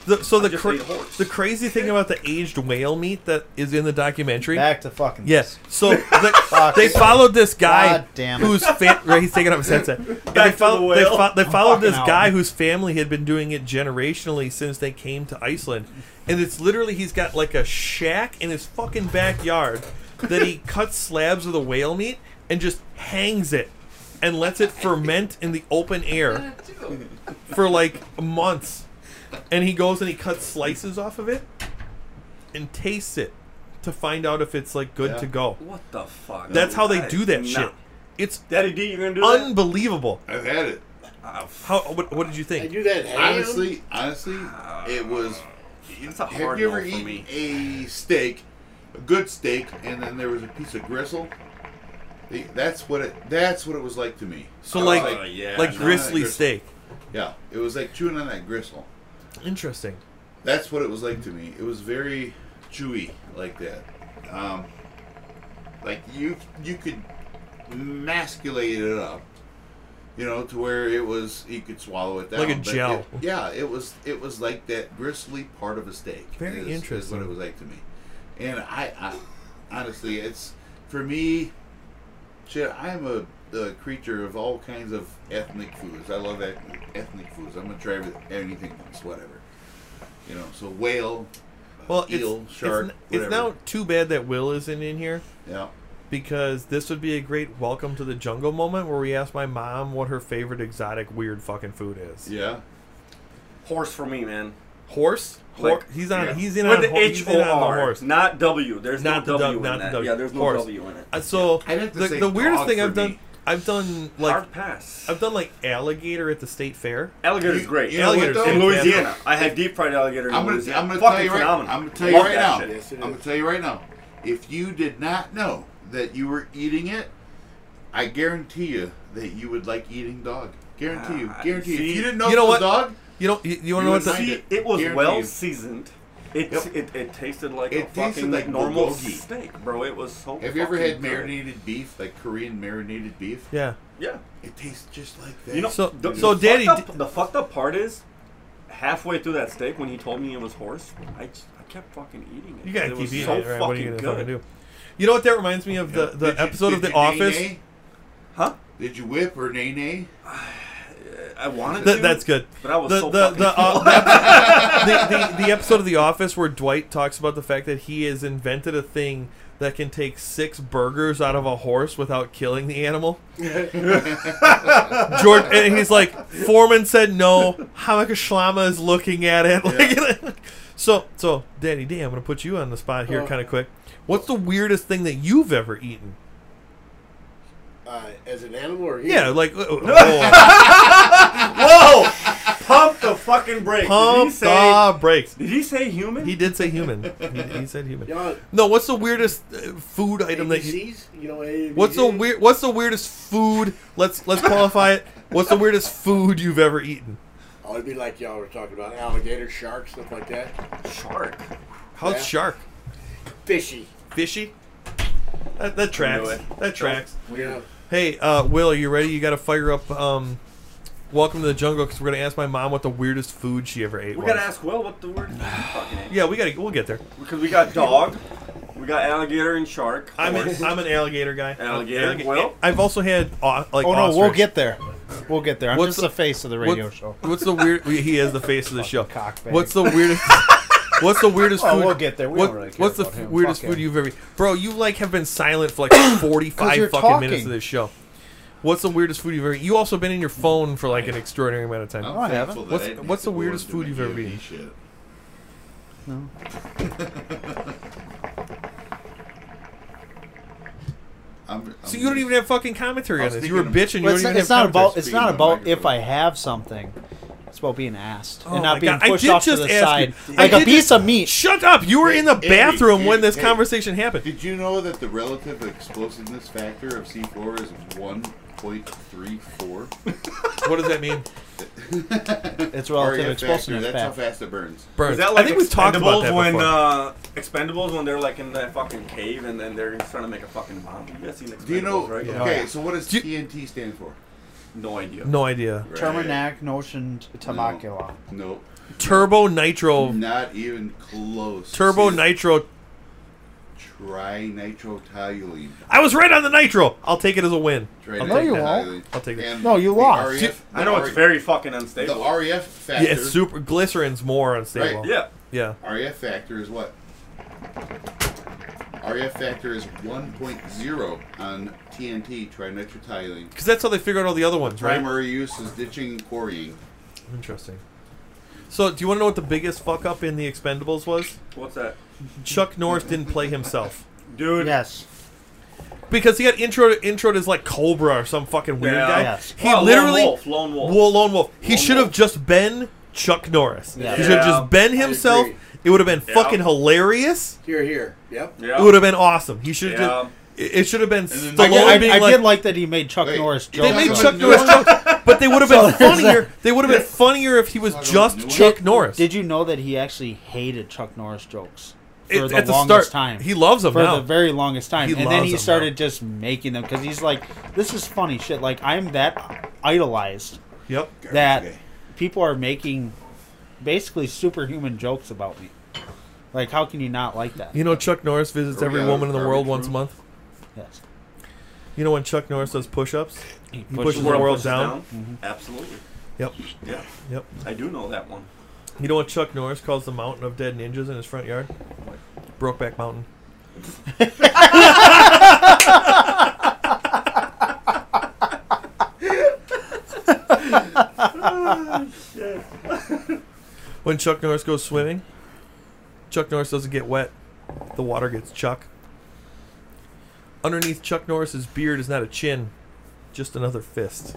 A: The, so the
D: just
A: cra-
D: ate a horse.
A: the crazy thing about the aged whale meat that is in the documentary.
B: Back to fucking
A: Yes. So the,
B: Fuck.
A: they followed this guy
B: God damn it.
A: who's fa- right, he's taking off his headset. And they,
D: Back to
A: follow-
D: the
A: they,
D: whale.
A: fo- they followed this
B: fucking
A: guy
B: out.
A: whose family had been doing it generationally since they came to Iceland, and it's literally he's got like a shack in his fucking backyard that he cuts slabs of the whale meat and just hangs it and lets it ferment in the open air for like months. And he goes and he cuts slices off of it and tastes it to find out if it's like good to go.
D: "What the fuck?"
A: That's how they
D: I-
A: do that
D: nah.
A: shit. It's
D: Daddy D, you're gonna do that?
A: unbelievable.
C: I've had it.
D: Ah, f-
A: How? What, what did you
G: I
A: think?
G: do that ham.
C: Honestly, honestly, it was.
D: That's a
C: Have
D: Ah, hard
C: you
D: no for
C: ever eaten
D: me.
C: a steak, a good steak, and then there was a piece of gristle? The- That's what it. That's what it was like to me.
A: So
C: I was
A: like,
D: Oh, yeah,
A: like
D: no,
A: grizzly
C: gristle.
A: steak.
C: Yeah, it was like chewing on that gristle.
A: Interesting.
C: That's what it was like to me. It was very chewy, like that. Um, like you, you could masculate it up, you know, to where it was you could swallow it down.
A: Like a
C: but
A: gel.
C: it- yeah, it was. It was like that gristly part of a steak.
A: Very
C: is- Is
A: interesting.
C: what it was like to me, and I, I honestly, it's for me. Shit, I'm a, a creature of all kinds of ethnic foods. I love ethnic, ethnic foods. I'm gonna try with anything else, whatever. You know, so whale,
A: Well,
C: eel,
A: it's,
C: shark,
A: it's, n- it's
C: whatever.
A: now too bad that Will isn't in here
C: yeah.
A: because this would be a great welcome to the jungle moment where we ask my mom what her favorite exotic weird fucking food is.
C: Yeah.
D: Horse for me, man.
A: Horse. Hor-
D: Like-
A: he's on.
C: yeah.
A: He's in
D: With
A: on.
D: the
A: Ho- he's
D: H
A: in on
D: O
A: the
D: R,
A: horse.
D: not W. There's
A: Not the
D: no W
A: du- not
D: in
A: the
D: that.
A: W.
D: Yeah, there's no
A: Horse.
D: W in it.
A: Uh, so
C: I'd have to
A: the,
C: say
A: the weirdest
C: dog
A: thing
C: for
A: I've done,
C: me.
A: I've done like
D: hard pass.
A: I've done like alligator at the state fair.
D: Alligator is
C: You-
D: great.
C: you know
A: Alligators
C: what,
A: in
D: in
C: though?
D: Louisiana, I had deep fried alligator. in
C: I'm gonna,
D: Louisiana.
C: I'm gonna
D: Fucking
C: tell you right.
D: phenomenal.
C: I'm gonna tell you
D: Love
C: right now.
D: that shit.
G: Yes, it
C: I'm gonna
G: is.
C: tell you right now. If you did not know that you were eating it, I guarantee you that you would like eating dog. Guarantee you.
D: Ah,
C: Guarantee you.
D: see-
C: If you didn't know,
A: You
C: it
A: know
C: was
A: what?
C: dog,
A: You know, you, you want to
C: You
A: know what?
C: would
A: the-
C: find
D: See,
C: it.
D: it was
C: Guaranteed.
D: well seasoned. It,
C: Yep.
D: it it tasted like
C: It
D: a
C: tasted
D: fucking
C: like
D: normal
C: bulgogi.
D: steak, bro. It was so.
C: have you ever
D: fucking
C: had
D: good.
C: marinated beef, like Korean marinated beef?
A: yeah.
D: Yeah.
C: It tastes just like that.
D: You know,
A: So-
D: the,
A: so
D: the
A: Danny
D: fucked
A: d-
D: up, the fucked up part is, halfway through that steak, when he told me it was horse, I, j- I kept fucking eating it.
A: You gotta
D: it
A: keep
D: was
A: eating
D: so
A: it, right?
D: fucking
A: What are you gonna
D: good.
A: fucking do? You know what that reminds me of the, the
C: Did you-
A: episode of
C: did
A: The
C: you
A: Office.
C: nay-nay?
D: Huh?
C: Did you whip or nay nay?
D: I wanted
A: Th-
D: to.
A: that's good.
D: But I was
A: the,
D: so
A: the,
D: fucking.
A: the, uh, the, ep- the, the, the episode of The Office where Dwight talks about the fact that he has invented a thing that can take six burgers out of a horse without killing the animal. George, and he's like, Foreman said no. Hamaka Shlama is looking at it. Like, so, so, Danny D, I'm going to put you on the spot here
G: Oh.
A: kind of quick. What's the weirdest thing that you've ever eaten?
G: uh, as an animal or
A: Yeah,
G: human?
A: like, uh, oh,
D: Whoa! Pump the fucking brake. did
A: pump
D: he say?
A: the brakes.
D: Did he say human?
A: He did say human. He, he said human.
G: Y'all,
A: No, what's the weirdest uh, food item that you?
G: ABCs? You know, ABCs?
A: What's the weird? What's the weirdest food? Let's let's qualify it. What's the weirdest food you've ever eaten?
G: Oh, it'd be like y'all were talking about alligator, shark, stuff like that.
D: Shark.
A: How's
G: Yeah.
A: shark?
G: Fishy.
A: Fishy. That, that tracks.
D: it.
A: That tracks.
G: Weird.
A: Hey, uh, Will, are you ready? You got to fire up. Um, Welcome to the jungle because we're gonna ask my mom what the weirdest food she ever ate.
D: We
A: was.
D: gotta ask Will what the word is. fucking name.
A: Yeah, we gotta. We'll get there.
D: Because we got dog, we got alligator and shark.
A: I'm an, I'm an alligator guy.
D: Alligator,
A: Allig-
D: well.
A: I've also had au- like.
B: Oh no, we'll
A: ostrich.
B: get there. We'll get there. I'm
A: What's
B: just
A: the-
B: the face of the radio
A: What's-
B: show.
A: What's the weird? He is the face of the show.
B: Fucking cockbag.
A: What's the weirdest? What's the weirdest
B: Oh,
A: food?
B: we'll get there. We
A: what-
B: don't really care
A: what's the
B: about him.
A: weirdest
B: Fuck
A: food
B: him.
A: you've ever? Bro, you like have been silent for like
B: 'Cause you're
A: forty-five fucking minutes
B: talking.
A: of this show. What's the weirdest food you've ever? You also been in your phone for like an extraordinary amount of time.
B: I haven't.
C: thankful that
A: What's-
C: I didn't
A: what's
C: hit
A: the weirdest
C: board to
A: food
C: make
A: you've
C: you
A: ever
C: eat shit. I'm, I'm
A: So you don't even have fucking commentary
C: I
A: on
C: was
A: this. You were
C: thinking of-
A: bitching. You
B: Well,
A: don't
B: it's,
A: even
B: not, it's not about. It's
A: have commentary.
B: not
C: Speaking of
B: about if I
C: microphone.
B: have something. It's about being asked
A: Oh
B: and not
A: my
B: being
A: God, I
B: pushed
A: did
B: off to
A: just
B: the
A: ask you.
B: side
A: I
B: like a
A: did
B: piece
A: just-
B: of meat.
A: Shut up! You were in the
C: Hey,
A: bathroom
C: hey,
A: when this
C: hey.
A: conversation happened.
C: Did you know that the relative explosiveness factor of C4 is 1.34?
A: What does that mean?
B: It's
C: Or
B: relative
C: yeah, factor.
B: explosiveness
C: That's how
B: factor.
C: fast it burns.
A: Burns.
D: Is that like
A: I think we've talked about that
D: Expendables when
A: before.
D: uh, Expendables when they're like in that fucking cave and then they're trying to make a fucking bomb? You guys seen Expendables,
C: Do you know?
D: right?
C: Okay, so what does
A: Do you-
C: TNT stand for?
D: No idea.
A: no idea.
B: Terminac notion tabacula.
C: Nope.
A: Turbo nitro.
C: Not even close.
A: Turbo
C: See,
A: nitro.
C: Trinitrotoluene.
A: I was right on the nitro. I'll take it as a win.
C: Trinitrotoluene.
B: No, you won't.
A: I'll take that.
C: And
B: No, you
C: the
B: lost.
C: REF
A: Dude,
D: I know
C: the
D: it's very fucking
C: REF
D: unstable.
C: The REF factor.
A: Yeah, it's super glycerin's more unstable.
C: Right,
D: yeah.
A: Yeah.
C: REF factor is what? REF factor is 1.0 on TNT, trinitrotoluene.
A: Because that's how they figured out all the other ones, right?
C: Primary use is ditching and quarrying.
A: Interesting. So, do you want to know what the biggest fuck up in the Expendables was?
D: What's that?
A: Chuck Norris didn't play himself
D: Dude.
B: Yes.
A: because he got intro introed as like Cobra or some fucking weird
D: Yeah.
A: guy.
B: Yes.
A: He
D: Oh,
A: literally
D: Lone wolf. Lone wolf.
A: Well, lone wolf. He
D: Lone
A: should have
D: wolf.
A: just been Chuck Norris.
B: Yeah.
A: He should have
D: Yeah,
A: just been himself.
G: agree.
A: It would have been
D: Yeah.
A: fucking hilarious.
G: Here, here. Yep.
D: Yeah.
A: It would have been awesome. He should have
D: Yeah.
A: just. It it should have been
C: then-
A: Stallone
B: I, did, I,
A: being
B: I
A: like,
B: did like that he made Chuck
C: Wait,
B: Norris
C: you
B: joke.
A: They made
C: Talking
A: Chuck
C: about
A: Norris
C: new-
A: jokes, but they would have been
B: So there's
A: funnier.
B: that.
A: They would have been funnier if he was
C: Talking about
A: just
C: new-
A: Chuck Norris.
B: Did you know that he actually hated Chuck Norris jokes for
A: It-
B: the
A: at the
B: longest
A: start,
B: time?
A: he loves them
B: for
A: now.
B: the very longest time,
A: He
B: and then
A: loves
B: he
A: them
B: started just making them because he's like, "This is funny shit." Like I'm that idolized
A: yep.
B: that
C: day.
B: people are making basically superhuman jokes about me. Like, how can you not like that?
A: You know Chuck Norris visits
C: Are we
A: every
C: out of
A: woman in the
C: garbage
A: world once a
C: room?
A: month.
B: Yes.
A: You know when Chuck Norris does push-ups?
B: He
A: pushes the world down? Mm-hmm.
D: Absolutely.
A: Yep.
D: Yeah.
A: Yep.
D: I do know that one.
A: You know what Chuck Norris calls the mountain of dead ninjas in his front yard? Brokeback Mountain. when Chuck Norris goes swimming, Chuck Norris doesn't get wet. The water gets Chuck. Underneath Chuck Norris's beard is not a chin, just another fist.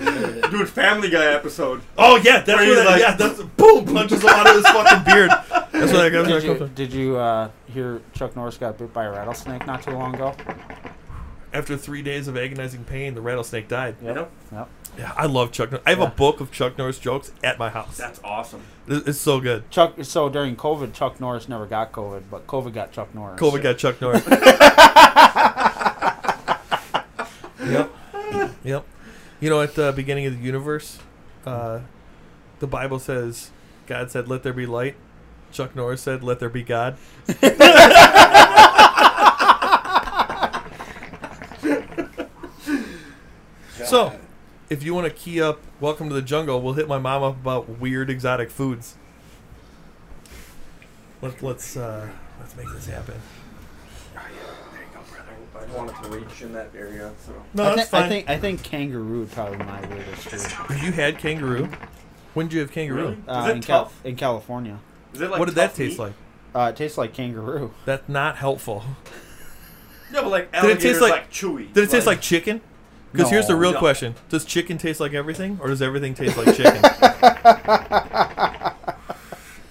D: Dude, Family Guy episode.
A: Oh yeah, that's
D: Where
A: where
D: he's
A: that,
D: like-
A: yeah, that's boom punches him out of his fucking beard. That's where that guy
B: Did
A: comes
B: you,
A: from.
B: did you uh, hear Chuck Norris got bit by a rattlesnake not too long ago?
A: After three days of agonizing pain, the rattlesnake died.
D: You know?
B: Yep.
A: Yeah, I love Chuck. Nor- I have
B: Yeah.
A: a book of Chuck Norris jokes at my house.
D: That's awesome.
A: It- It's so good.
B: Chuck. So during COVID, Chuck Norris never got COVID, but COVID got Chuck Norris.
A: COVID got Chuck Norris. yep. Yep. You know, at the beginning of the universe, uh, the Bible says God said, "Let there be light." Chuck Norris said, "Let there be God." so, if you want to key up "Welcome to the Jungle," we'll hit my mom up about weird exotic foods. Let, let's uh, let's make this happen.
D: I don't want it to reach in that area, so.
A: No,
B: I, thi-
A: that's fine.
B: I think I think kangaroo would probably be my weirdest food.
A: Have you had kangaroo? When did you have kangaroo?
D: Really?
B: Uh,
D: Is it
B: in,
D: tough?
B: in California.
D: Is it like
A: what did
D: tough
A: that taste
D: meat?
A: like?
B: Uh, it tastes like kangaroo.
A: That's not helpful.
D: Yeah, but like
A: it taste
D: alligators
A: like-
D: like, chewy.
A: Did it taste like chicken? Because here's the
B: No.
A: real
D: No.
A: question: Does chicken taste like everything, or does everything taste like chicken?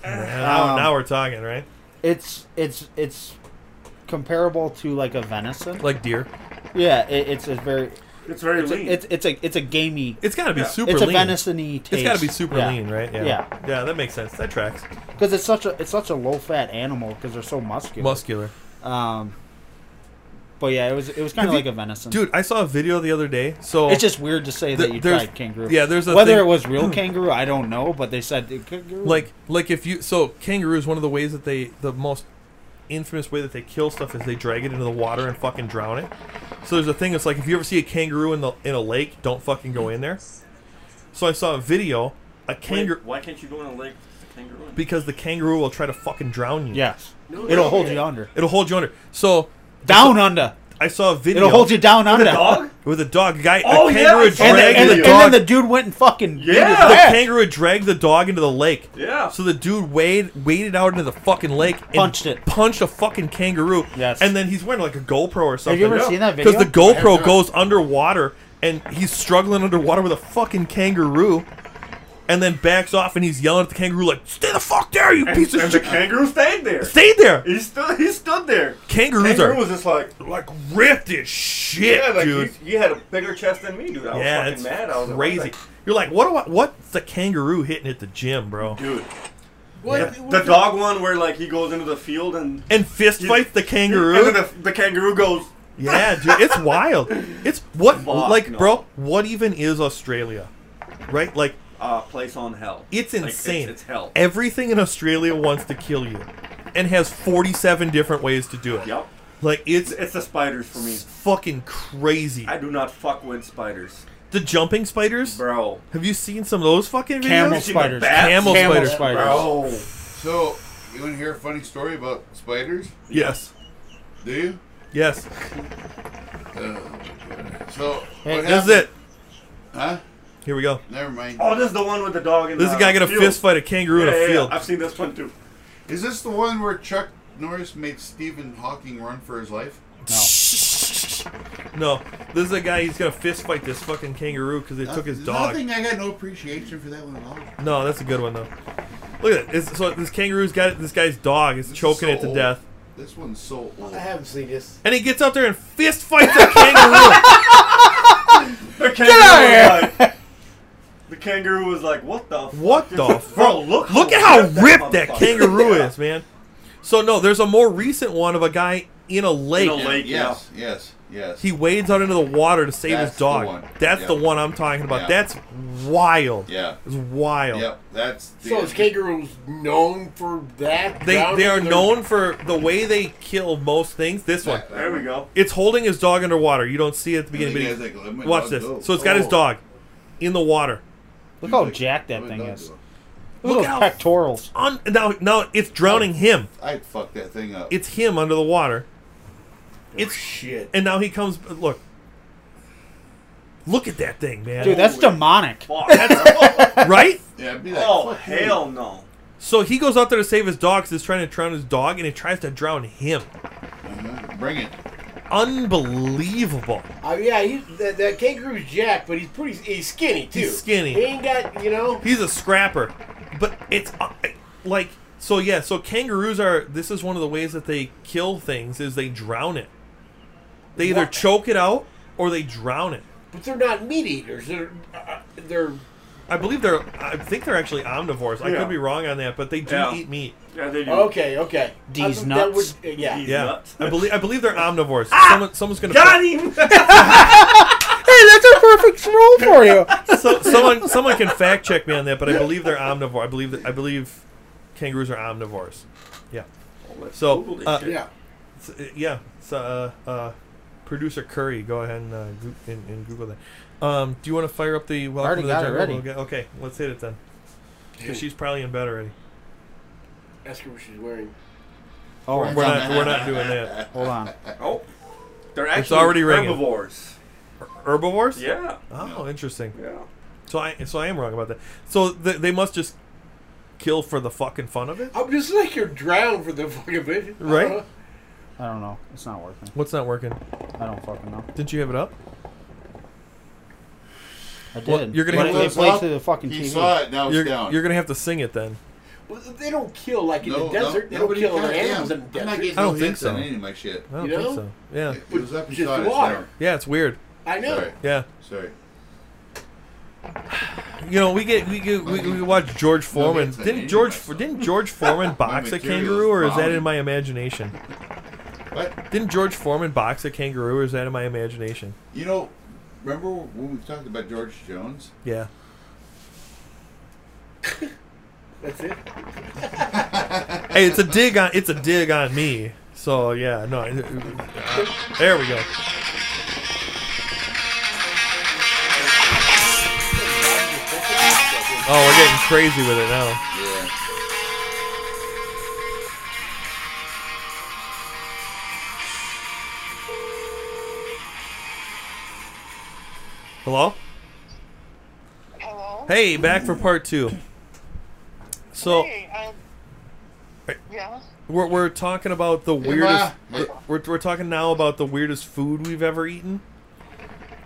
A: now,
B: Um,
A: now we're talking, right?
B: It's it's it's comparable to like a venison.
A: Like deer,
B: Yeah, it, it's a very
D: It's very
B: it's
D: lean.
B: a, it's, it's a it's a gamey.
A: it's got to be
D: Yeah.
A: super
B: It's a
A: lean.
B: venison-y taste.
A: it's got to be super
B: yeah.
A: lean, right?
B: Yeah.
A: yeah, that makes sense. That tracks.
B: because it's such a it's such a low fat animal because they're so muscular.
A: Muscular.
B: Um, but yeah, it was it was kind of
A: Have you-
B: like a venison.
A: Dude, I saw a video the other day. So
B: it's just weird to say
A: Th-
B: that you
A: there's-
B: tried kangaroo.
A: yeah, there's a
B: whether
A: thing-
B: it was real kangaroo, I don't know, but they said it- kangaroo.
A: like like if you so kangaroo is one of the ways that they the most infamous way that they kill stuff is they drag it into the water and fucking drown it so there's a thing it's like if you ever see a kangaroo in the in a lake don't fucking go in there so i saw a video a
D: Wait,
A: kangaroo
D: why can't you go in a lake? kangaroo. in.
A: because the kangaroo will try to fucking drown you.
F: Yes.
G: No,
F: It'll
G: no,
F: hold
G: yeah.
F: you under.
A: It'll hold you under. So
F: Down under.
A: I saw a video.
F: It'll hold you down under.
D: dog?
A: with a dog. A guy,
D: Oh,
A: a
D: yeah,
A: kangaroo
D: I saw
F: And, then,
A: dragged
F: and,
A: the
F: and
A: dog.
F: then the dude went and fucking beat his
D: Yeah.
A: the
F: ass.
A: kangaroo dragged the dog into the lake.
D: Yeah.
A: So the dude wade, waded out into the fucking lake and
F: Punched it.
A: Punched a fucking kangaroo.
F: Yes.
A: And then he's wearing like a GoPro or something.
F: Have you ever seen that
A: Because
F: video?
A: the
C: I have
A: GoPro
C: not.
A: goes underwater and he's struggling underwater with a fucking kangaroo. And then backs off and he's yelling at the kangaroo like, "Stay the fuck there, you
D: And,
A: piece of
D: and the
A: shit!
D: kangaroo stayed there.
A: Stay there!"
D: He stood. He stood there.
A: Kangaroos
D: kangaroo
A: are-
D: was just like,
A: Like ripped as shit,
D: yeah, like
A: dude.
D: he's- you had a bigger chest than me, dude. I was
A: yeah,
D: fucking
A: it's
D: mad. I was like, what the-
A: crazy. You're like, what do I? What's the kangaroo hitting at the gym, bro?
D: dude.
C: What,
D: Yeah.
C: what
D: The dog one where like he goes into the field and
A: And fist fights the kangaroo.
D: and then the, the kangaroo goes.
A: Yeah, dude, it's wild. It's what,
D: Fuck
A: like,
D: no.
A: bro, what even is Australia? Right? Like,
D: Uh, place on hell.
A: it's
D: Like,
A: insane.
D: it's, it's hell.
A: Everything in Australia wants to kill you and has 47 different ways to do it.
D: Yep.
A: Like, it's
D: It's, it's the spiders for me.
A: fucking crazy.
D: I do not fuck with spiders,
A: the jumping spiders?
D: bro.
A: Have you seen some of those fucking videos?
F: Camel
D: You seen the
F: spiders.
D: bats?
A: Camel
F: Camel
A: spiders.
F: spiders.
D: Bro,
C: So, you want to hear a funny story about spiders?
A: Yes.
C: Do you? Uh,
A: Yes.
C: So, what
A: This is
C: happened-
A: it.
C: Huh?
A: Here we go.
C: Never mind.
D: oh, this is the one with the dog. And
A: This is
D: the,
A: a guy got a
D: field.
A: fist fight a kangaroo
D: Yeah, yeah,
A: in a
D: yeah.
A: field.
D: I've seen this one too.
C: Is this the one where Chuck Norris made Stephen Hawking run for his life?
A: No, this is a guy. He's gonna fist fight this fucking kangaroo because they took his dog.
C: Nothing. I got no appreciation for that one at all.
A: No, that's a good one though. Look at it. It's, so this kangaroo's got this guy's dog. It's
C: This is
A: choking
C: so
A: it to
C: old.
A: death,
C: This one's so old.
E: I haven't seen this.
A: and he gets out there and fist fights a kangaroo.
D: The kangaroo was like, the kangaroo was like, "What the?
A: what
D: fuck
A: the
D: is-
A: fuck?
D: Bro, look,
A: Look at how ripped that
D: motherfucker-
A: kangaroo
D: Yeah.
A: is, man. So no, there's a more recent one of a guy in a lake.
D: In a lake.
C: Yes, yes, yes.
A: He wades out into the water to save
C: That's
A: his
C: the
A: dog.
C: one.
A: That's
C: Yeah.
A: the one I'm talking about.
C: Yeah.
A: That's wild.
C: yeah.
A: It's wild.
C: Yep. That's. The
G: So is kangaroos known for that?
A: They
G: Drowning
A: they are
G: their-
A: known for the way they kill most things. This one.
C: That- that
D: There we
C: one.
D: go.
A: It's holding his dog underwater. You don't see it at the
C: And the
A: beginning.
C: guy's
A: but he-
C: like, "Let my
A: watch
C: dog
A: this.
C: go."
A: So it's got his
G: Oh.
A: dog in the water.
F: Look
C: He's
F: how
C: like,
F: jacked that
C: "Let my
F: thing
C: dog
F: is.
C: go."
F: Look at
A: Look how-
F: those pectorals.
A: On now, now it's drowning him.
C: I'd fuck that thing up.
A: It's him under the water, It's-
G: Oh, shit.
A: and now he comes. Look, look at that thing, man.
F: Dude, that's
D: Holy
F: demonic.
D: Fuck. That's-
A: right?
C: yeah, I'd be like,
D: oh
C: "Fuck you."
D: hell no.
A: So he goes out there to save his dog. 'cause It's trying to drown his dog, and it tries to drown him.
C: Uh-huh. Bring it.
A: Unbelievable.
G: Uh, yeah, he, that, that kangaroo's jacked, but he's pretty. He's skinny too.
A: He's skinny.
G: He ain't got you know.
A: He's a scrapper, but it's uh, like so. Yeah, so kangaroos are. This is one of the ways that they kill things is they drown it. They either
G: What?
A: choke it out or they drown it.
G: But they're not meat eaters. They're uh, they're
A: I believe they're. I think they're actually omnivores. I
D: Yeah.
A: could be wrong on that, but they do
D: Yeah.
A: eat meat.
D: Yeah, they do.
G: okay. Okay.
F: These
G: I- that
F: nuts.
G: would- uh, yeah.
D: These
A: Yeah,
D: nuts. Ah!
A: I believe. I believe they're omnivores. Someone, someone's gonna.
D: Got him.
F: Hey, that's a perfect roll for you.
A: So, someone, someone can fact check me on that, but I believe they're omnivore. I believe that. I believe kangaroos are omnivores. Yeah. So,
D: Google this
A: uh,
D: shit.
G: Yeah.
A: So, uh, yeah. So, uh, uh, producer Curry, go ahead and, uh, go- and, and Google that. Um, do you want to fire up the welcome
F: Already
A: to the
F: got it
A: jungle?
F: ready.
A: We'll get- Okay, let's hit it then. 'Cause she's probably in bed already.
G: Ask her what she's wearing.
F: Oh,
A: We're not. We're not doing that.
F: hold on.
D: Oh, they're actually
A: already ringing.
D: herbivores.
A: Herbivores.
D: Yeah.
A: Oh, interesting.
D: Yeah.
A: So I so I am wrong about that. So th- they must just kill for the fucking fun of it,
G: I'm just like you're drowned for the fucking bit.
A: Right?
G: Uh,
F: I don't know. It's not working.
A: What's not working?
F: I don't fucking know.
A: Didn't you have it up?
F: I did.
A: Well, you're gonna
F: But
A: have
F: it-
A: to-
F: it played through the fucking
C: He
F: TV.
C: saw it. Now it's
A: You're,
C: down.
A: you're gonna have to sing it then.
G: well, they don't kill like in
C: no,
G: the
C: No,
G: desert. they don't
C: nobody
G: kill
C: got
G: their
C: it.
G: animals in
C: I'm
G: the desert.
C: not getting
A: I
C: no
A: don't think
C: hints
A: so.
C: on any of my shit.
A: I don't
G: You
A: think
G: know?
A: so. Yeah,
C: It was up in
G: Just
C: shot.
G: the water.
A: yeah, it's weird.
G: I know.
C: Sorry.
A: Yeah,
C: Sorry.
A: you know we get we get we, we watch George Foreman.
C: it's an
A: Didn't
C: eighty
A: George
C: by some.
A: didn't George Foreman box a
C: material's
A: kangaroo, or is that
C: bombing.
A: in my imagination?
C: What?
A: Didn't George Foreman box a kangaroo, or is that in my imagination?
C: You know, remember when we talked about George Jones?
A: Yeah,
G: That's it.
A: hey, it's a dig on it's a dig on me. So yeah, no, it- it- there we go. Oh, we're getting crazy with it now.
C: Yeah.
A: Hello?
H: Hello?
A: Hey, back for part two. So
H: Hey, I- yeah?
A: we're, we're talking about the weirdest.
C: Ma.
A: We're, we're, we're talking now about the weirdest food we've ever eaten.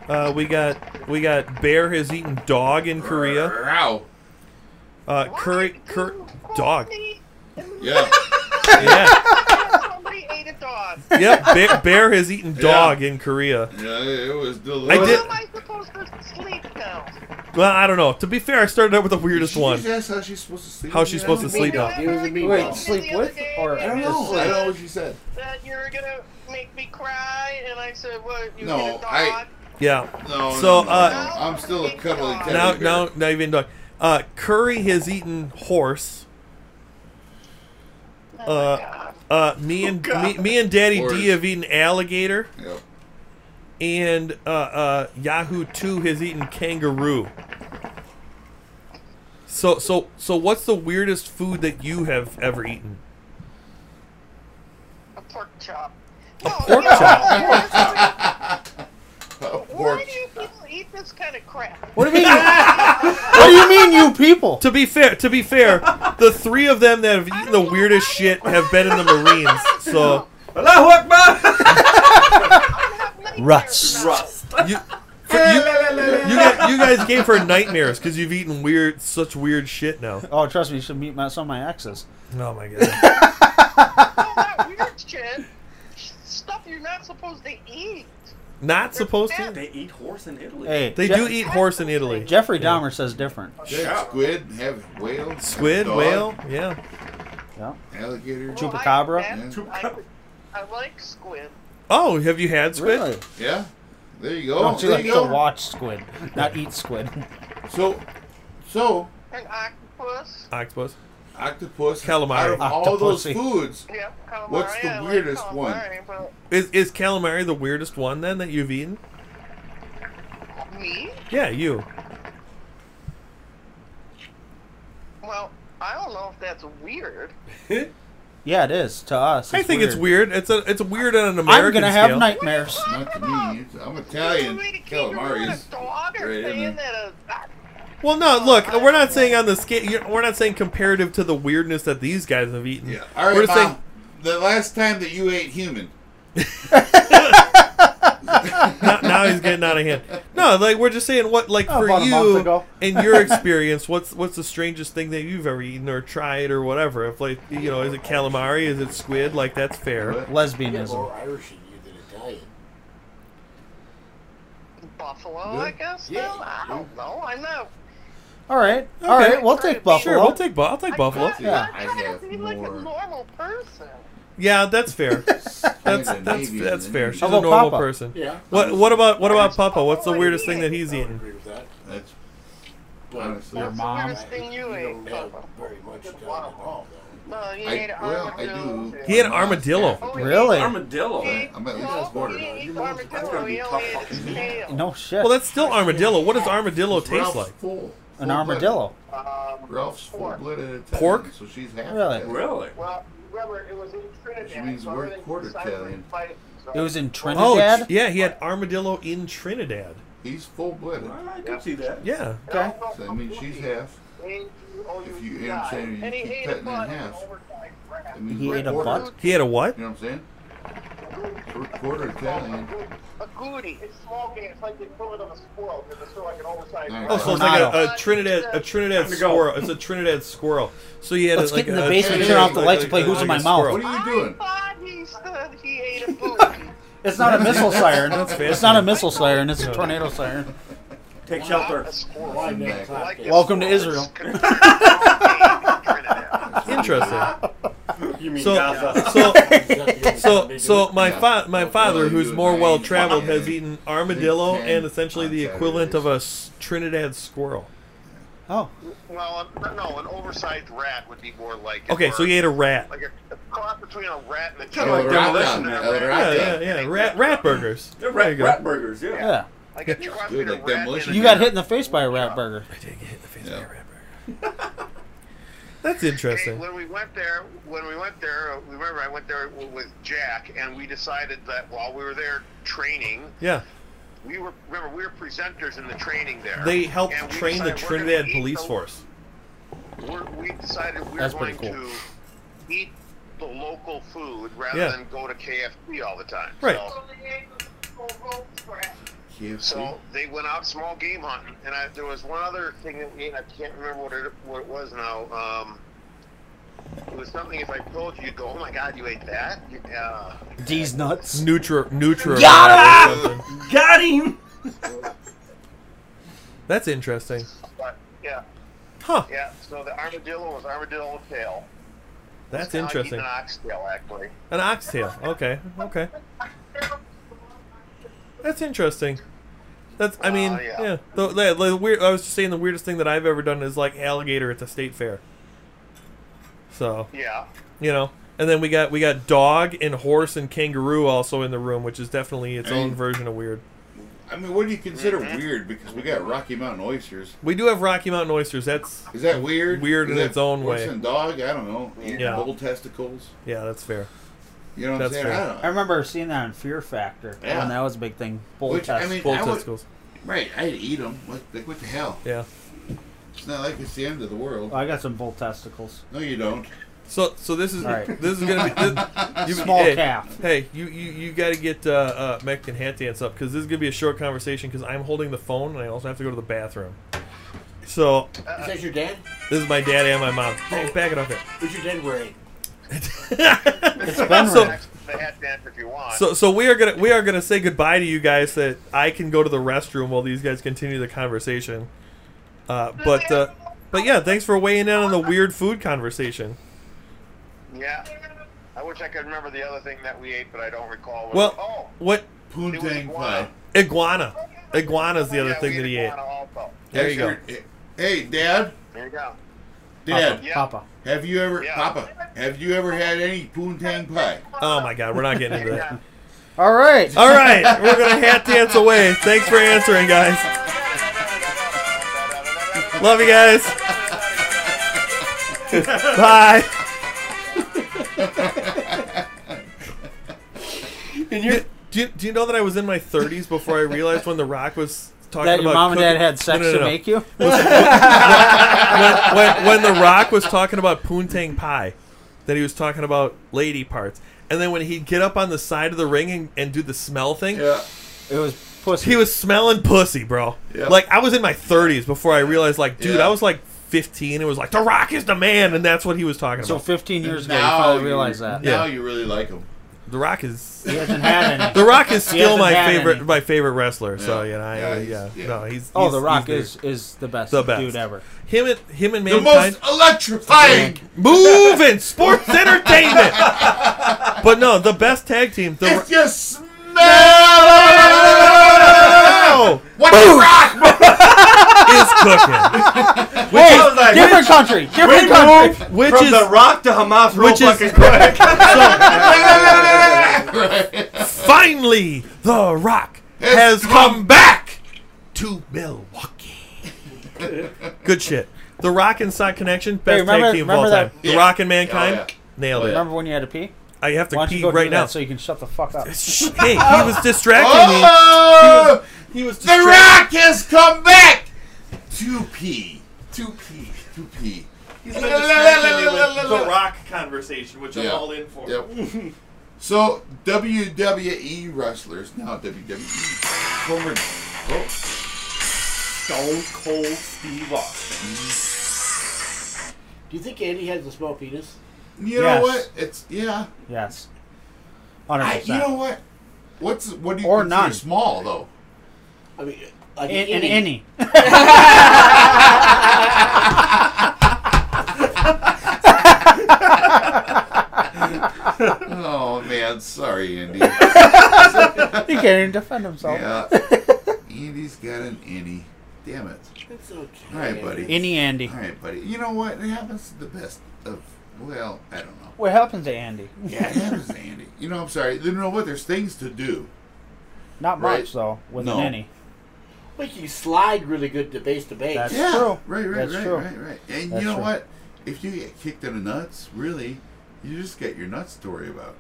A: Uh, we got we got bear has eaten dog in Korea.
C: Wow.
A: Uh,
H: Why
A: curry,
H: did
A: cur-
H: you call
A: dog.
H: me and
C: Yeah.
A: Yeah,
H: Somebody ate a dog.
A: yep. Bear, bear has eaten dog in Korea.
C: yeah, it was
A: I
C: delicious.
A: did-
H: How am I supposed to sleep now?
A: Well, I don't know. To be fair, I started out with the weirdest
C: She
A: one.
C: just asked how she's supposed to sleep.
A: How she's
C: Yeah,
A: supposed to
C: I don't
A: sleep
C: know.
A: now.
G: He was a meatball.
H: Remember
G: Wait,
H: the
F: sleep
H: other
F: with
H: day
F: or
H: you
C: I don't
H: said
C: know. I don't know what she said.
H: That you were gonna make me cry, and I said, "What? You
C: No,
H: ate a dog?"
C: I-
A: Yeah.
C: No. no,
A: So,
C: no,
A: uh,
C: no. I'm still a cuddly teddy
A: Now,
C: bear.
A: now, now you've been dog. Uh, curry has eaten horse.
H: Oh
A: Uh,
H: my God.
A: Uh, me and me, me and Daddy
C: Horse.
A: D have eaten alligator,
C: Yep.
A: and uh, uh, Yahoo Two has eaten kangaroo. So so so, what's the weirdest food that you have ever eaten?
H: a pork chop. A
A: pork
H: chop.
C: A
H: Why
C: pork.
H: do you people eat this kind of crap?
F: What do you mean? what do you mean, you people?
A: To be fair, to be fair, the three of them that have eaten the weirdest shit have been in the Marines. So
D: Allahu Akbar!
H: I have nightmares
F: Russ.
H: now.
D: Rust.
A: you. for- you, you, guys, you guys gave her nightmares because you've eaten weird, such weird shit now.
F: Oh, trust me, you should meet my, some of my exes.
A: Oh my god!
H: All that weird shit, stuff you're not supposed to eat.
A: Not supposed to.
D: They eat horse in Italy.
F: Hey,
A: They
F: Je-
A: do eat horse in Italy.
F: Jeffrey Dahmer says different.
C: Have squid, have whale, have
A: Squid,
C: dog,
A: whale, yeah.
F: Yeah.
C: alligator.
H: Well, I-
F: Chupacabra?
H: I-
D: Chupacabra.
H: I, I like squid.
A: Oh, have you had squid?
F: Really?
C: Yeah, there you
F: Oh,
C: go.
F: she
C: there
F: likes
C: you
F: to
C: go.
F: watch squid, not eat squid.
C: So, so
H: An octopus.
A: Octopus.
C: octopus.
A: Calamari.
C: Out of all those
F: Octopussy.
C: foods,
H: Yeah, calamari.
C: What's the
H: I like
C: weirdest one?
H: calamari, but
A: Is is calamari the weirdest one then that you've eaten?
H: Me?
A: Yeah, you.
H: Well, I don't know if that's weird.
F: Yeah, it is to us.
A: I think it's weird. It's a it's weird on an American
F: I'm gonna
A: scale.
F: have nightmares.
H: What are you
C: not to
H: talking
C: me. it's- I'm Italian.
H: You made a
C: Calamari
H: kangaroo
C: is
H: and a dog are
C: great, isn't
H: saying
C: it?
H: that a- ah,
A: well, no, look, we're not saying on the scale. You're, we're not saying comparative to the weirdness that these guys have eaten.
C: Yeah. All right,
A: we're
C: Mom. The last time that you ate human,
A: now, now he's getting out of hand. No, like we're just saying what like for
F: Oh, about a month
A: you
F: ago.
A: in your experience, what's what's the strangest thing that you've ever eaten or tried or whatever? If like you know, is it calamari? Is it squid? Like that's fair.
G: You're
F: Lesbianism.
G: more Irish in you than Italian.
H: buffalo, I
C: Good.
H: guess.
G: Yeah.
H: then? I don't know. I'm not.
F: All right, all
A: Okay.
F: right, we'll take
H: Sure,
F: Buffalo.
A: Sure, we'll take bu- I'll take buffalo.
H: I'm
F: Yeah.
H: not trying
C: I have
H: to be like
C: more-
H: a normal person.
A: Yeah, that's fair. That's that's
C: Scandinavian
A: that's
C: than
A: fair.
C: you.
A: She's a
F: How about
A: normal
F: Papa?
A: person.
G: Yeah,
A: What what about what about Papa? What's the
H: Oh,
A: weirdest
H: yeah.
A: thing that he's
G: I would
A: eaten?
G: agree with that.
C: That's
G: But
C: honestly.
H: That's
F: mom.
H: the weirdest thing you,
G: you
H: ate.
G: don't have
H: Papa.
G: very much Italian at all, though.
H: No, you
C: I-
H: ate
C: well, I
H: armadillo.
C: do.
H: too.
A: He had an armadillo.
H: Oh, he
F: Really?
D: Armadillo.
H: ate-
C: I'm at least
H: no,
C: border
H: he
C: now. You
H: didn't eat
C: know,
H: armadillo,
D: that's gotta be
H: he
D: tough
H: only ate
D: fucking
H: its
D: meat.
H: tail.
F: No shit.
A: Well, that's still armadillo. What does armadillo taste
C: Ralph's
A: like?
C: Full,
F: an
C: full-blooded.
F: armadillo.
H: Um,
C: Ralph's full-blooded Italian,
A: Pork?
C: so she's half.
F: Really?
C: Italian.
D: Really?
H: well, remember, it was in Trinidad.
C: Which means
H: so
C: we're
H: everything
C: quarter
H: decided to
C: Italian.
H: fight it, so-
F: It was in
A: Oh,
F: Trinidad.
A: yeah, he had armadillo in Trinidad.
C: He's full-blooded.
D: Well, I can see that.
A: Yeah.
F: okay.
C: So that means she's half. If you ate him, say you
H: and he
C: keep
H: ate
C: cutting
H: a
C: in
H: butt
C: half.
H: overtime crap.
C: That means
F: He
C: we're
F: ate a
C: quarter.
F: butt?
A: He had a what?
C: You know what I'm saying? We're quarter Italian.
H: A goody. It's small game. It's like the equivalent of a squirrel because it's sort of like an oversized.
C: Nice.
A: Oh,
H: crab.
A: so it's like a, a
H: Tornado.
A: Trinidad, a Trinidad
D: to go.
A: squirrel. It's a Trinidad squirrel. So he had
F: Let's
A: a, like
F: get in the
A: a-
F: basement,
C: turn off the
A: like
F: lights,
A: a-
F: and play
A: like
F: Who's
A: a
F: in My Mouth.
A: squirrel.
C: What are you doing?
H: I thought he said he ate a booty.
F: It's not a missile siren. It's not a missile siren. It's a
A: Yeah.
F: tornado siren.
D: Take shelter.
H: A squirrel.
G: Why
C: Some back.
G: next time?
H: Like a
F: Welcome to
H: squirrel.
F: Israel.
H: Trinidad.
A: Interesting.
D: You mean
A: So
D: Gaza?
A: so
G: Exactly.
A: so so my
C: Yeah.
A: fa- my
C: Well,
A: father,
C: you
A: who's
C: do it
A: more
C: now,
A: well
C: you
A: traveled,
C: fly
A: has
C: in.
A: eaten armadillo
C: Big Ten
A: and essentially the
C: on
A: equivalent of a
C: Saturdays.
A: s- Trinidad squirrel.
F: Oh,
H: Well, no, an oversized rat would be more like. it,
A: Okay, so
H: or
A: he ate a rat.
H: Like a, a cross between a rat and a
D: Kinda like
H: chicken.
C: Elrata,
D: Demolition Man.
A: Yeah,
C: Elrata.
A: yeah, yeah. Rat, rat burgers.
D: They're
A: There you
D: rat,
A: go.
D: rat burgers, yeah.
F: yeah.
H: Like a cross
C: Dude,
H: between a
C: like
H: rat and
C: Demolition
H: a
F: You got hit in the face by a rat burger.
A: I did get hit in the face
C: Yeah.
A: by a rat burger. That's
F: eh?
A: interesting.
H: When we went there, when we went there, uh, remember I went there w- with Jack, and we decided that while we were there training,
A: Yeah.
H: we were remember we were presenters in the training there.
A: They helped
H: And we
A: train the
H: decided we're gonna
A: Trinidad
H: eat
A: police
H: the-
A: force.
H: We're, we decided we were
B: That's
H: going
B: pretty cool.
H: to eat the local food rather
A: Yeah.
H: than go to KFC all the time.
A: Right.
H: So,
C: KFC.
H: so they went out small game hunting, and I, there was one other thing that we ate. and I can't remember what it, what it was now. Um, it was something. If I told you, you'd go, "Oh my God, you ate that!" You- Uh,
B: These nuts.
A: Nutra, Nutra.
D: Got
A: or something.
D: Got him.
A: That's interesting,
H: but yeah,
A: huh?
H: yeah. So the armadillo was armadillo tail.
A: That's
H: Now I'm eating
A: interesting.
H: An oxtail, actually.
A: An oxtail. Okay, okay. That's interesting. That's. I mean,
H: Uh,
A: yeah.
H: yeah.
A: The, the, the weird. I was just saying the weirdest thing that I've ever done is like alligator at the state fair. So
H: Yeah.
A: you know, and then we got we got dog and horse and kangaroo also in the room, which is definitely its own
C: Hey.
A: version of weird.
C: I mean, what do you consider weird? Because we got Rocky Mountain oysters.
A: We do have Rocky Mountain oysters. That's
C: Is that weird?
A: Weird
C: Is
A: in
C: that
A: its own
C: worse
A: way.
C: than dog? I don't know. Eating
A: Yeah.
C: Bull testicles.
A: yeah, that's fair.
C: You know what
A: That's
C: I'm saying?
A: fair.
C: I
B: I
C: don't,
B: remember seeing that on Fear Factor.
C: Yeah.
B: And that was a big thing. Bull
C: Which, I
B: test.
C: mean-
A: Bull
C: I would-
A: testicles.
C: right. I'd eat them. What, like what the hell?
A: Yeah.
C: It's not like it's the end of the world.
B: Oh, I got some bull testicles.
C: No, you don't.
A: So so this is
B: All right.
A: this is gonna be this, you-
B: Small
A: hey,
B: calf.
A: Hey, you you, you got to get uh, uh, Mexican hat dance up because this is gonna be a short conversation because I'm holding the phone and I also have to go to the bathroom. So
F: Is that your dad?
A: this is my dad and my mom. Hey, back it up here.
F: What's your dad wearing?
A: it's
B: been
A: so,
H: Next, the hat dance if you want.
A: So, so we are gonna we are gonna say goodbye to you guys. so That I can go to the restroom while these guys continue the conversation. Uh, but uh, but yeah, thanks for weighing in on the weird food conversation.
H: yeah. I wish I could remember the other thing that we ate, but I don't recall. What
A: Well,
H: oh,
A: what
H: it was
C: Poontang pie.
H: iguana.
A: iguana? Iguana's the other
H: oh, Yeah,
A: thing
H: we
A: that he ate.
H: iguana Also.
A: There you
C: That's
A: go.
C: your- Hey, Dad.
H: There you go.
C: Dad.
H: Yeah.
B: Papa.
C: Have you ever,
H: Yeah.
C: Papa? Have you ever had any poontang pie?
A: Oh my God, we're not getting into that.
H: Yeah.
B: All right.
A: All right, we're gonna hat dance away. Thanks for answering, guys. Love you guys. Bye.
F: And
A: Do, do you, do you know that I was in my 30s before I realized when The Rock was talking
B: That
A: about
B: your mom and dad
A: cooking-
B: had sex
A: No, no, no,
B: to
A: no.
B: make you?
A: when, when The Rock was talking about poontang pie, that he was talking about lady parts, and then when he'd get up on the side of the ring and, and do the smell thing,
C: Yeah.
B: It was pussy.
A: he was smelling pussy, bro.
C: Yeah.
A: Like I was in my 30s before I realized, like, dude,
C: Yeah.
A: I was like 15. It was like The Rock is the man, and that's what he was talking
B: so
A: about.
B: 15 years ago, you
C: Now
B: finally
C: you-
B: realized that.
C: Now
A: Yeah.
C: you really like them.
A: The Rock is
B: He hasn't had any.
A: The Rock is still
B: hasn't
A: my
B: had
A: favorite
B: any.
A: my favorite wrestler. So
C: Yeah.
A: you know, I,
C: Yeah,
A: uh,
C: he's-
A: yeah,
C: yeah.
A: no, he's
B: Oh,
A: he's-
B: The Rock
A: he's
B: is is the best,
A: the best
B: dude ever.
A: Him and him and
C: The
A: mankind.
C: most electrifying.
A: moving sports entertainment. but no, the best tag team. The
C: If
A: Ro-
C: you smell
A: oh,
C: what the rock,
A: is cooking,
B: Hey,
D: I was like,
B: different country, different country.
D: move
A: which
D: from
A: is
D: the rock to Hamas real
A: which is-
D: fucking quick.
A: finally the Rock has come back to Milwaukee. Good shit. The Rock and Sock Connection, best
B: remember-
A: tag team of all
B: remember
A: time.
B: that-
A: The
C: Yeah.
A: Rock and Mankind,
C: Oh, yeah.
A: nailed
C: Oh,
A: it.
C: yeah.
B: Remember when you had to pee?
A: I have to
B: Why don't you
A: pee
B: go do
A: right
B: that
A: now.
B: so you can shut the fuck up?
A: Shh, hey, he was distracting me.
C: oh,
A: He was
C: the rock has come back. Two P, two P, two P.
A: He's
C: been distracting me with the
A: Rock conversation, which
C: I'm Yeah. all
A: in for.
C: Yep. so WWE wrestlers now E. WWE former. Oh,
D: Stone Cold Steve Austin.
F: Do you think Andy has a small penis?
C: you know
B: Yes.
C: what? It's yeah.
B: Yes. 100%.
C: I, you know what? What's what do you
B: Or
C: consider
B: none.
C: small though?
F: I mean, like
B: in, in any.
C: Oh man, sorry, Andy.
B: He can't even defend himself.
C: yeah, Andy's got an innie. Damn it!
F: It's okay.
C: All right, buddy.
B: Any Andy.
C: All right, buddy. You know what? It happens to the best of. Well, I don't know.
B: What happened to Andy?
C: Yeah, it happens to Andy. You know, I'm sorry. You know what? There's things to do.
B: Not
C: Right.
B: much, though, with
C: No.
B: an any.
F: Make you slide really good to base to base.
B: That's-
C: yeah.
B: true.
C: Right, right,
B: That's
C: right,
B: true.
C: right, right. And
B: That's
C: you know
B: true.
C: what? If you get kicked in the nuts, really, you just get your nuts to worry about.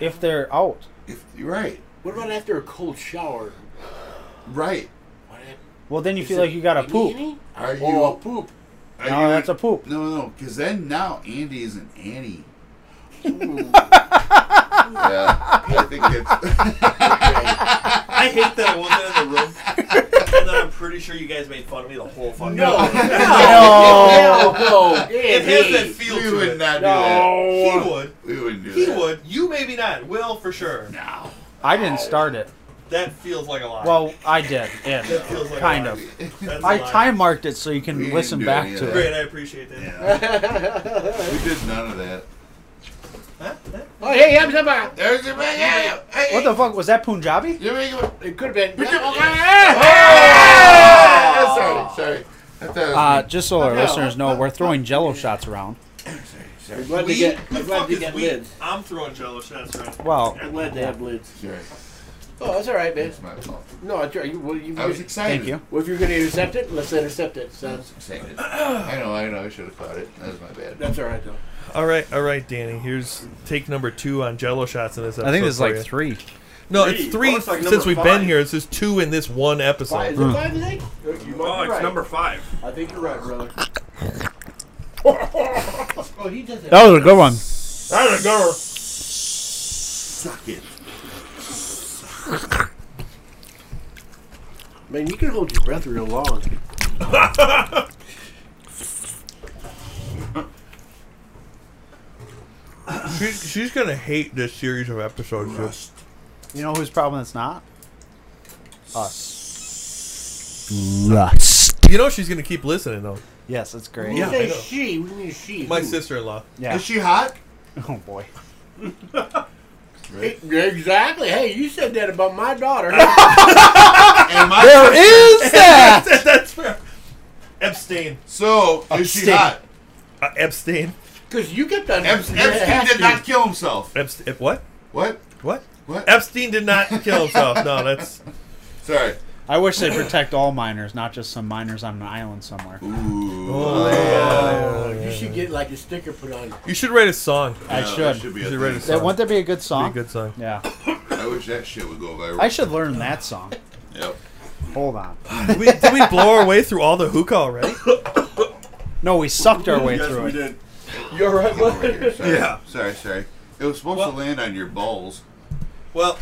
B: If they're out.
C: If you're right.
F: What about after a cold shower?
C: Right.
B: Well, then you feel like you got to poop. No,
C: Are you?
G: Oh, I'll poop.
C: are you-
B: that's a poop.
C: No, no, because then now Andy is an Annie. yeah, I think it's.
A: I hate that I wasn't in the room. and then I'm pretty sure you guys made fun of me the whole fucking time.
G: no,
A: It has that feel
C: we
A: to
C: would
A: it.
C: not
G: no.
A: He would.
C: do that. We wouldn't do
A: He
C: that.
A: would. You maybe not. Will for sure.
C: No.
B: I didn't start it.
A: That feels like a lie.
B: Well, I did. Yeah.
A: that feels like
B: Kind
A: a
B: of.
A: lie. That's a
B: I
A: lie.
B: time marked it so you
C: We
B: can
C: didn't
B: listen
C: do
B: back
C: any of
B: to
C: that.
B: it.
A: Great. I appreciate that.
C: Yeah. we did none of that.
A: Huh? Huh?
G: Oh, hey, I'm talking.
C: There's your man. Yeah, yeah. Hey,
B: What the fuck was that Punjabi?
C: You're making a-
G: It could have been.
C: Ah, Sorry, sorry. I thought it
B: Uh,
C: was me.
B: just so our listeners know, we're throwing Jello shots around.
C: Sorry,
G: I'm glad
A: We?
G: they get,
A: Who the
G: I'm glad
A: fuck
G: they
A: is
G: get
A: we?
G: lids.
A: I'm throwing jello shots around.
B: Well,
G: I'm glad they have lids.
C: sorry.
G: Oh, that's all right, man.
C: It's my fault.
G: No, I try. You, well, you,
C: I was excited.
B: thank you.
G: well, if you're going to intercept it, let's intercept it.
C: I
G: So
C: was excited. I know, I know. I should have caught it. That was my bad.
G: that's all right, though.
A: All right, all right, Danny. Here's take number two on Jello shots in this episode.
B: I think there's
A: for
B: like
A: you.
B: three.
A: no,
D: Three.
A: it's three
D: Oh, it's like
A: since
D: number
A: we've
D: five.
A: been here. It's just two in this one
G: Five,
A: episode.
G: is it five, you think? You might be
D: Oh, it's
G: right.
D: number five.
G: I think you're right, brother. oh, he does it.
B: That was a good one.
D: That's a girl.
C: Suck it.
G: Man, you can hold your breath real long.
A: She, she's gonna hate this series of episodes. dude.
B: You know whose problem it's not? Us. Lust.
A: You know she's gonna keep listening though.
B: Yes, it's great.
G: When
A: Yeah,
G: you
A: I
G: say
A: know.
G: she, we mean she.
A: My
G: who?
A: sister-in-law.
B: Yeah.
C: Is she hot?
B: Oh boy.
G: Hey, Exactly. Hey, you said that about my daughter.
C: And my
B: There is that.
A: That's fair. Epstein.
C: So, is she
B: Upstate.
C: hot?
A: Uh, Epstein.
G: Because you kept on.
C: Eps- Epstein did not kill himself.
A: Epstein. eh, What?
C: What?
A: What?
C: What?
A: Epstein did not kill himself. No, that's
C: Sorry.
B: I wish they protect all miners, not just some miners on an island somewhere.
C: Ooh.
G: Oh, you should get like a sticker put on.
A: You should write a song.
B: I
C: Yeah,
B: should.
C: That should be
A: You
C: a
A: should write a
C: thing.
A: song.
B: That, wouldn't that be a good
A: Be
B: song?
A: a good song.
B: Yeah.
C: I wish that shit would go viral.
B: I should learn that song.
C: Yep.
B: Hold on.
A: Did we, did we blow our way through all the hookah already?
B: No, we sucked our way
D: yes,
B: through
D: we
B: it.
D: did.
G: You're right,
C: Over here. Sorry.
D: Yeah.
C: Sorry, sorry. It was supposed to land on your balls,
A: Well,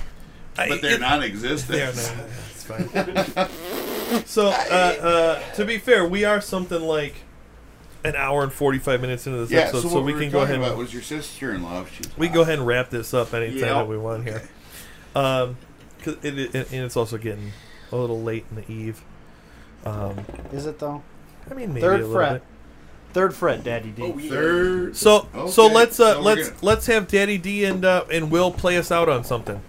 A: I-
C: but they're
A: it-
C: non-existent.
A: They are not. It's fine. so, uh, uh, to be fair, we are something like an hour and forty-five minutes into this
C: Yeah.
A: episode,
C: so,
A: so,
C: what
A: we
C: were
A: can go ahead.
C: talking about
A: And,
C: was your sister-in-law. She was
A: we can go ahead and wrap this up anytime
D: Yeah.
A: that we want here. Um, 'cause it, it, and it's also getting a little late in the eve. Um,
B: Is it though?
A: I mean, maybe
B: Third
A: a little
B: fret.
A: bit.
B: Third fret, Daddy
G: Oh,
B: D.
C: third.
A: So so
C: Okay,
A: let's uh,
C: so we're
A: let's
C: gonna-
A: let's have Daddy D and uh, and Will play us out on something.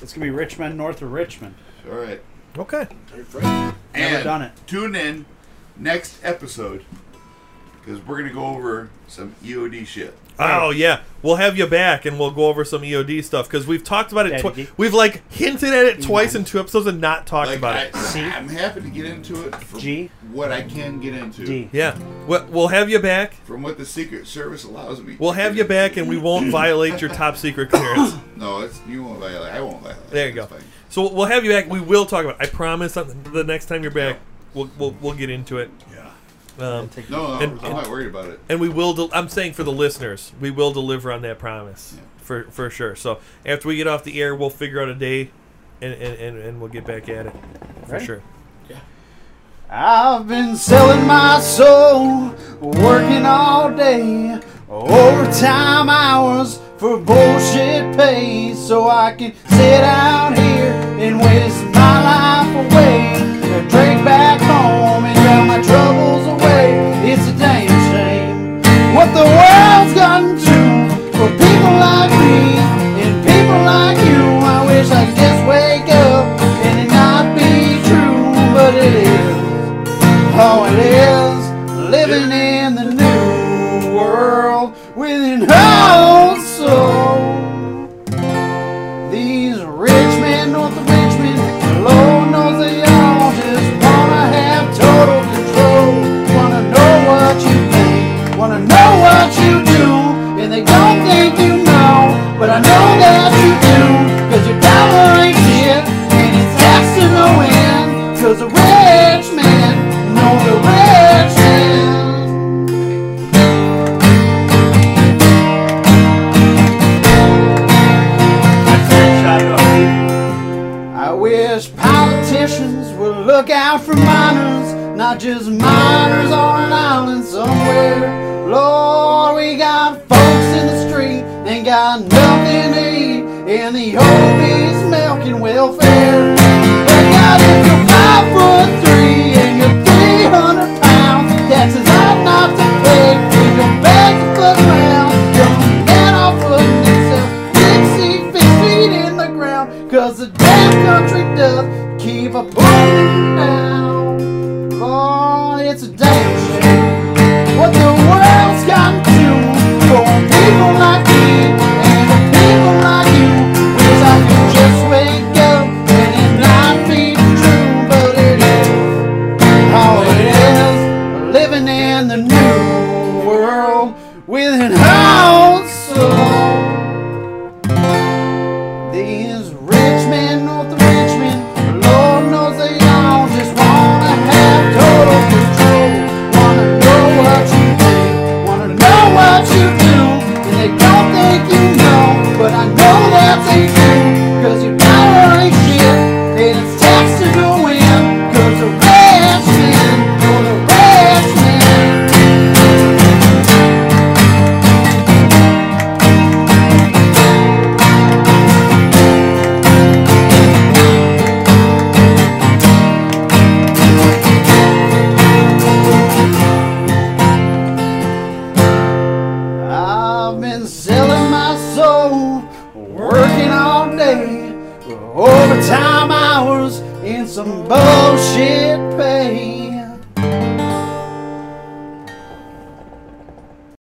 B: It's gonna be Richmond north of Richmond.
C: All right.
A: Okay.
B: Never
C: And
B: done it.
C: Tune in next episode because we're gonna go over some EOD shit.
A: Oh yeah, we'll have you back and we'll go over some EOD stuff because we've talked about it.
B: Daddy
A: Twi-
B: D.
A: we've like hinted at it twice in two episodes and not talked
C: Like
A: about
C: I,
A: it.
B: See?
C: I'm happy to get into it. For
B: G.
C: What I can get into.
B: D.
A: Yeah, We- we'll have you back.
C: From what the Secret Service allows me.
A: We'll have you back and we won't violate your top secret clearance.
C: No, it's you won't violate. I won't violate.
A: There you
C: It's
A: go.
C: fine.
A: So we'll have you back. We will talk about. It. I promise. On the next time you're back, we'll we'll, we'll get into it. Yeah. Um,
C: No, no,
A: And-
C: I'm not worried about it.
A: and we will. Del- I'm saying for the listeners, we will deliver on that promise for for sure. So after we get off the air, we'll figure out a day, and and, and, and we'll get back at it for
B: Right.
A: sure.
B: I've been selling my soul, working all day, overtime hours for bullshit pay, so I can sit out here and waste my life away. And drink back home and drown my troubles away. It's a damn shame what the world's gotten to for people like me and people like you. I wish I could just wake up and it not be true, but it is. Oh, it is living in the new world with an old soul. These rich men north of Richmond, Lord knows they all just wanna have total control. Wanna know what you think, wanna know what you do, and they don't think you know, but I know that you do, cause your dollar ain't shit, and it's taxed to no end. just miners on an island somewhere. Lord, we got folks in the street, ain't got nothing to eat, and the hope is milking welfare. But God, if you're five foot three and you're 300 pounds, that's as hard not to take. If your bag's a foot round, you're man off footing itself. Six feet, six feet in the ground, cause the damn country does keep a pulling down. Lord, it's a damn shame what the world's gotten to for people like me and for people like you. Wish I could just wake up and it not be true, but it is how it is living in the new world with an old soul. These rich men, north of Richmond, Lord knows they all just wanna have total control. Wanna know what you think, wanna know what you do, and they don't think you know, but I know that they do, cause your power ain't shit, and it's taxed to go in, cause the rich men, oh the rich men, I've been selling my soul, working all day, overtime hours, and some bullshit pay.